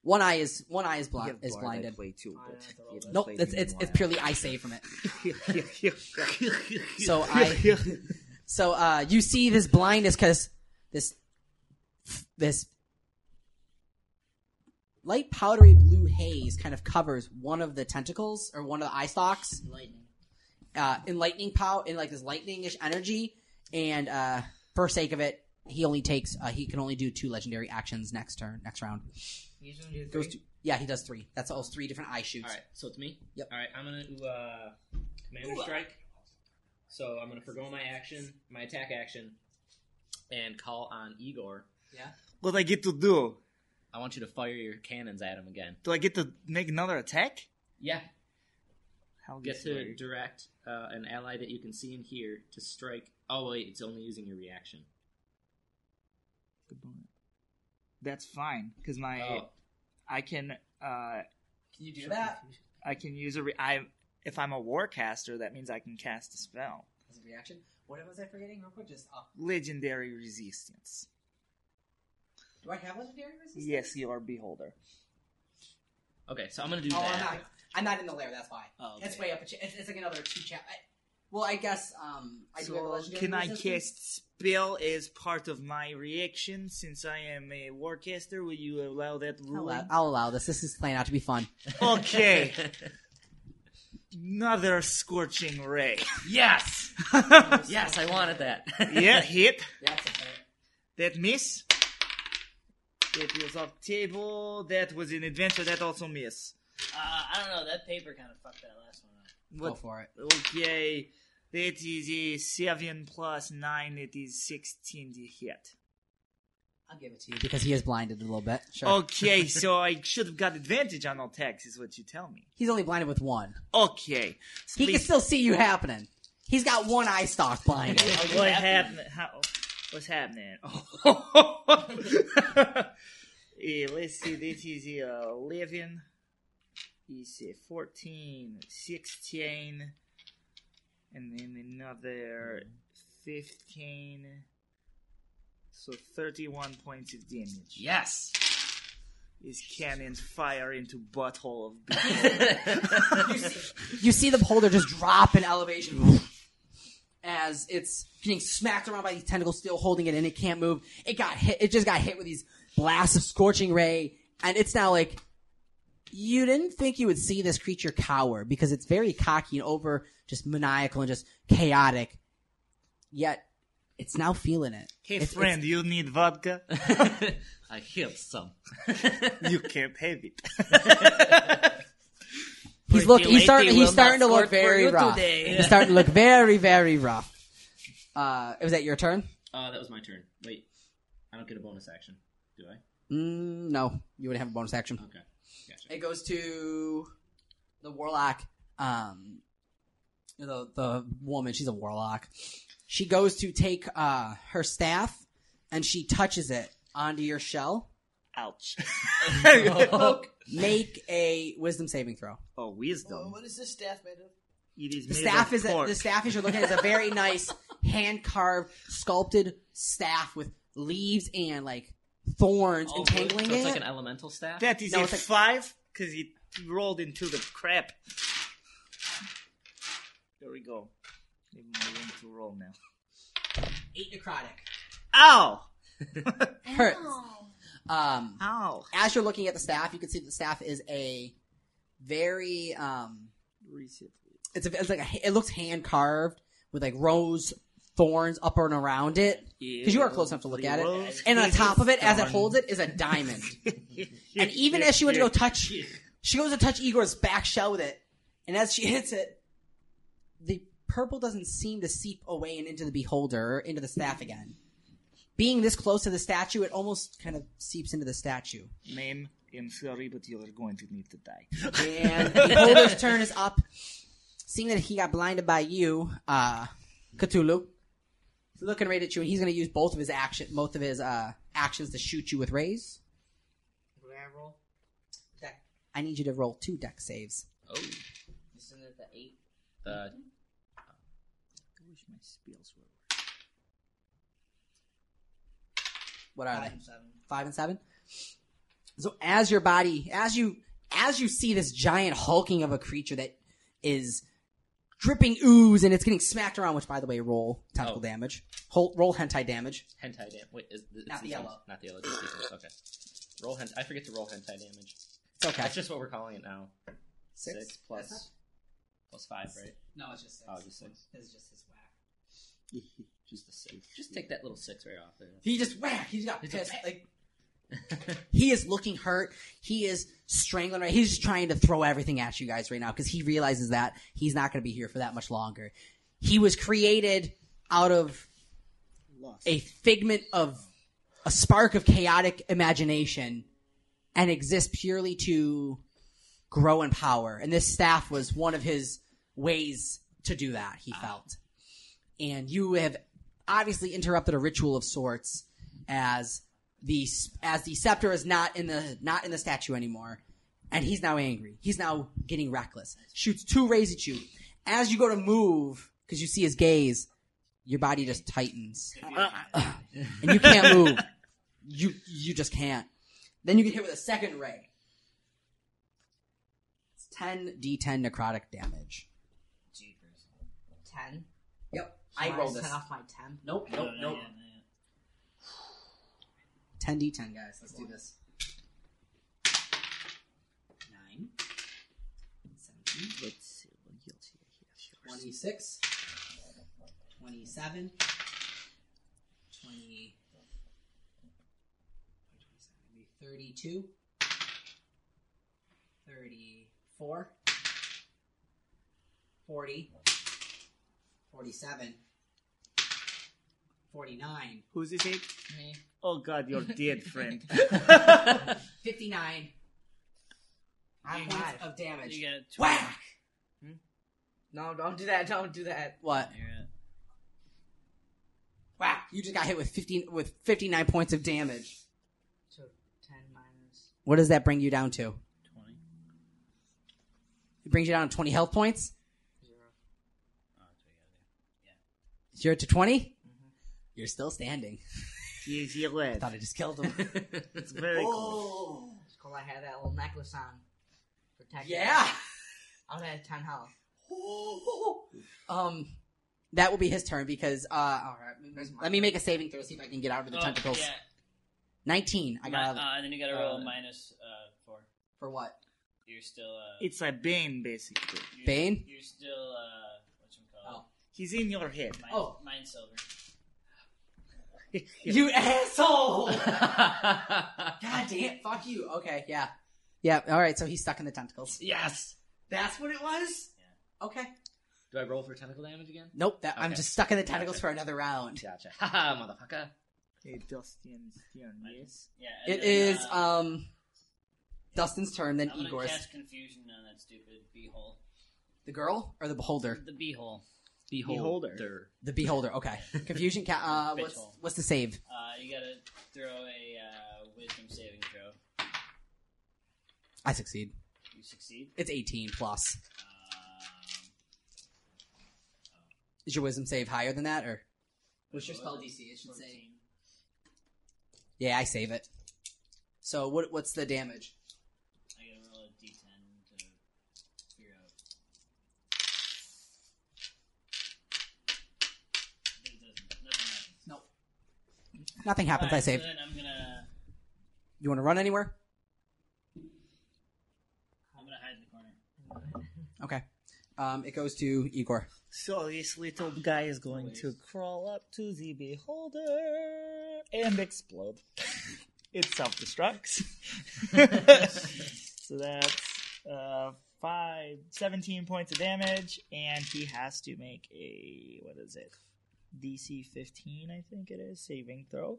One eye is one eye is
You
blind
have
is
Bard I
Uh, blinded.
play too, but you haven't
Nope,
played
it's
him in
it's,
a
it's
while.
purely I save from it. so I so uh you see this blindness because this this light powdery blue haze kind of covers one of the tentacles or one of the eye stalks.
Lightning.
Uh, in lightning pow in like this lightningish energy, and uh, for sake of it, he only takes uh, he can only do two legendary actions next turn next round.
He's gonna do
Goes
three?
to- yeah, he does three. That's almost three different eye shoots.
All right, so it's me.
Yep.
All right, I'm gonna uh, commander strike. So I'm gonna forgo my action, my attack action, and call on Igor.
Yeah.
What I get to do?
I want you to fire your cannons at him again.
Do I get to make another attack?
Yeah.
How
Get
is
to
it?
direct uh, an ally that you can see and hear to strike. Oh wait, it's only using your reaction.
That's fine, because my
Oh.
I can uh
Can you do that?
I can use a re- I if I'm a war caster, that means I can cast a spell.
As a reaction, what was I forgetting? Real quick, just uh,
Legendary resistance.
do I have legendary resistance?
Yes, you are beholder.
Okay, so I'm gonna do
oh,
that.
I'm not. I'm not in the lair. That's why.
Oh,
It's way up. A cha- it's, it's like another two chap. I, well, I guess um, I do have a
So
legendary
can I
resistance.
cast spell as part of my reaction since I am a warcaster? Will you allow that
I'll
ruling?
allow, I'll allow this. This is playing out to be fun.
Okay. Another scorching ray.
Yes. yes, I wanted that.
yeah, hit.
That's
That miss. That was off table. That was an adventure. That also miss.
Uh, I don't know. That paper kind of fucked that last one up.
What?
for it.
Okay. That is a 7 plus 9. It is 16 to hit.
I'll give it to you. because he is blinded a little bit. Oh. Sure.
Okay, so I should have got advantage on all attacks, is what you tell me.
he's only blinded with one.
Okay.
He can
Please-
still see you happening. He's got one eye stalk blinded.
what happened? How, what's happening? yeah, Eh, let's see. This is uh, a 11. Is a 14, 16, and then another 15. So 31 points of damage.
Yes!
Is cannons fire into butthole of beholder.
you see the beholder just drop in elevation as it's getting smacked around by these tentacles still holding it and it can't move it got hit it just got hit with these blasts of scorching ray and it's now like you didn't think you would see this creature cower because it's very cocky and over just maniacal and just chaotic yet it's now feeling it
Hey,
It's-
friend,
it's-
you need vodka?
I have some.
you can't have it.
he's look he's starting he's starting to look very rough he's starting to look very very rough uh was that your turn
Uh, that was my turn. Wait, I don't get a bonus action, do I?
Mm, no, you would have a bonus action.
Okay,
It goes to the warlock. Um, the the woman, she's a warlock. She goes to take uh her staff, and she touches it onto your shell.
Ouch!
Make a wisdom saving throw.
Oh, wisdom.
What is this staff made of?
It is
The
made
staff
of
is a,
pork.
the staff is you're looking at is a very nice hand carved, sculpted staff with leaves and like thorns
Oh,
entangling
so it's
it.
like an elemental staff?
That is
No,
a
it's like-
five because it rolled into the crap. There we go. Give him a room to roll now.
Eight necrotic.
Ow!
Oh.
hurts. Um,
Ow.
As you're looking at the staff, you can see that the staff is a very um,
Reset.
it's, a, it's like a, it looks hand carved with like rose thorns up and around it because you are close enough to look at it. And on top of it, as it holds it, is a diamond. and even as she went to go touch, she goes to touch Igor's back shell with it, and as she hits it, the purple doesn't seem to seep away and into the beholder, into the staff again. Being this close to the statue, it almost kind of seeps into the statue.
Man, I'm sorry, but you are going to need to die.
And the beholder's turn is up. Seeing that he got blinded by you, uh, Cthulhu, he's looking right at you, and he's going to use both of his action, both of his uh, actions to shoot you with rays. I need you to roll two deck saves.
Oh. Isn't it the eight?
Uh,
I wish my spiels were.
What are
Five
they?
and seven.
Five and seven. So as your body, as you, as you see this giant hulking of a creature that is dripping ooze and it's getting smacked around. Which, by the way, roll tentacle damage. Hol- roll hentai damage.
Hentai damage. Wait, is it's
Not the
these ones.
yellow.
Not the yellow. Just these ones. Okay. Roll hentai. I forget to roll hentai damage.
It's okay.
That's just what we're calling it now.
Six?
plus
That's
plus five, right?
No, it's just six.
Oh, just six.
It's just his whack.
Just the six. Just take that little six right off there.
He just whack. He's got pissed. Like he is looking hurt. He is strangling. Right. He's just trying to throw everything at you guys right now because he realizes that he's not going to be here for that much longer. He was created out of a figment of a spark of chaotic imagination and exists purely to grow in power. And this staff was one of his ways to do that, he felt. And you have obviously interrupted a ritual of sorts as the as the scepter is not in the not in the statue anymore. And he's now angry. He's now getting reckless. Shoots two rays at you. As you go to move, because you see his gaze, your body just tightens. and you can't move. You you just can't. Then you get hit with a second ray. It's ten d10 necrotic damage.
Ten.
Yep.
So
I rolled
set
this.
off my ten.
Nope, nope, No, no, nope. yeah, Ten d10, guys. Let's do this. Nine. Let's see what guilty here. Twenty-six. Twenty-seven. Twenty. 32, 34, 40, 47, 49,
Who's this ape?
Me.
Oh god, you're dead, friend.
59
I'm
points
alive.
of damage.
You get Hmm?
Whack!
No, don't do that. Don't do that.
What? Whack! You just got hit with 15 with 59 points of damage.
So ten minus.
What does that bring you down to? 20. It brings you down to 20 health points?
Oh,
Zero. Zero to 20?
Mm-hmm.
You're still standing.
Yes, you would.
Thought I just killed him.
It's
very Oh,
cool. It's cool. I had that little necklace on. Protect.
Yeah.
I would have ten health.
um, that will be his turn because, uh, all right.
mine?
Let me make a saving throw, see if I can get out of the
Oh,
tentacles.
yeah.
19. I got out of
uh,
it.
and then you got to roll
uh,
a minus uh, four.
For what?
You're still uh,
it's a Bane, basically.
you're,
Bane?
You're still uh, what you call?
He's in your head.
Mine,
Oh.
mine silver.
You asshole! God damn, fuck you. Okay, yeah. Yeah, all right, so he's stuck in the tentacles.
Yes.
That's what it was? Okay.
Do I roll for tentacle damage again?
Nope, that, I'm
Okay.
just stuck in the tentacles
Gotcha.
for another round.
Gotcha. Haha, motherfucker.
Hey, Dustin, yes.
Yeah. and
It
then,
is
uh,
um, Dustin's turn, then
I'm gonna
Igor's.
cast confusion on that stupid beehole.
The girl or the beholder?
The beehole.
Beholder. The beholder. Okay. Confusion. Ca- uh, what's,
Bitchhole.
what's the save?
Uh, you gotta throw a uh, wisdom saving throw.
I succeed. Uh,
You succeed.
It's 18 plus. Is your wisdom save higher than that, or? What's your spell DC? It should say. Yeah, I save it. So what? What's the damage?
I gotta roll a d10 to figure out. It doesn't. Nothing happens.
Nope. Nothing happens. I
Alright,
save.
So then I'm gonna.
You want to run anywhere?
I'm gonna hide in the corner.
Okay. Um, it goes to Igor.
So this little guy is going to crawl up to the beholder and explode. it self destructs. so that's uh, five, 17 points of damage, and he has to make a, what is it? DC 15, I think it is, saving throw.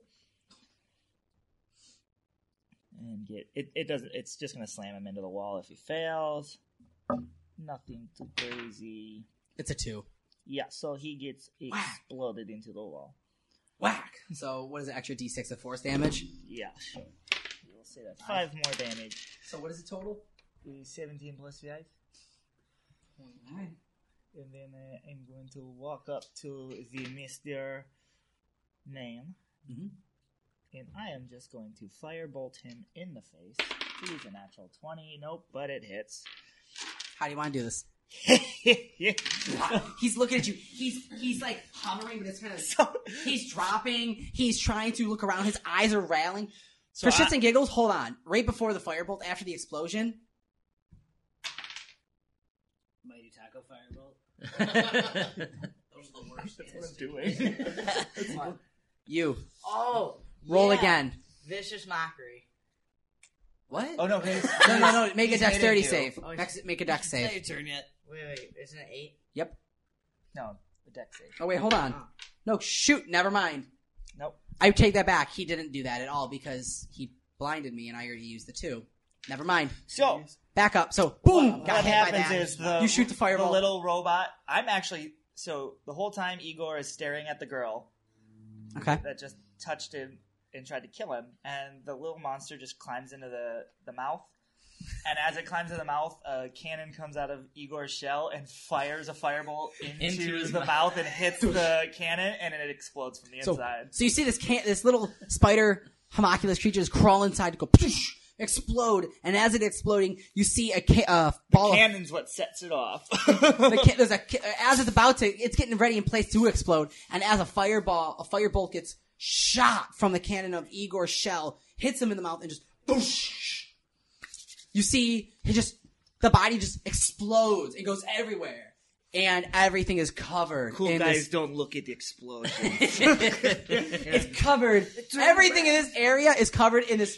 And get it, it doesn't, it's just going to slam him into the wall if he fails. Nothing too crazy.
It's a two.
Yeah, so he gets exploded into the wall.
Whack. So what is it? Extra D6 of force damage.
Yeah, sure. We'll say that. Five more damage.
So what is the total?
17 plus 5. And then uh, I'm going to walk up to the Mr. Name. And I am just going to firebolt him in the face. He's a natural 20. Nope, but it hits.
How do you want to do this?
he's
looking at you. He's he's like hovering, but it's kind of he's dropping. He's trying to look around. His eyes are railing.
So
For shits
I-
and giggles, hold on. Right before the firebolt, after the explosion,
Mighty Taco Firebolt. Those are the worst. That's
what I'm doing.
you
Oh.
roll
yeah.
again.
Vicious mockery.
What?
Oh no,
no,
he's-
no, no! Make a
he's
dexterity
hitting you.
save.
Oh, he's-
Dex- make a dex
It's not
save.
your
turn yet.
Wait, wait, isn't it eight?
Yep.
No, the deck save.
Oh wait, hold on. No, shoot. Never mind.
Nope.
I take that back. He didn't do that at all because he blinded me, and I already used the two. Never mind.
So
back up. So boom. got
what
hit by
happens
that.
is the
you shoot the fireball.
The little robot. I'm actually so the whole time Igor is staring at the girl.
Okay.
That just touched him and tried to kill him, and the little monster just climbs into the the mouth. And as it climbs to the mouth, a cannon comes out of Igor's shell and fires a fireball into,
Into his
the
mouth.
mouth and hits the cannon, and it explodes from the
So,
inside.
so you see this can- this little spider homunculus creature just crawl inside, go poosh, explode, and as it's exploding, you see a ca- uh, ball of
Cannon's what sets it off.
the ca- there's a ca- as it's about to, it's getting ready in place to explode, and as a fireball, a firebolt gets shot from the cannon of Igor's shell, hits him in the mouth, and just boosh. You see, he just the body just explodes. It goes everywhere, and everything is covered.
Cool
in
guys
this-
don't look at the explosion.
it's covered. Everything in this area is covered in this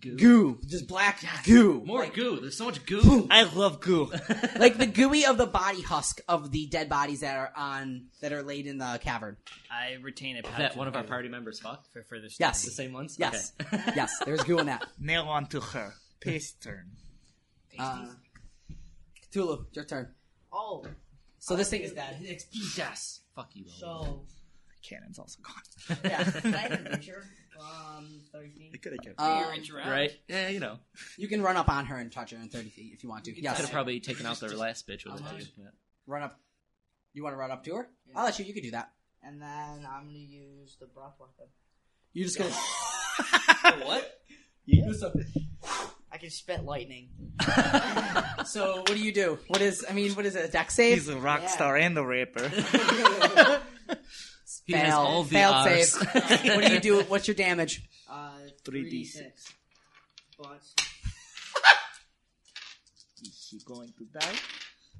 goo, just black goo.
More goo. There's so much goo.
I love goo.
like the gooey of the body husk of the dead bodies that are on that are laid in the cavern.
I retain a pouch.
That one of our
party members fucked for further study.
Yes.
The same ones?
Yes.
Okay.
yes. There's goo in that.
Nail onto her. Paste turn.
Uh, Cthulhu, your turn.
Oh.
So this thing is dead.
Yes. Fuck you.
So. Cannon's also gone.
Yeah.
Can I
have a picture?
Um, 13.
It could have kept
Um,
Right? Yeah, you know.
You can run up on her and touch her in 30 feet if you want to.
You
Yes.
could have probably taken out their last bitch with
How
it,
much?
too. Yeah.
Run up. You want to run up to her? I'll let you. You can do that.
And then I'm gonna use the breath weapon.
You're just gonna.
what?
I can spit lightning.
so what do you do? What is? I mean, what is it? A deck save?
He's a rock
Yeah.
star and a rapper.
Fail. Failed save. what do you do? What's your damage?
Uh,
3D6.
But
Is she going to die?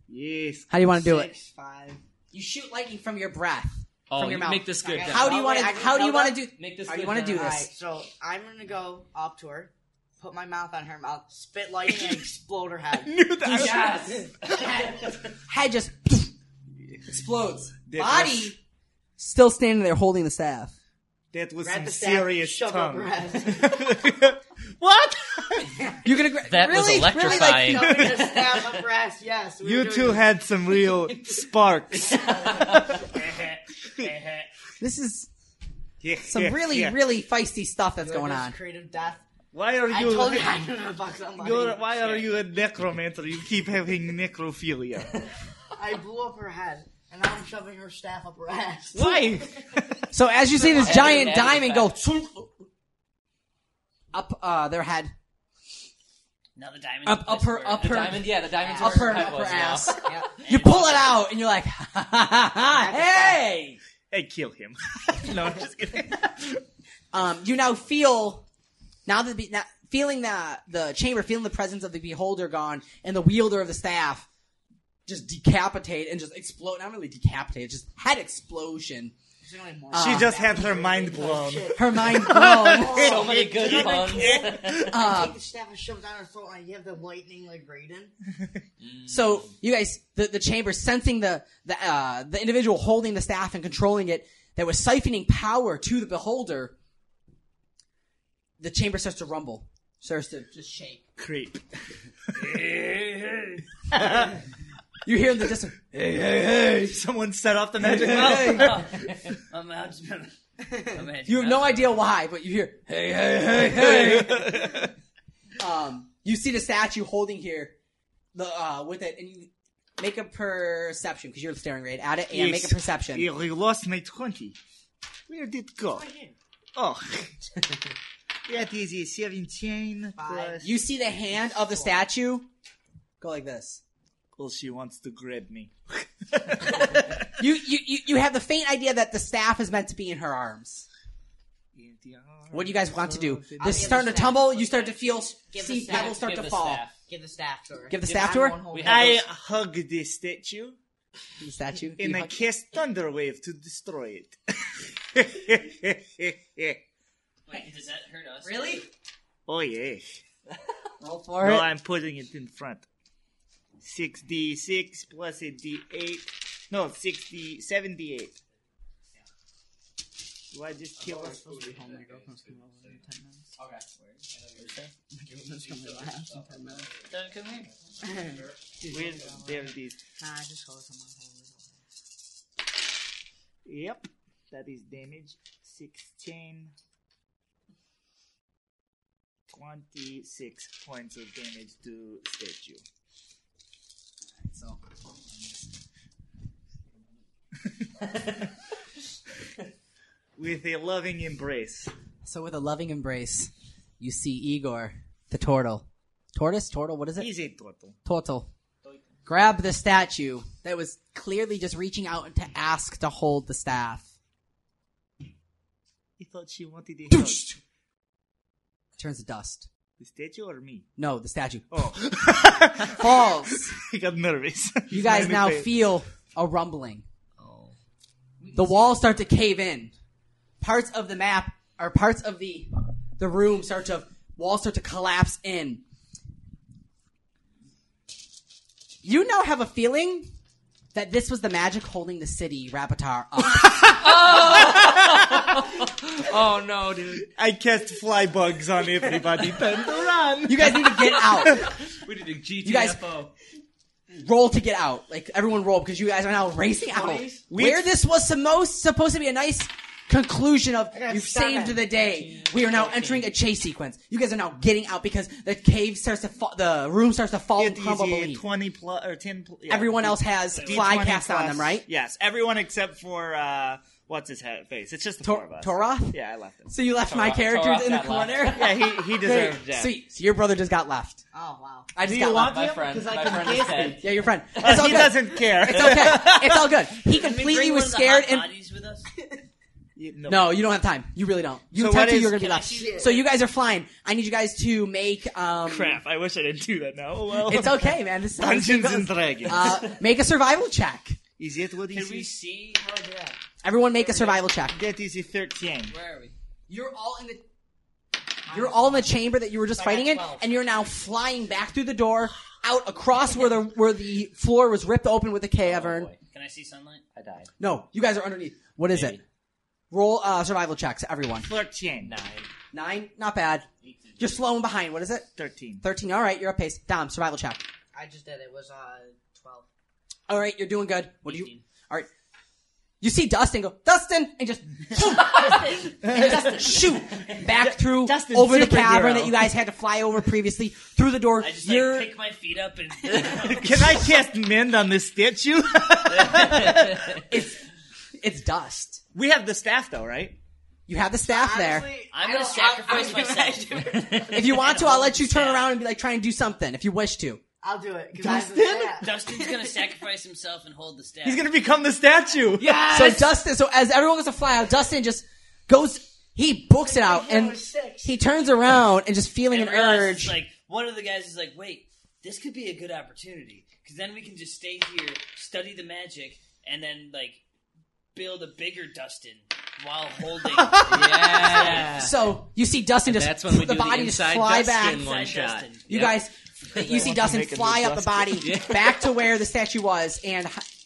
Yes.
How do you wanna do
Six,
Five. You shoot lightning from your breath.
Oh,
from
you
your mouth.
make this good, Dan.
How do you
Oh,
want to?
wait, I can
How do you
build
want
up?
to do?
Make this
how do you
good,
want to do
Dan.
this?
Alright, so I'm gonna go up to her, put my mouth on her mouth, spit lightning, and explode her head.
Yes. Head- Head just explodes.
That
Body
was-
still standing there holding the staff.
That was
Grab
some
the staff,
serious
shove up
tongue.
her ass.
what?
You're gonna gra-
That was
really,
electrifying.
Really, like,
Just stab up her ass, yes. we were
you
doing
two
it.
had some real sparks.
this is
Yeah,
some
yeah,
really,
yeah.
really feisty stuff that's
Doing
going
this
on.
Creative death.
Why are
I
you?
told you I don't know about somebody.
You're- why are you a necromancer? You keep having necrophilia.
I blew up her head, and now I'm shoving her staff up her ass.
Why?
So as you see this
Added-
giant
added
diamond go
effect.
up uh, their head,
Now the diamond.
up up her, up
the
her,
Diamond, yeah, the diamond's
up
where
her,
her head
up her
was
ass.
now. Yeah.
You pull it out, and you're like, "Hey!"
Hey, kill him. no, I'm just kidding.
Um, you now feel now that the, now, feeling the the chamber, feeling the presence of the beholder gone and the wielder of the staff just decapitate and just explode. Not really decapitate, just head explosion.
She
Uh,
just had her mind blown.
Her mind blown.
So many good puns.
Uh,
take the staff and shove it down her throat, and you have the lightning like Raiden.
So you guys, the, the chamber sensing the the uh, the individual holding the staff and controlling it that was siphoning power to the beholder. The chamber starts to rumble, starts to just shake.
Creep.
you hear in the distance.
Hey, hey, hey. Someone set off the magic
bell.
I'm out. I'm out.
You have no idea why, but you hear hey hey hey hey. um, you see the statue holding here, the uh, with it, and you make a perception because you're staring right at it, and make a
Yes.
perception.
Yeah, we lost my 20. Where did it go? Oh. that is a 17 plus...
You see the hand of the statue go like this.
Well, she wants to grab me.
You you you, you have the faint idea that the staff is meant to be in her arms. What do you guys want to do? This
I'll Oh, give
is starting
the
to
staff.
tumble. You start to feel
Give the
see
staff-
pebbles start
give
to
the
fall.
staff. Give the staff to her.
Give the staff to her? We have
I
those-
hug the statue.
The statue?
And
You
I
hug-
cast Thunder Wave to destroy it.
Wait, does that hurt us?
Really?
oh, yeah.
Roll for
No,
it.
I'm putting it in front. 6d6 plus a d8. No, 6d... 7d8. Do I just kill her?
Don't come here.
Where's- there it is.
Nah, just hold someone.
Yep. That is damage. 16. 26 points of damage to statue.
So.
With a loving embrace.
So with a loving embrace, you see Igor, the turtle. Tortoise? Turtle? What is it?
He's a turtle.
Turtle. Grab the statue that was clearly just reaching out to ask to hold the staff.
He thought she wanted a hug.
Turns to dust.
The statue or me?
No, the statue.
Oh.
Falls.
I got nervous.
You guys
Made me
now
fail.
feel a rumbling. The walls start to cave in. Parts of the map or parts of the the room start to walls start to collapse in. You now have a feeling that this was the magic holding the city Rapatar up.
Oh no, dude. I cast fly bugs on everybody. Time to run.
You guys need to get out.
We did a GTFO.
You guys- roll to get out. Like everyone roll because you guys are now racing out.
Twenties?
Where this was the most supposed to be a nice conclusion of you've saved the day. We are now entering a chase sequence. You guys are now getting out because the cave starts to fall, the room starts to fall and crumble.
Easy,
beneath.
Twenty plus or ten. Pl- yeah.
Everyone else has
D20
fly cast on
plus-
them, right?
Yes, everyone except for uh, what's his head, face. It's just the four of us.
Toroth?
Yeah, I left him.
So you left my characters in the corner.
yeah, he he deserved
Great.
death.
So, so your brother just got left.
Oh wow.
I just
Do
got
you want
left.
him? My friend- 'Cause I my can friend is kiss dead. him.
Yeah, your friend.
Uh,
It's all
he
good.
doesn't care.
It's okay. It's all good. He
Can we
completely
bring
was
one
scared
of the hot
and
bodies with us?
No. you don't have time. You really don't. You
So
attempt
what
to,
is-
you're gonna be
Can I
left.
see the-
So you guys are flying. I need you guys to make um
Crap! I wish I didn't do that now. Oh, well,
It's okay, man. This is how this game
Dungeons and
goes.
Dragons.
Uh, make a survival check.
is it what
Can
is
we
it?
see how I did that?
Everyone make a survival check.
That is a thirteen.
Where are we?
You're all in the You're all in the chamber that you were just
I got
fighting in,
12.
and you're now flying back through the door, out across where the where the floor was ripped open with the cavern.
Can I see sunlight? I died.
no, you guys are underneath. What is it? Roll uh, survival checks, everyone.
Thirteen.
Nine.
Nine, not bad. You're slowing behind. What is it?
Thirteen.
Thirteen. All right, you're up pace. Dom, survival check.
I just did it. It was uh twelve.
All right, you're doing good. What do you? All right. You see Dustin go, Dustin, and just shoot, and Dustin shoot back through over the
superhero.
cavern that you guys had to fly over previously through the door.
I just
you're
like pick my feet up and
Can I cast mend on this statue?
it's it's dust.
we have the staff though, right?
You have the staff
I'm gonna sacrifice myself.
there. If you want to, I'll let you turn around and be like try and do something if you wish to.
I'll do it.
Dustin's gonna sacrifice himself and hold the staff.
He's gonna become the statue.
Yeah. So Dustin, so as everyone goes to fly out, Dustin just goes. He books it out and he turns around and just feeling
and
an
realizes,
urge.
Like one of the guys is like, "Wait, this could be a good opportunity
because then we can just stay here, study the magic, and then like build a bigger Dustin while holding. yeah.
So you see Dustin
And
just
that's when we
the
do the
body just
inside
fly
Dustin
back.
one Inside shot. Dustin.
You
Yep.
guys,
Because
you
I
see
want to
Dustin
make a new
fly up the body
Dustin. Yeah.
back to where the statue was, and h-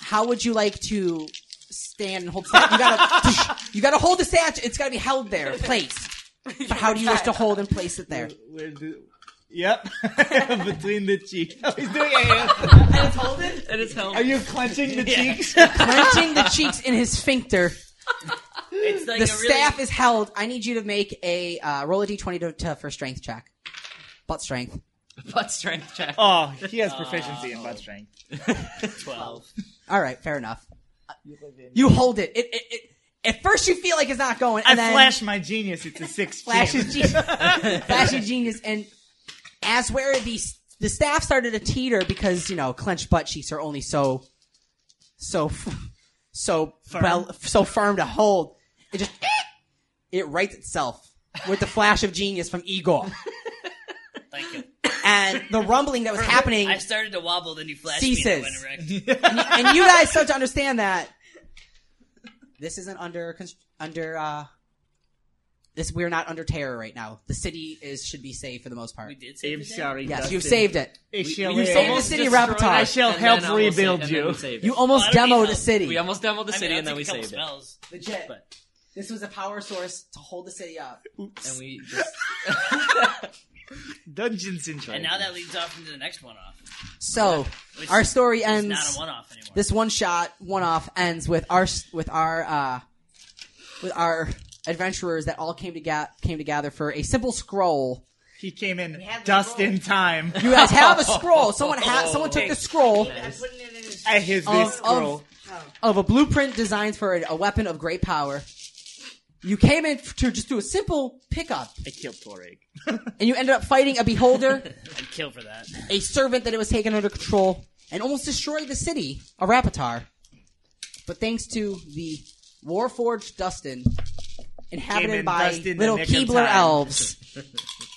how would you like to stand and hold? the statue? You gotta, you gotta hold the statue. It's gotta be held there, placed. But how do you wish to hold and place it there?
Where do, yep. Between the cheeks. Oh, he's doing it.
and it's holding.
And it's held.
Are you clenching the
Yeah.
cheeks?
Clenching the cheeks in his sphincter.
It's like
the
a really-
staff is held. I need you to make a uh, roll a d20 to, to for strength check. Butt strength.
butt strength check.
Oh, he has proficiency in butt strength.
Twelve.
All right, fair enough. You hold it. It, it, it. At first, you feel like it's not going. And
I
then
flash my genius. It's a six.
flashes
gem.
genius. flashes genius. And as where the the staff started to teeter because you know clenched butt cheeks are only so so f- so
Firm.
well so firm to hold. It just eh, it writes itself with the flash of genius from Igor.
Thank you.
And the rumbling that was happening
I started to wobble, then you flashed me. and I
ceases.
went erect.
and, and you guys start to understand that this isn't under const- under uh this we're not under terror right now. The city is should be safe for the most part. We
did
save
I'm sorry,
Yes,
Dustin.
you've saved it.
I shall
you saved the
almost
city of
destroy it.
Rapatar.
I shall
And
help
then almost
rebuild
save- and
you.
then save it. You almost demoed a city.
We almost demoed the
I mean,
city
I'll
and then
take
we
a couple
saved
spells.
Legit. This was a power source to hold the city up.
it. And we just
Dungeons and Dragons.
And now that leads off into the next one off.
So
Which
our story
is
ends.
not a one-off anymore.
This one shot one off ends with our s- with our uh, with our adventurers that all came to ga- came together for a simple scroll.
He came in just in time.
You guys have a scroll. Someone ha-
Oh,
someone took the scroll.
I have this scroll.
Of, of a blueprint designed for a, a weapon of great power. You came in f- to just do a simple pickup,
I killed Toreg.
and you ended up fighting a beholder,
I'd kill for that.
a servant that it was taken under control, and almost destroyed the city of Rapatar. But thanks to the Warforged Dustin,
Came
inhabited
in
by
just in the
little
nick of
Keebler
time.
elves,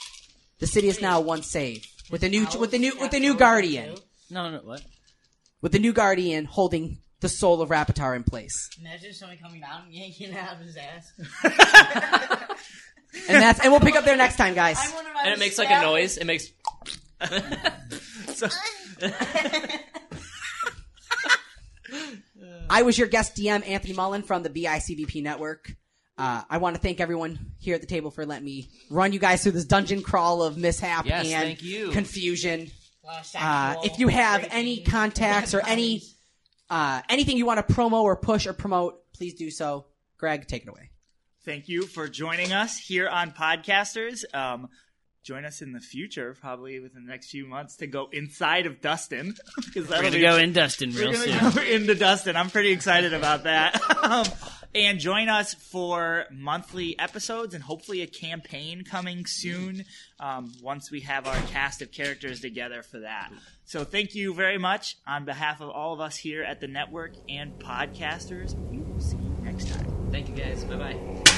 the city is now one save with the new with the new with the new guardian
No, no, what?
with the new guardian holding the soul of Rapatar in place.
Imagine someone coming down and yanking it out of his ass.
and that's and we'll pick up there next time, guys.
I wonder why
And it
we
makes like a
stabbed-
noise. It makes.
I was your guest DM, Anthony Mullen from the BICBP Network. Uh, I want to thank everyone here at the table for letting me run you guys through this dungeon crawl of mishap
Yes,
and
thank you.
confusion.
Lot of sexual
Uh, if you have any contacts or any uh, anything you want to promo or push or promote, please do so. Greg, take it away.
Thank you for joining us here on Podcasters. Um,
Join us in the future, probably within the next few months, to go inside of Dustin. We're
We're gonna go in Dustin real
We're
soon.
gonna go into Dustin. I'm pretty excited about that. Um,
and join us for monthly episodes and hopefully a campaign coming soon um, once we have our cast of characters together for that. So thank you very much on behalf of all of us here at the network and podcasters. We will see you next time.
Thank you guys. Bye bye.